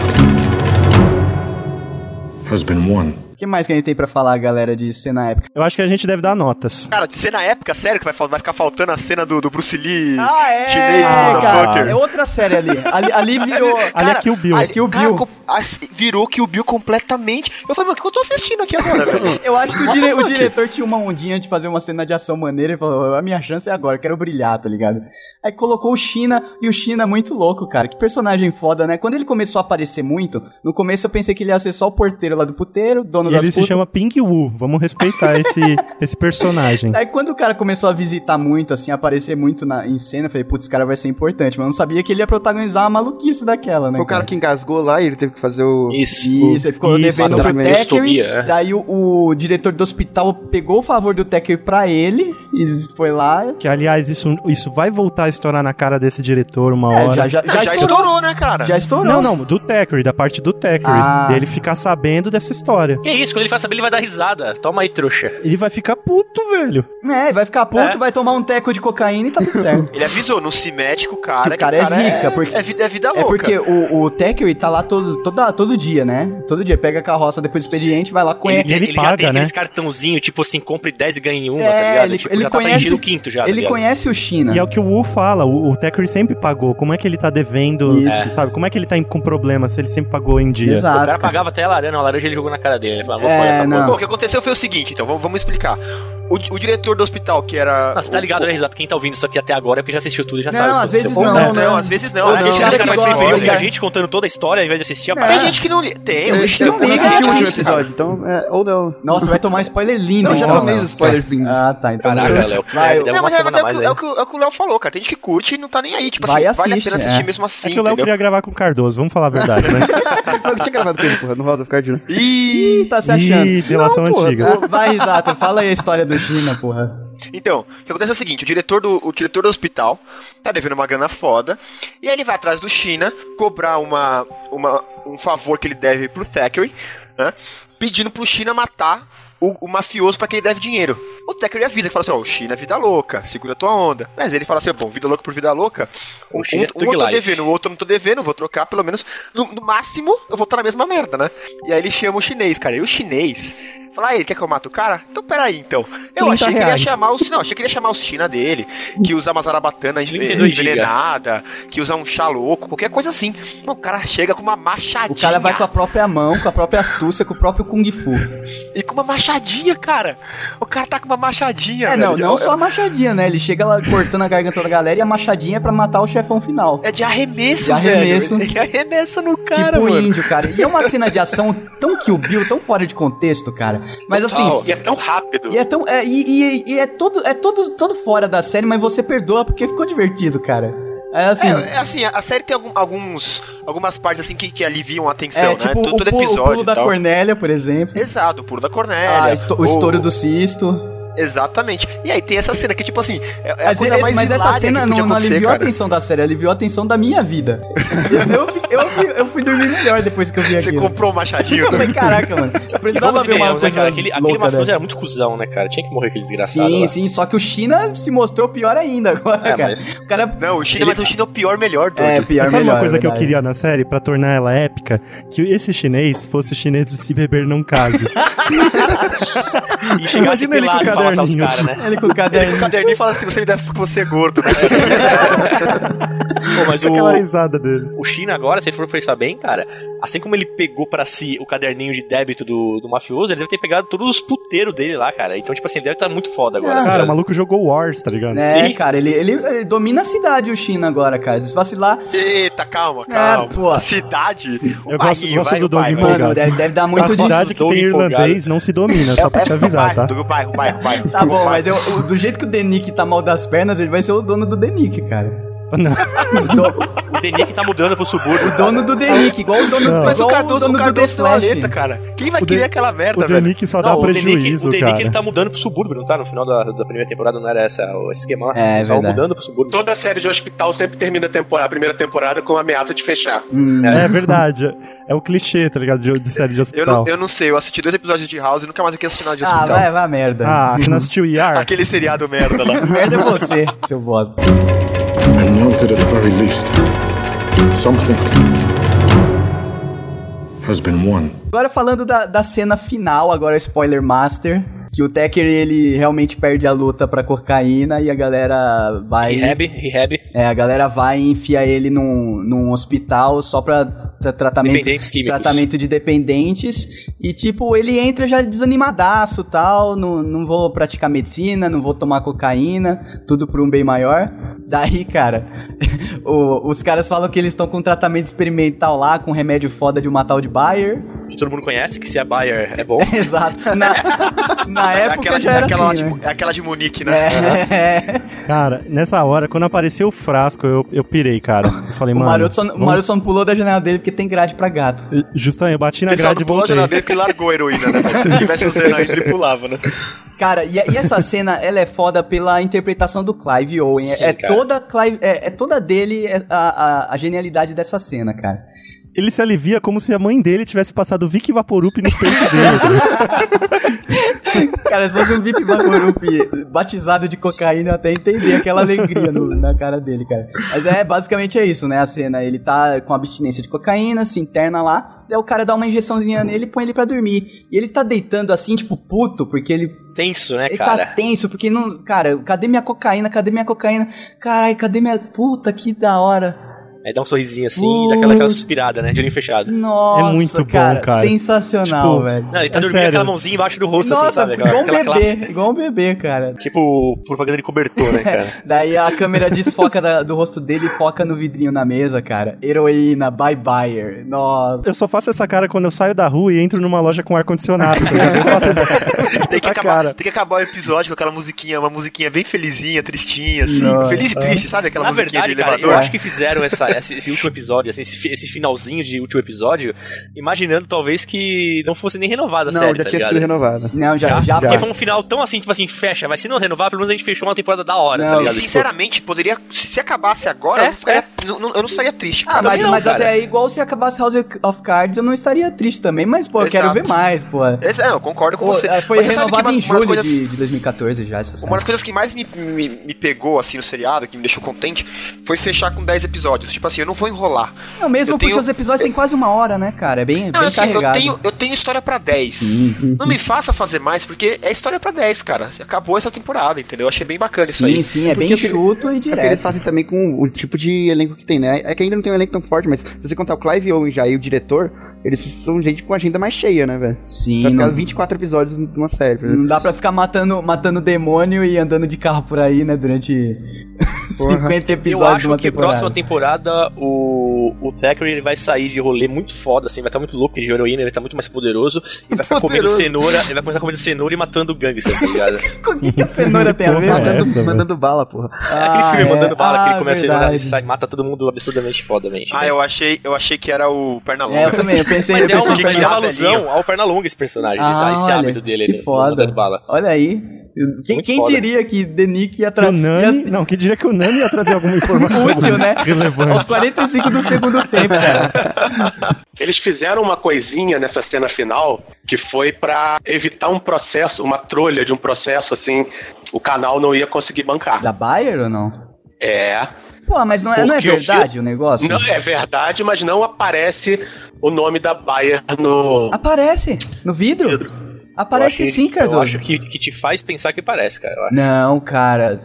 [SPEAKER 6] has been won.
[SPEAKER 1] O que mais que a gente tem pra falar, galera, de ser na época?
[SPEAKER 2] Eu acho que a gente deve dar notas.
[SPEAKER 3] Cara, cena épica, sério que vai, fal- vai ficar faltando a cena do, do Bruce Lee
[SPEAKER 1] Ah, é,
[SPEAKER 3] chinês,
[SPEAKER 1] cara.
[SPEAKER 3] motherfucker.
[SPEAKER 1] É outra série ali. Ali, ali virou.
[SPEAKER 2] Ali é Kill Bill.
[SPEAKER 3] ali-
[SPEAKER 1] Kill
[SPEAKER 3] cara,
[SPEAKER 1] Bill.
[SPEAKER 3] com- assim, virou Kill Bill completamente. Eu falei, mano, o que eu tô assistindo aqui agora, velho?
[SPEAKER 1] Eu acho que o,
[SPEAKER 3] What
[SPEAKER 1] dire-
[SPEAKER 3] the
[SPEAKER 1] o
[SPEAKER 3] fuck?
[SPEAKER 1] diretor tinha uma ondinha de fazer uma cena de ação maneira e falou: a minha chance é agora, eu quero brilhar, tá ligado? Aí colocou o China e o China é muito louco, cara. Que personagem foda, né? Quando ele começou a aparecer muito, no começo eu pensei que ele ia ser só o porteiro lá do puteiro, dono
[SPEAKER 2] E
[SPEAKER 1] das
[SPEAKER 2] ele se
[SPEAKER 1] putas.
[SPEAKER 2] chama Pink Wu. Vamos respeitar esse, esse personagem.
[SPEAKER 1] Aí quando o cara começou a visitar muito, assim, aparecer muito na, em cena, eu falei, putz, esse cara vai ser importante, mas eu não sabia que ele ia protagonizar uma maluquice daquela, né?
[SPEAKER 4] Foi o cara que engasgou lá e ele teve que fazer o.
[SPEAKER 7] Isso.
[SPEAKER 1] Isso, ele ficou
[SPEAKER 2] Isso,
[SPEAKER 1] devendo pro
[SPEAKER 4] exatamente.
[SPEAKER 1] Thackeray,
[SPEAKER 7] Distopia, é.
[SPEAKER 1] daí o, o diretor do hospital pegou o favor do Thackeray pra ele, e foi lá...
[SPEAKER 2] Que, aliás, isso, isso vai voltar a estourar na cara desse diretor uma
[SPEAKER 1] É,
[SPEAKER 2] hora.
[SPEAKER 1] já, já, já,
[SPEAKER 3] Já
[SPEAKER 1] estourou,
[SPEAKER 3] estourou, né, cara?
[SPEAKER 1] já estourou.
[SPEAKER 2] Não, não, do Thackeray, da parte do Thackeray.
[SPEAKER 1] Ah.
[SPEAKER 2] Dele ficar sabendo dessa história.
[SPEAKER 7] Que isso, quando ele faz saber, ele vai dar risada. Toma aí, trouxa.
[SPEAKER 2] Ele vai ficar puto, velho.
[SPEAKER 1] É, vai ficar puto,
[SPEAKER 7] É.
[SPEAKER 1] vai tomar um teco de cocaína e tá tudo certo.
[SPEAKER 3] Ele é avisou, não se mete com o cara.
[SPEAKER 1] Que o cara é zica,
[SPEAKER 3] é,
[SPEAKER 1] porque-
[SPEAKER 3] é, vida, é vida
[SPEAKER 1] É
[SPEAKER 3] louca.
[SPEAKER 1] porque o, o Thackeray tá lá todo, toda, todo dia, né? Todo dia. Pega a carroça depois do expediente, vai lá com
[SPEAKER 2] Ele-
[SPEAKER 1] ele.
[SPEAKER 2] E
[SPEAKER 7] já
[SPEAKER 2] paga,
[SPEAKER 7] tem
[SPEAKER 2] né?
[SPEAKER 7] aqueles cartãozinho, tipo assim, compre 10 e ganhe uma,
[SPEAKER 1] É,
[SPEAKER 7] tá ligado?
[SPEAKER 1] ele-
[SPEAKER 7] Tipo,
[SPEAKER 1] ele
[SPEAKER 7] já tá
[SPEAKER 1] conhece-
[SPEAKER 7] vendido o quinto já, tá
[SPEAKER 1] Ele
[SPEAKER 7] ligado?
[SPEAKER 1] conhece o China.
[SPEAKER 2] E é o que o Wu fala, o, o Thackeray sempre pagou. Como é que ele tá devendo,
[SPEAKER 1] Isso.
[SPEAKER 2] sabe? Como é que ele tá em- com problema se ele sempre pagou em dia?
[SPEAKER 7] O cara
[SPEAKER 1] Exato. cara.
[SPEAKER 7] pagava até a laranja, não, a laranja ele jogou na cara dele. Ele falou, vou
[SPEAKER 1] É,
[SPEAKER 7] pôr essa
[SPEAKER 1] não.
[SPEAKER 7] porra.
[SPEAKER 3] Bom, o que aconteceu foi o seguinte, então, vamos, vamos explicar. O, di- o diretor do hospital, que era...
[SPEAKER 7] Nossa, tá ligado,
[SPEAKER 3] o,
[SPEAKER 7] né, Risato? Quem tá ouvindo isso aqui até agora é porque já assistiu tudo e já
[SPEAKER 1] Não,
[SPEAKER 7] sabe. o Então, que
[SPEAKER 1] às
[SPEAKER 7] aconteceu.
[SPEAKER 1] vezes
[SPEAKER 3] Ou
[SPEAKER 1] não,
[SPEAKER 3] não,
[SPEAKER 1] né?
[SPEAKER 3] às vezes não.
[SPEAKER 1] Ou
[SPEAKER 3] a
[SPEAKER 1] não,
[SPEAKER 3] gente
[SPEAKER 1] cara
[SPEAKER 7] Cara,
[SPEAKER 1] que
[SPEAKER 3] liga mais
[SPEAKER 7] mas
[SPEAKER 1] gosta, É.
[SPEAKER 3] preferiu
[SPEAKER 7] preferiu
[SPEAKER 1] né,
[SPEAKER 7] ouvir a
[SPEAKER 1] cara?
[SPEAKER 7] gente contando toda a história ao invés de assistir a
[SPEAKER 1] Não.
[SPEAKER 3] Tem
[SPEAKER 7] parada.
[SPEAKER 3] gente que não liga. Tem,
[SPEAKER 4] Eu,
[SPEAKER 3] tem gente que não
[SPEAKER 1] não
[SPEAKER 4] não
[SPEAKER 1] liga,
[SPEAKER 3] liga.
[SPEAKER 4] assisti o último
[SPEAKER 1] assiste,
[SPEAKER 4] episódio, então. é, ou não.
[SPEAKER 1] Nossa, vai tomar spoiler lindo.
[SPEAKER 4] Não, já
[SPEAKER 1] então.
[SPEAKER 4] tomei os spoilers lindos.
[SPEAKER 1] Ah, tá. Então
[SPEAKER 7] Caraca,
[SPEAKER 1] beleza.
[SPEAKER 7] Léo.
[SPEAKER 1] Vai,
[SPEAKER 7] Deve-
[SPEAKER 3] Não, mas, é, mas é, o que, é,
[SPEAKER 7] aí.
[SPEAKER 3] o que, é o que o Léo falou, cara. Tem gente que curte e não tá nem aí. Tipo
[SPEAKER 1] Vai
[SPEAKER 3] assim,
[SPEAKER 1] e
[SPEAKER 3] vale a
[SPEAKER 1] assiste,
[SPEAKER 3] pena assistir
[SPEAKER 1] é.
[SPEAKER 3] mesmo assim,
[SPEAKER 2] É que o Léo
[SPEAKER 3] entendeu?
[SPEAKER 2] queria gravar com o Cardoso, vamos falar a verdade, né?
[SPEAKER 4] Eu tinha gravado com ele, porra, no House of Cards, né?
[SPEAKER 3] Ih,
[SPEAKER 1] Ih, tá se achando.
[SPEAKER 2] Ih, delação
[SPEAKER 4] Não, pô,
[SPEAKER 2] antiga.
[SPEAKER 1] Ô, Vai, Risato, fala aí a história do China, porra.
[SPEAKER 3] Então, o que acontece é o seguinte, o diretor do, o diretor do hospital tá devendo uma grana foda, e aí ele vai atrás do China cobrar uma, uma, um favor que ele deve pro Thackeray, né, pedindo pro China matar o, o mafioso pra quem ele deve dinheiro. O Thackeray avisa, ele fala assim, ó, o China é vida louca, segura tua onda. Mas ele fala assim, bom, vida louca por vida louca, um,
[SPEAKER 7] O China é
[SPEAKER 3] um- um
[SPEAKER 7] Thug
[SPEAKER 3] eu tô
[SPEAKER 7] Life.
[SPEAKER 3] devendo, o outro eu não tô devendo, eu vou trocar pelo menos, no, no máximo eu vou estar na mesma merda, né? E aí ele chama o chinês, cara, e o chinês... Fala, ah, ele quer que eu mate o cara? Então peraí, então. Eu
[SPEAKER 2] 30
[SPEAKER 3] achei que ele ia
[SPEAKER 2] reais.
[SPEAKER 3] chamar os. Não, achei que ele ia chamar os China dele, que usa uma zarabatana
[SPEAKER 7] 32 giga.
[SPEAKER 3] envenenada, que usa um chá louco, qualquer coisa assim. Não, o cara chega com uma
[SPEAKER 1] O
[SPEAKER 3] machadinha.
[SPEAKER 1] cara vai com a
[SPEAKER 3] É,
[SPEAKER 1] própria mão, com a própria astúcia, com o próprio Kung Fu.
[SPEAKER 3] E com uma machadinha, cara. O cara tá com uma uma machadinha,
[SPEAKER 1] É,
[SPEAKER 3] velho.
[SPEAKER 1] não, não
[SPEAKER 3] Eu-
[SPEAKER 1] só a machadinha, né? Ele chega lá cortando a garganta da galera e a machadinha é pra matar o chefão final.
[SPEAKER 3] É de arremesso,
[SPEAKER 1] De arremesso.
[SPEAKER 3] velho. Ele arremessa no cara,
[SPEAKER 1] tipo
[SPEAKER 3] mano.
[SPEAKER 1] índio, cara. E é uma cena de ação tão Kill Bill, tão fora de contexto, cara. Mas assim,
[SPEAKER 7] Total.
[SPEAKER 5] E é tão rápido.
[SPEAKER 1] E é tão. É, e, e- e é todo. É todo, todo fora da série, mas você perdoa porque ficou divertido, cara. É assim.
[SPEAKER 3] É, é assim, a- a série tem algum- alguns, algumas partes assim que, que aliviam
[SPEAKER 1] É,
[SPEAKER 3] a atenção,
[SPEAKER 1] tipo
[SPEAKER 3] né? Todo,
[SPEAKER 1] o,
[SPEAKER 3] todo
[SPEAKER 1] pulo, o
[SPEAKER 3] episódio.
[SPEAKER 1] pulo
[SPEAKER 3] e
[SPEAKER 1] da
[SPEAKER 3] tal. É,
[SPEAKER 1] Cornélia, por exemplo.
[SPEAKER 3] Exato, o puro da Cornélia.
[SPEAKER 1] Ah, esto- o estouro do cisto.
[SPEAKER 3] Exatamente. E aí tem essa cena que, tipo assim, é, é a
[SPEAKER 1] Mas,
[SPEAKER 3] coisa
[SPEAKER 1] esse-
[SPEAKER 3] mais
[SPEAKER 1] mas essa
[SPEAKER 3] hilária
[SPEAKER 1] cena
[SPEAKER 3] que
[SPEAKER 1] não,
[SPEAKER 3] podia
[SPEAKER 1] não
[SPEAKER 3] acontecer,
[SPEAKER 1] aliviou a
[SPEAKER 3] cara.
[SPEAKER 1] atenção da série, aliviou a atenção da minha vida. Eu, eu, fi- eu, fi- eu fui dormir melhor depois que eu vi
[SPEAKER 3] Você
[SPEAKER 1] aquilo.
[SPEAKER 3] comprou o machadinho,
[SPEAKER 1] Eu
[SPEAKER 3] né?
[SPEAKER 1] falei, caraca, mano. Eu precisava
[SPEAKER 7] Vamos e
[SPEAKER 1] ver uma
[SPEAKER 7] venhamos, né,
[SPEAKER 1] coisa
[SPEAKER 7] cara? Aquele, aquele
[SPEAKER 1] louca
[SPEAKER 7] mafioso
[SPEAKER 1] dessa.
[SPEAKER 7] era muito cuzão, né, cara? Tinha que morrer aquele desgraçado.
[SPEAKER 1] Sim,
[SPEAKER 7] lá.
[SPEAKER 1] sim, só que o China se mostrou pior ainda agora,
[SPEAKER 7] É,
[SPEAKER 1] cara.
[SPEAKER 7] mas-
[SPEAKER 1] O cara
[SPEAKER 3] Não, o China,
[SPEAKER 7] Ele-
[SPEAKER 3] mas o China é o pior melhor, doido.
[SPEAKER 1] é pior
[SPEAKER 2] Mas sabe
[SPEAKER 1] melhor.
[SPEAKER 2] uma coisa
[SPEAKER 1] é
[SPEAKER 2] que eu
[SPEAKER 1] verdade.
[SPEAKER 2] queria na série pra tornar ela épica? Que esse chinês fosse o chinês de se beber não case.
[SPEAKER 7] E chegasse
[SPEAKER 2] Imagina ele com
[SPEAKER 7] pelado pra matar os
[SPEAKER 2] caderninho.
[SPEAKER 7] caras, né?
[SPEAKER 1] Ele com o
[SPEAKER 3] O
[SPEAKER 1] caderno
[SPEAKER 3] caderninho fala assim, você me deve porque você é gordo, né?
[SPEAKER 7] Pô, mas o,
[SPEAKER 2] Aquela risada dele.
[SPEAKER 7] o China agora, se ele for pensar bem, cara, assim como ele pegou pra si o caderninho de débito do, do mafioso, ele deve ter pegado todos os puteiros dele lá, cara. Então, tipo assim, ele deve estar muito foda agora.
[SPEAKER 1] Ah,
[SPEAKER 2] Cara,
[SPEAKER 7] cara.
[SPEAKER 2] o maluco jogou Wars, tá ligado?
[SPEAKER 1] É,
[SPEAKER 7] Sim.
[SPEAKER 1] cara, ele, ele, ele domina a cidade, o China, agora, cara. Se vacilar,
[SPEAKER 3] Eita, calma, calma.
[SPEAKER 1] É, pô.
[SPEAKER 3] Cidade.
[SPEAKER 2] Eu gosto-
[SPEAKER 3] Aí,
[SPEAKER 2] gosto
[SPEAKER 3] vai,
[SPEAKER 2] do
[SPEAKER 3] vai,
[SPEAKER 2] Doug
[SPEAKER 3] vai.
[SPEAKER 2] Empolgado.
[SPEAKER 1] mano, deve, deve dar muito
[SPEAKER 2] a
[SPEAKER 1] disso.
[SPEAKER 2] cidade que
[SPEAKER 7] Doug
[SPEAKER 2] tem
[SPEAKER 7] empolgado.
[SPEAKER 2] irlandês não se domina, só
[SPEAKER 3] É,
[SPEAKER 2] pra te avisar, tá?
[SPEAKER 3] Do bairro, bairro, bairro.
[SPEAKER 1] Tá bom,
[SPEAKER 3] Bairro.
[SPEAKER 1] mas eu- o- do jeito que o Denick tá mal das pernas, ele vai ser o dono do Denick, cara.
[SPEAKER 2] Não.
[SPEAKER 1] Do-
[SPEAKER 7] O Denick tá mudando pro subúrbio.
[SPEAKER 1] dono do Denick, igual o dono,
[SPEAKER 2] Não.
[SPEAKER 3] Mas o
[SPEAKER 1] igual o
[SPEAKER 3] Cardoso, o
[SPEAKER 1] dono do The
[SPEAKER 3] Cardoso
[SPEAKER 1] Flash.
[SPEAKER 3] planeta, cara. Quem vai
[SPEAKER 2] O
[SPEAKER 3] querer
[SPEAKER 2] Dan-
[SPEAKER 3] aquela
[SPEAKER 2] O
[SPEAKER 3] merda, velho?
[SPEAKER 2] Denick só dá
[SPEAKER 7] o Denick-
[SPEAKER 2] prejuízo,
[SPEAKER 7] o Denick,
[SPEAKER 2] cara.
[SPEAKER 7] ele tá mudando pro subúrbio, não tá? No final da, da primeira temporada não era essa, o esquema.
[SPEAKER 1] É,
[SPEAKER 7] Só
[SPEAKER 1] verdade.
[SPEAKER 7] mudando pro subúrbio.
[SPEAKER 5] Toda série de hospital sempre termina a, temporada, a primeira temporada com a ameaça de fechar.
[SPEAKER 1] Hum,
[SPEAKER 2] É verdade. é- É o clichê, tá ligado? De, de série de
[SPEAKER 3] Eu
[SPEAKER 2] hospital.
[SPEAKER 3] não, eu não sei, eu assisti dois episódios de House e nunca mais eu quero assistir nada de
[SPEAKER 1] Ah,
[SPEAKER 3] hospital.
[SPEAKER 1] vai, vai, merda.
[SPEAKER 2] Ah, você não assistiu ER?
[SPEAKER 3] Aquele seriado merda lá.
[SPEAKER 1] Merda é você, seu bosta.
[SPEAKER 6] I noted at the very least something has been won.
[SPEAKER 1] Agora falando da, da cena final, agora spoiler master, que o Tekker, ele realmente perde a luta pra cocaína e a galera vai...
[SPEAKER 7] Rehab, rehab,
[SPEAKER 1] É, a galera vai e enfia ele num, num hospital só pra tra- tratamento,
[SPEAKER 7] Dependentes químicos.
[SPEAKER 1] tratamento de dependentes. E, tipo, ele entra já desanimadaço tal. Não, não vou praticar medicina, não vou tomar cocaína, tudo por um bem maior. Daí, cara, o- os caras falam que eles estão com tratamento experimental lá, com remédio foda de uma tal de Bayer.
[SPEAKER 7] que todo mundo conhece, que se é Bayer é bom.
[SPEAKER 1] Exato. Na, na
[SPEAKER 3] É
[SPEAKER 1] época
[SPEAKER 3] aquela, de-
[SPEAKER 1] já era
[SPEAKER 3] aquela,
[SPEAKER 1] assim,
[SPEAKER 3] lá de-
[SPEAKER 1] né?
[SPEAKER 3] é aquela de Munique, né?
[SPEAKER 1] É,
[SPEAKER 2] Cara, nessa hora, quando apareceu o frasco, eu, eu pirei, cara. Eu falei,
[SPEAKER 1] o
[SPEAKER 2] mano.
[SPEAKER 1] Maroto só- o
[SPEAKER 2] vamos-
[SPEAKER 1] Maroto só não pulou da janela dele porque tem grade pra gato.
[SPEAKER 2] Justamente, eu bati
[SPEAKER 3] O
[SPEAKER 2] na
[SPEAKER 3] pessoal
[SPEAKER 2] grade e
[SPEAKER 3] não pulou a
[SPEAKER 2] voltei.
[SPEAKER 3] janela dele porque largou a heroína, né? velho? Se tivesse usando ainda, ele pulava, né?
[SPEAKER 1] Cara, e, e essa cena, ela é foda pela interpretação do Clive Owen. É-
[SPEAKER 7] Sim,
[SPEAKER 1] é,
[SPEAKER 7] cara.
[SPEAKER 1] toda Clive, é, é toda dele é a, a, a genialidade dessa cena, cara.
[SPEAKER 2] Ele se alivia como se a mãe dele tivesse passado Vic Vaporup no peito dele.
[SPEAKER 1] Cara, se fosse um Vip Bagurupi batizado de cocaína, eu até entenderia aquela alegria no- na cara dele, cara. Mas é, basicamente é isso, né, a cena. Ele tá com abstinência de cocaína, se interna lá, daí o cara dá uma injeçãozinha nele e põe ele pra dormir. E ele tá deitando assim, tipo, puto, porque ele
[SPEAKER 7] Tenso, né,
[SPEAKER 1] Ele
[SPEAKER 7] cara?
[SPEAKER 1] tá tenso, porque não. Cara, cadê minha cocaína? Cadê minha cocaína? Caralho, cadê minha. Puta que da hora.
[SPEAKER 7] Aí dá um sorrisinho assim,
[SPEAKER 1] Puta.
[SPEAKER 7] dá aquela, aquela suspirada, né? De olho fechado.
[SPEAKER 1] Nossa,
[SPEAKER 2] É muito bom,
[SPEAKER 1] cara,
[SPEAKER 2] cara.
[SPEAKER 1] Sensacional,
[SPEAKER 2] Tipo,
[SPEAKER 1] velho.
[SPEAKER 7] Não, ele tá
[SPEAKER 2] É
[SPEAKER 7] dormindo
[SPEAKER 2] sério.
[SPEAKER 7] com aquela mãozinha embaixo do rosto,
[SPEAKER 1] Nossa,
[SPEAKER 7] assim, sabe? Aquela,
[SPEAKER 1] igual um
[SPEAKER 7] aquela
[SPEAKER 1] bebê,
[SPEAKER 7] clássica.
[SPEAKER 1] igual um bebê, cara.
[SPEAKER 7] Tipo propaganda de cobertor, né, cara?
[SPEAKER 1] Daí a câmera desfoca da- do rosto dele e foca no vidrinho na mesa, cara. Heroína, bye bye. Nossa.
[SPEAKER 2] Eu só faço essa cara quando eu saio da rua e entro numa loja com ar-condicionado. tá ligado? Eu faço essa
[SPEAKER 3] Tem que,
[SPEAKER 1] Tá
[SPEAKER 2] essa
[SPEAKER 3] acabar, tem que acabar o episódio com aquela musiquinha, uma musiquinha bem felizinha, tristinha, assim.
[SPEAKER 1] Nossa.
[SPEAKER 3] Feliz e triste, sabe? Aquela
[SPEAKER 7] Na
[SPEAKER 3] musiquinha
[SPEAKER 7] verdade,
[SPEAKER 3] de
[SPEAKER 7] cara,
[SPEAKER 3] elevador.
[SPEAKER 7] eu acho que fizeram essa- esse, esse último episódio, assim, esse, fi- esse finalzinho de último episódio, imaginando talvez que não fosse nem renovada a
[SPEAKER 4] Não,
[SPEAKER 7] série,
[SPEAKER 4] já
[SPEAKER 7] tá
[SPEAKER 4] tinha
[SPEAKER 7] ligado?
[SPEAKER 4] sido É renovada.
[SPEAKER 1] Não, já, já,
[SPEAKER 7] Porque
[SPEAKER 1] foi.
[SPEAKER 7] foi um final tão assim, tipo assim, fecha, mas se não renovar, pelo menos a gente fechou uma temporada da hora,
[SPEAKER 1] Não,
[SPEAKER 7] tá
[SPEAKER 3] E,
[SPEAKER 7] ligado?
[SPEAKER 3] sinceramente, poderia. Se se acabasse agora,
[SPEAKER 7] É,
[SPEAKER 3] eu, não ficaria- não- não- eu não estaria triste.
[SPEAKER 1] Ah, mas,
[SPEAKER 7] Não,
[SPEAKER 1] mas
[SPEAKER 7] cara.
[SPEAKER 1] até aí, igual se acabasse House of Cards, eu não estaria triste também. Mas, pô, eu quero
[SPEAKER 3] Exato.
[SPEAKER 1] ver mais, pô.
[SPEAKER 3] Esse- é, eu concordo com
[SPEAKER 1] Pô,
[SPEAKER 3] você.
[SPEAKER 1] ela Foi
[SPEAKER 3] Mas você sabe que
[SPEAKER 1] renovada
[SPEAKER 3] uma-
[SPEAKER 1] em
[SPEAKER 3] umas
[SPEAKER 1] julho
[SPEAKER 3] coisas-
[SPEAKER 1] de, de 2014 já, essa série.
[SPEAKER 3] Uma das coisas que mais me, me, me pegou, assim, no seriado, que me deixou contente, foi fechar com 10 episódios. Tipo assim, eu não vou enrolar.
[SPEAKER 1] Não, mesmo
[SPEAKER 3] Eu
[SPEAKER 1] porque
[SPEAKER 3] tenho-
[SPEAKER 1] os episódios têm quase uma hora, né, cara? É bem,
[SPEAKER 3] Não,
[SPEAKER 1] bem
[SPEAKER 3] assim, eu
[SPEAKER 1] carregado.
[SPEAKER 3] tenho, eu tenho história pra 10. Não me faça fazer mais, porque é história pra 10, cara. Acabou essa temporada, entendeu? Achei bem bacana isso
[SPEAKER 1] Sim,
[SPEAKER 3] aí.
[SPEAKER 1] sim, é
[SPEAKER 4] Porque
[SPEAKER 1] bem
[SPEAKER 4] eu queria-
[SPEAKER 1] chuto e
[SPEAKER 4] É porque eles
[SPEAKER 1] direto.
[SPEAKER 4] fazem também com o tipo de elenco que tem, né? É que ainda não tem um elenco tão forte, mas se você contar o Clive Owen já e o diretor, Eles são gente com agenda mais cheia, né, velho? Pra
[SPEAKER 1] Sim,
[SPEAKER 4] ficar
[SPEAKER 1] não, Hum.
[SPEAKER 4] 24 episódios de uma série, por exemplo.
[SPEAKER 1] não dá pra ficar matando, matando demônio e andando de carro por aí, né, durante
[SPEAKER 4] Porra.
[SPEAKER 1] 50
[SPEAKER 7] Tipo, Eu
[SPEAKER 1] episódios um de
[SPEAKER 7] acho
[SPEAKER 1] uma
[SPEAKER 7] que
[SPEAKER 1] temporada.
[SPEAKER 7] próxima temporada o, o Thackeray ele vai sair de rolê muito foda, assim, vai estar muito louco de heroína, ele vai estar muito mais poderoso e vai ficar comendo
[SPEAKER 4] Poderoso.
[SPEAKER 7] cenoura, ele vai começar comendo cenoura e matando gangster, tá ligado?
[SPEAKER 1] Com o que, que a cenoura tem a ver?
[SPEAKER 2] Porra,
[SPEAKER 4] Mandando,
[SPEAKER 2] essa, velho?
[SPEAKER 4] mandando bala, porra.
[SPEAKER 7] É aquele
[SPEAKER 1] Ah,
[SPEAKER 7] filme
[SPEAKER 1] é.
[SPEAKER 7] mandando bala que
[SPEAKER 1] Ah,
[SPEAKER 7] ele começa a
[SPEAKER 1] verdade.
[SPEAKER 7] heroína e sai, mata todo mundo absurdamente foda, velho.
[SPEAKER 3] Ah, eu achei, eu achei que era o
[SPEAKER 1] É, eu
[SPEAKER 3] Pernalonga.
[SPEAKER 1] também, eu pensei
[SPEAKER 7] é Mas
[SPEAKER 1] eu
[SPEAKER 7] é
[SPEAKER 1] pensei
[SPEAKER 7] uma,
[SPEAKER 1] em
[SPEAKER 3] que
[SPEAKER 7] mas é
[SPEAKER 1] pegar-
[SPEAKER 7] uma
[SPEAKER 3] ele era
[SPEAKER 7] alusão ao Pernalonga esse personagem,
[SPEAKER 1] Ah,
[SPEAKER 7] esse, esse
[SPEAKER 1] olha,
[SPEAKER 7] hábito dele,
[SPEAKER 1] que
[SPEAKER 7] ele
[SPEAKER 1] foda.
[SPEAKER 7] mandando bala.
[SPEAKER 1] Olha aí. Quem,
[SPEAKER 7] Muito
[SPEAKER 1] quem
[SPEAKER 7] foda.
[SPEAKER 1] diria que The Nick ia
[SPEAKER 2] Que o
[SPEAKER 1] trazer.
[SPEAKER 2] Nani. Não, que diria que o Nani ia trazer alguma informação
[SPEAKER 1] Útil, né? Aos
[SPEAKER 2] relevante.
[SPEAKER 1] 45 do segundo tempo, cara.
[SPEAKER 5] Eles fizeram uma coisinha nessa cena final que foi pra evitar um processo, uma trolha de um processo assim, o canal não ia conseguir bancar.
[SPEAKER 1] Da Bayer ou não?
[SPEAKER 5] É.
[SPEAKER 1] Pô, mas não é, não é
[SPEAKER 5] Porque o
[SPEAKER 1] verdade o negócio?
[SPEAKER 5] Não, é verdade, mas não aparece o nome da Bayer no.
[SPEAKER 1] Aparece no vidro. Aparece
[SPEAKER 7] Eu acho
[SPEAKER 1] sim,
[SPEAKER 7] que- Eu
[SPEAKER 1] Cardoso.
[SPEAKER 7] acho que, que te faz pensar que parece, cara. Eu acho.
[SPEAKER 1] Não, cara.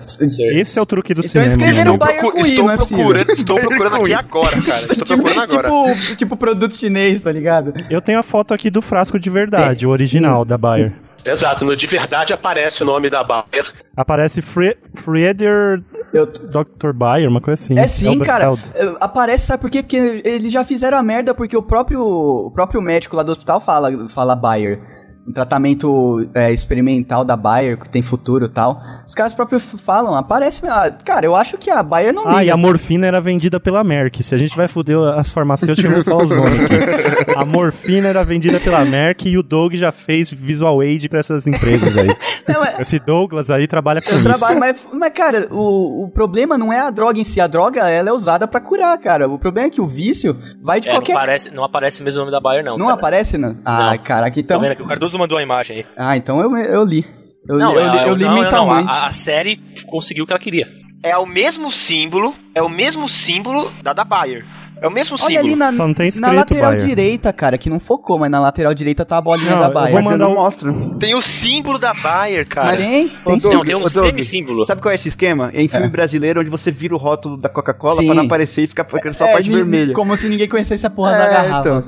[SPEAKER 2] Esse é o truque do
[SPEAKER 1] Então
[SPEAKER 2] cinema.
[SPEAKER 1] escreveram
[SPEAKER 2] mano.
[SPEAKER 1] Bayer
[SPEAKER 3] Procu-
[SPEAKER 1] com I,
[SPEAKER 3] estou,
[SPEAKER 1] não é possível.
[SPEAKER 3] procurando, estou procurando aqui agora, cara.
[SPEAKER 7] tá
[SPEAKER 3] Estou procurando
[SPEAKER 1] tipo,
[SPEAKER 3] agora.
[SPEAKER 1] tipo, tipo produto chinês, tá ligado?
[SPEAKER 2] Eu tenho a foto aqui do frasco de verdade, o
[SPEAKER 1] Hum.
[SPEAKER 2] original da Bayer.
[SPEAKER 5] Exato, no de verdade aparece o nome da Bayer.
[SPEAKER 2] Aparece Fre Frieder
[SPEAKER 1] Eu-
[SPEAKER 2] Dr. Bayer, uma coisa assim.
[SPEAKER 1] É sim,
[SPEAKER 2] Albert
[SPEAKER 1] cara.
[SPEAKER 2] Held.
[SPEAKER 1] Eh, Aparece, sabe por quê? Porque eles já fizeram a merda porque o próprio, o próprio médico lá do hospital fala, fala Bayer. Um tratamento eh, experimental da Bayer, que tem futuro e tal. Os caras próprios falam, aparece. ah, Cara, eu acho que a Bayer não
[SPEAKER 2] Ah, e
[SPEAKER 1] liga.
[SPEAKER 2] a morfina era vendida pela Merck. Se a gente vai foder as farmacêuticas, eu vou falar os nomes aqui. A morfina era vendida pela Merck e o Doug já fez visual aid pra essas empresas aí.
[SPEAKER 1] Não, é-
[SPEAKER 2] Esse Douglas aí trabalha com
[SPEAKER 1] Eu
[SPEAKER 2] isso.
[SPEAKER 1] trabalho, mas, mas, cara, o, o problema não é a droga em si. A droga, ela é usada pra curar, cara. O problema é que o vício vai de
[SPEAKER 7] É,
[SPEAKER 1] qualquer...
[SPEAKER 7] não, aparece, não aparece mesmo o nome da Bayer, não.
[SPEAKER 1] Não
[SPEAKER 7] cara.
[SPEAKER 1] aparece, não? Ah,
[SPEAKER 7] Não.
[SPEAKER 1] caraca,
[SPEAKER 7] Tá
[SPEAKER 1] então...
[SPEAKER 7] vendo aqui? O Cardoso mandou a imagem aí.
[SPEAKER 1] Ah, então eu, eu li. Eu li, eu li, eu li
[SPEAKER 7] não, não, não,
[SPEAKER 1] mentalmente.
[SPEAKER 7] a, a série conseguiu o que ela queria.
[SPEAKER 3] É o mesmo símbolo, é o mesmo símbolo da da Bayer. É o mesmo
[SPEAKER 1] Olha ali
[SPEAKER 3] símbolo.
[SPEAKER 1] na,
[SPEAKER 2] Só não tem
[SPEAKER 1] na
[SPEAKER 2] escrito,
[SPEAKER 1] lateral
[SPEAKER 2] Bayer.
[SPEAKER 1] direita, cara, que não focou, mas na lateral direita tá a bolinha
[SPEAKER 2] Não,
[SPEAKER 1] da
[SPEAKER 2] eu
[SPEAKER 1] Bayer.
[SPEAKER 2] vou
[SPEAKER 4] Mas eu
[SPEAKER 2] mandar
[SPEAKER 4] não
[SPEAKER 2] um-
[SPEAKER 4] mostro. né?
[SPEAKER 3] Tem o símbolo da Bayer, cara.
[SPEAKER 1] Mas tem?
[SPEAKER 4] Ô,
[SPEAKER 1] tem sim.
[SPEAKER 4] Doug,
[SPEAKER 7] não, tem um
[SPEAKER 4] ô, Doug,
[SPEAKER 7] semissímbolo.
[SPEAKER 4] Sabe qual é esse esquema? É em filme brasileiro onde você vira o rótulo da Coca-Cola
[SPEAKER 1] Sim.
[SPEAKER 4] pra não aparecer e fica ficando só a
[SPEAKER 1] É,
[SPEAKER 4] parte
[SPEAKER 1] ni-
[SPEAKER 4] vermelha.
[SPEAKER 1] Como se ninguém conhecesse a porra
[SPEAKER 4] É,
[SPEAKER 1] da garrafa.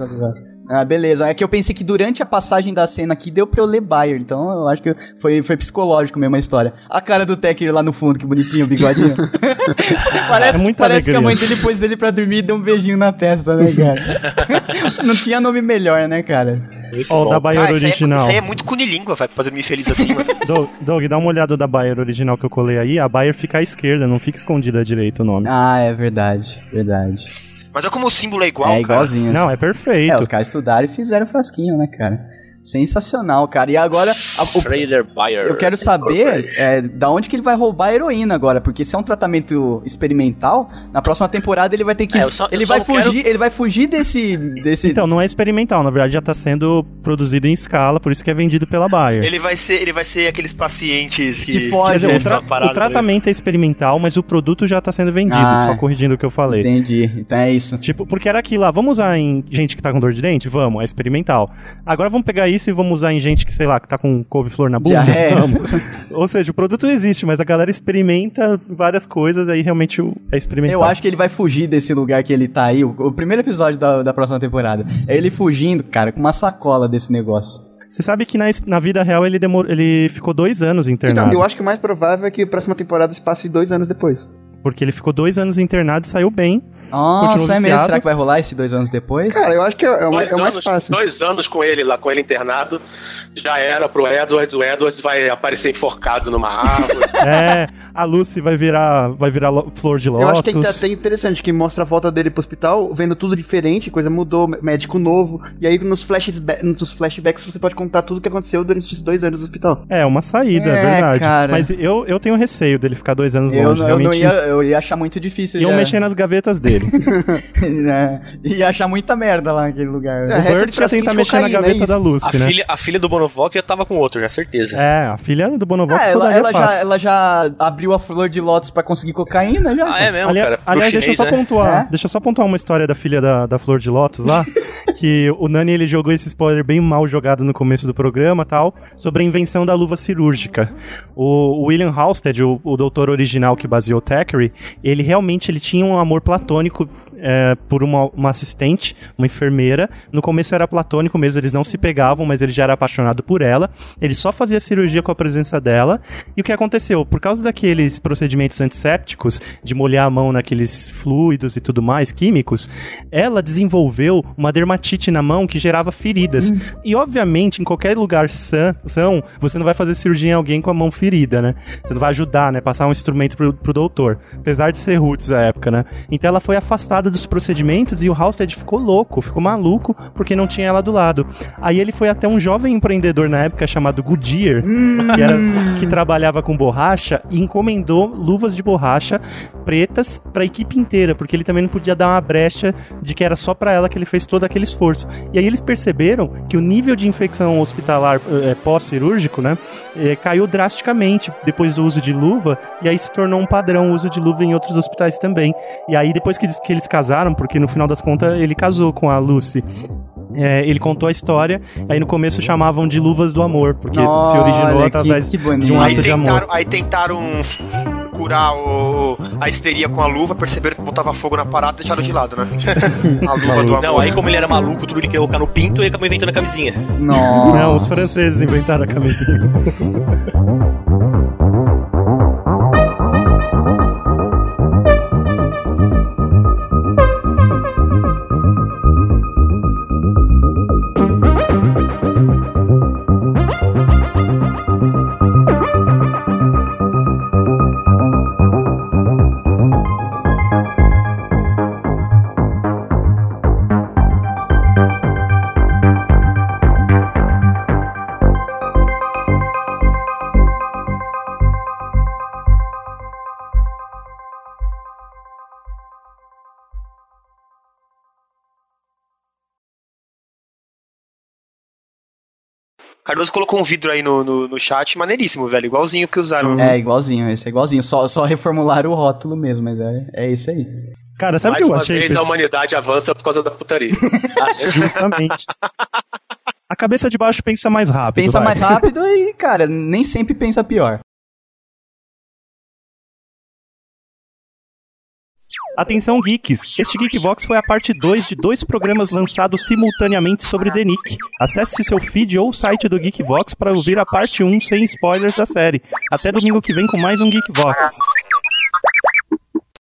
[SPEAKER 1] Ah, beleza. É que eu pensei que durante a passagem da cena aqui deu pra eu ler Bayer, então eu acho que foi, foi psicológico mesmo a história. A cara do Tekker lá no fundo, que bonitinho, o bigodinho. parece
[SPEAKER 2] É muita
[SPEAKER 1] parece que a
[SPEAKER 2] alegria.
[SPEAKER 1] mãe dele pôs ele pra dormir e deu um beijinho na testa, né, cara? Não tinha nome melhor, né, cara?
[SPEAKER 2] Ó, o da Bayer
[SPEAKER 3] Ah, isso, aí é,
[SPEAKER 2] original.
[SPEAKER 3] isso aí é muito cunilíngua, vai fazer me feliz assim, mano.
[SPEAKER 2] Doug, Doug, dá uma olhada da Bayer original que eu colei aí. A Bayer fica à esquerda, não fica escondida à direita o nome.
[SPEAKER 1] Ah, é verdade, verdade.
[SPEAKER 3] Mas olha como o símbolo é igual,
[SPEAKER 1] é
[SPEAKER 3] cara.
[SPEAKER 1] igualzinho. assim.
[SPEAKER 2] Não, é perfeito.
[SPEAKER 1] É, os caras estudaram e fizeram frasquinho, né, cara? Sensacional, cara. E agora, a- o-
[SPEAKER 7] Trader Bayer.
[SPEAKER 1] eu quero saber é, da onde que ele vai roubar a heroína agora, porque se é um tratamento experimental, na próxima temporada ele vai ter que.
[SPEAKER 7] É, eu só- eu
[SPEAKER 1] ele
[SPEAKER 7] só
[SPEAKER 1] vai
[SPEAKER 7] não
[SPEAKER 1] fugir, ele vai fugir desse. desse
[SPEAKER 2] Então, não é experimental, na verdade já tá sendo produzido em escala, por isso que é vendido pela Bayer.
[SPEAKER 3] Ele vai ser, ele vai ser aqueles pacientes que,
[SPEAKER 1] Que foge,
[SPEAKER 2] Quer
[SPEAKER 1] Olha,
[SPEAKER 2] dizer,
[SPEAKER 1] né?
[SPEAKER 2] o, tra-
[SPEAKER 3] Tá parado,
[SPEAKER 2] o tratamento é experimental, mas o produto já tá sendo vendido,
[SPEAKER 1] Ah,
[SPEAKER 2] só corrigindo o que eu falei.
[SPEAKER 1] Entendi. Então é isso.
[SPEAKER 2] Tipo, porque era aquilo lá, vamos usar em gente que tá com dor de dente? Vamos, é experimental. Agora vamos pegar isso e vamos usar em gente que, sei lá, que tá com couve-flor na bunda?
[SPEAKER 1] Diarreia.
[SPEAKER 2] Vamos. Ou seja, o produto existe, mas a galera experimenta várias coisas, aí realmente o- é experimental.
[SPEAKER 1] Eu acho que ele vai fugir desse lugar que ele tá aí. O, o primeiro episódio da, da próxima temporada. É ele fugindo, cara, com uma sacola desse negócio.
[SPEAKER 2] Você sabe que na, es- na vida real ele, demor, ele ficou dois anos
[SPEAKER 4] Então,
[SPEAKER 2] internado.
[SPEAKER 4] eu acho que o mais provável é que a próxima temporada se passe dois anos depois.
[SPEAKER 2] Porque ele ficou dois anos internado e saiu bem.
[SPEAKER 1] Nossa, é mesmo?
[SPEAKER 2] viciado.
[SPEAKER 1] Será que vai rolar esse dois anos depois?
[SPEAKER 4] Cara, eu acho que é, é o mais-
[SPEAKER 5] Dois,
[SPEAKER 4] é o mais
[SPEAKER 5] anos,
[SPEAKER 4] fácil.
[SPEAKER 5] dois anos com ele lá, com ele internado, já era pro Edwards, o Edwards vai aparecer enforcado numa árvore.
[SPEAKER 2] É, a Lucy vai virar, vai virar lo- flor de lótus.
[SPEAKER 4] Eu acho que é até interessante que mostra a volta dele pro hospital, vendo tudo diferente, coisa mudou, mé- médico novo. E aí nos, flashba- nos flashbacks você pode contar tudo o que aconteceu durante esses dois anos no hospital.
[SPEAKER 2] É, uma saída,
[SPEAKER 1] É,
[SPEAKER 2] é verdade.
[SPEAKER 1] cara.
[SPEAKER 2] Mas eu, eu tenho receio dele ficar dois anos
[SPEAKER 1] Eu,
[SPEAKER 2] longe,
[SPEAKER 1] não- eu não
[SPEAKER 2] realmente.
[SPEAKER 1] ia, É. eu ia achar muito difícil.
[SPEAKER 2] E eu
[SPEAKER 1] já.
[SPEAKER 2] mexer nas gavetas dele.
[SPEAKER 1] né? E achar muita merda lá naquele lugar.
[SPEAKER 4] É,
[SPEAKER 2] o
[SPEAKER 1] né?
[SPEAKER 4] receio
[SPEAKER 2] Bert
[SPEAKER 4] de
[SPEAKER 2] já
[SPEAKER 4] frasquinho
[SPEAKER 2] tenta
[SPEAKER 4] de
[SPEAKER 2] mexer na
[SPEAKER 4] cocaína, é
[SPEAKER 2] gaveta
[SPEAKER 4] isso.
[SPEAKER 2] da
[SPEAKER 7] A
[SPEAKER 2] Lucy, né?
[SPEAKER 7] filha, a filha do Bonovox já tava com outro, já certeza.
[SPEAKER 2] É, a filha do Bonovox
[SPEAKER 1] Ah, ela,
[SPEAKER 2] toda
[SPEAKER 1] ela
[SPEAKER 2] é
[SPEAKER 1] já,
[SPEAKER 2] fácil.
[SPEAKER 1] ela já abriu a flor de lótus pra conseguir cocaína já.
[SPEAKER 7] Ah, é mesmo,
[SPEAKER 2] Ali-
[SPEAKER 7] cara. Pro
[SPEAKER 2] aliás,
[SPEAKER 7] chinês,
[SPEAKER 2] deixa eu só
[SPEAKER 7] né?
[SPEAKER 2] pontuar.
[SPEAKER 1] É?
[SPEAKER 2] Deixa eu só pontuar uma história da filha da, da Flor de Lótus lá. que o Nani ele jogou esse spoiler bem mal jogado no começo do programa tal, sobre a invenção da luva cirúrgica. O, o William Halstead, o, o doutor original que baseou Thackeray, ele realmente ele tinha um amor platônico. eh, é, por uma, uma assistente, uma enfermeira. No começo era platônico mesmo, eles não se pegavam, mas ele já era apaixonado por ela. Ele só fazia cirurgia com a presença dela. E o que aconteceu? Por causa daqueles procedimentos antissépticos, de molhar a mão naqueles fluidos e tudo mais, químicos, ela desenvolveu uma dermatite na mão que gerava feridas. E obviamente, em qualquer lugar sã, são, você não vai fazer cirurgia em alguém com a mão ferida, né? Você não vai ajudar, né? Passar um instrumento pro, pro doutor. Apesar de ser roots à época, né? Então ela foi afastada dos procedimentos e o Halstead ficou louco, ficou maluco, porque não tinha ela do lado. Aí ele foi até um jovem empreendedor na época chamado Goodyear, que, era, que trabalhava com borracha, e encomendou luvas de borracha pretas pra equipe inteira, porque ele também não podia dar uma brecha de que era só pra ela que ele fez todo aquele esforço. E aí eles perceberam que o nível de infecção hospitalar eh, pós-cirúrgico, né, eh, caiu drasticamente depois do uso de luva, e aí se tornou um padrão o uso de luva em outros hospitais também. E aí depois que eles, que eles casaram, porque no final das contas ele casou com a Lucy. eh, ele contou a história, aí no começo chamavam de luvas do amor, porque se originou
[SPEAKER 1] Olha,
[SPEAKER 2] através
[SPEAKER 1] que, que bonito.
[SPEAKER 2] de um
[SPEAKER 3] Aí
[SPEAKER 2] ato de amor.
[SPEAKER 3] tentaram, aí tentaram curar o- a histeria com a luva, perceberam que botava fogo na parada e deixaram de lado, né? A luva do amor. né?
[SPEAKER 7] Não, aí como ele era maluco, tudo ele queria colocar no pinto, ele acabou inventando a camisinha.
[SPEAKER 1] Nossa.
[SPEAKER 2] Não, os franceses inventaram a camisa.
[SPEAKER 3] Cardoso colocou um vidro aí no, no, no chat, maneiríssimo, velho. Igualzinho que usaram.
[SPEAKER 1] É igualzinho, esse é igualzinho. Só, só reformular o rótulo mesmo, mas é, é isso aí.
[SPEAKER 2] Cara, sabe o
[SPEAKER 5] Mais
[SPEAKER 2] que eu
[SPEAKER 5] uma
[SPEAKER 2] achei?
[SPEAKER 5] vez é a humanidade avança por causa da putaria.
[SPEAKER 2] Justamente. A cabeça de baixo pensa mais rápido.
[SPEAKER 1] Pensa
[SPEAKER 2] vai.
[SPEAKER 1] mais rápido e, cara, nem sempre pensa pior.
[SPEAKER 2] Atenção, geeks! Este Geekvox foi a parte 2 de dois programas lançados simultaneamente sobre The Nick. Acesse seu feed ou site do Geekvox para ouvir a parte 1 sem spoilers da série. Até domingo que vem com mais um Geekvox.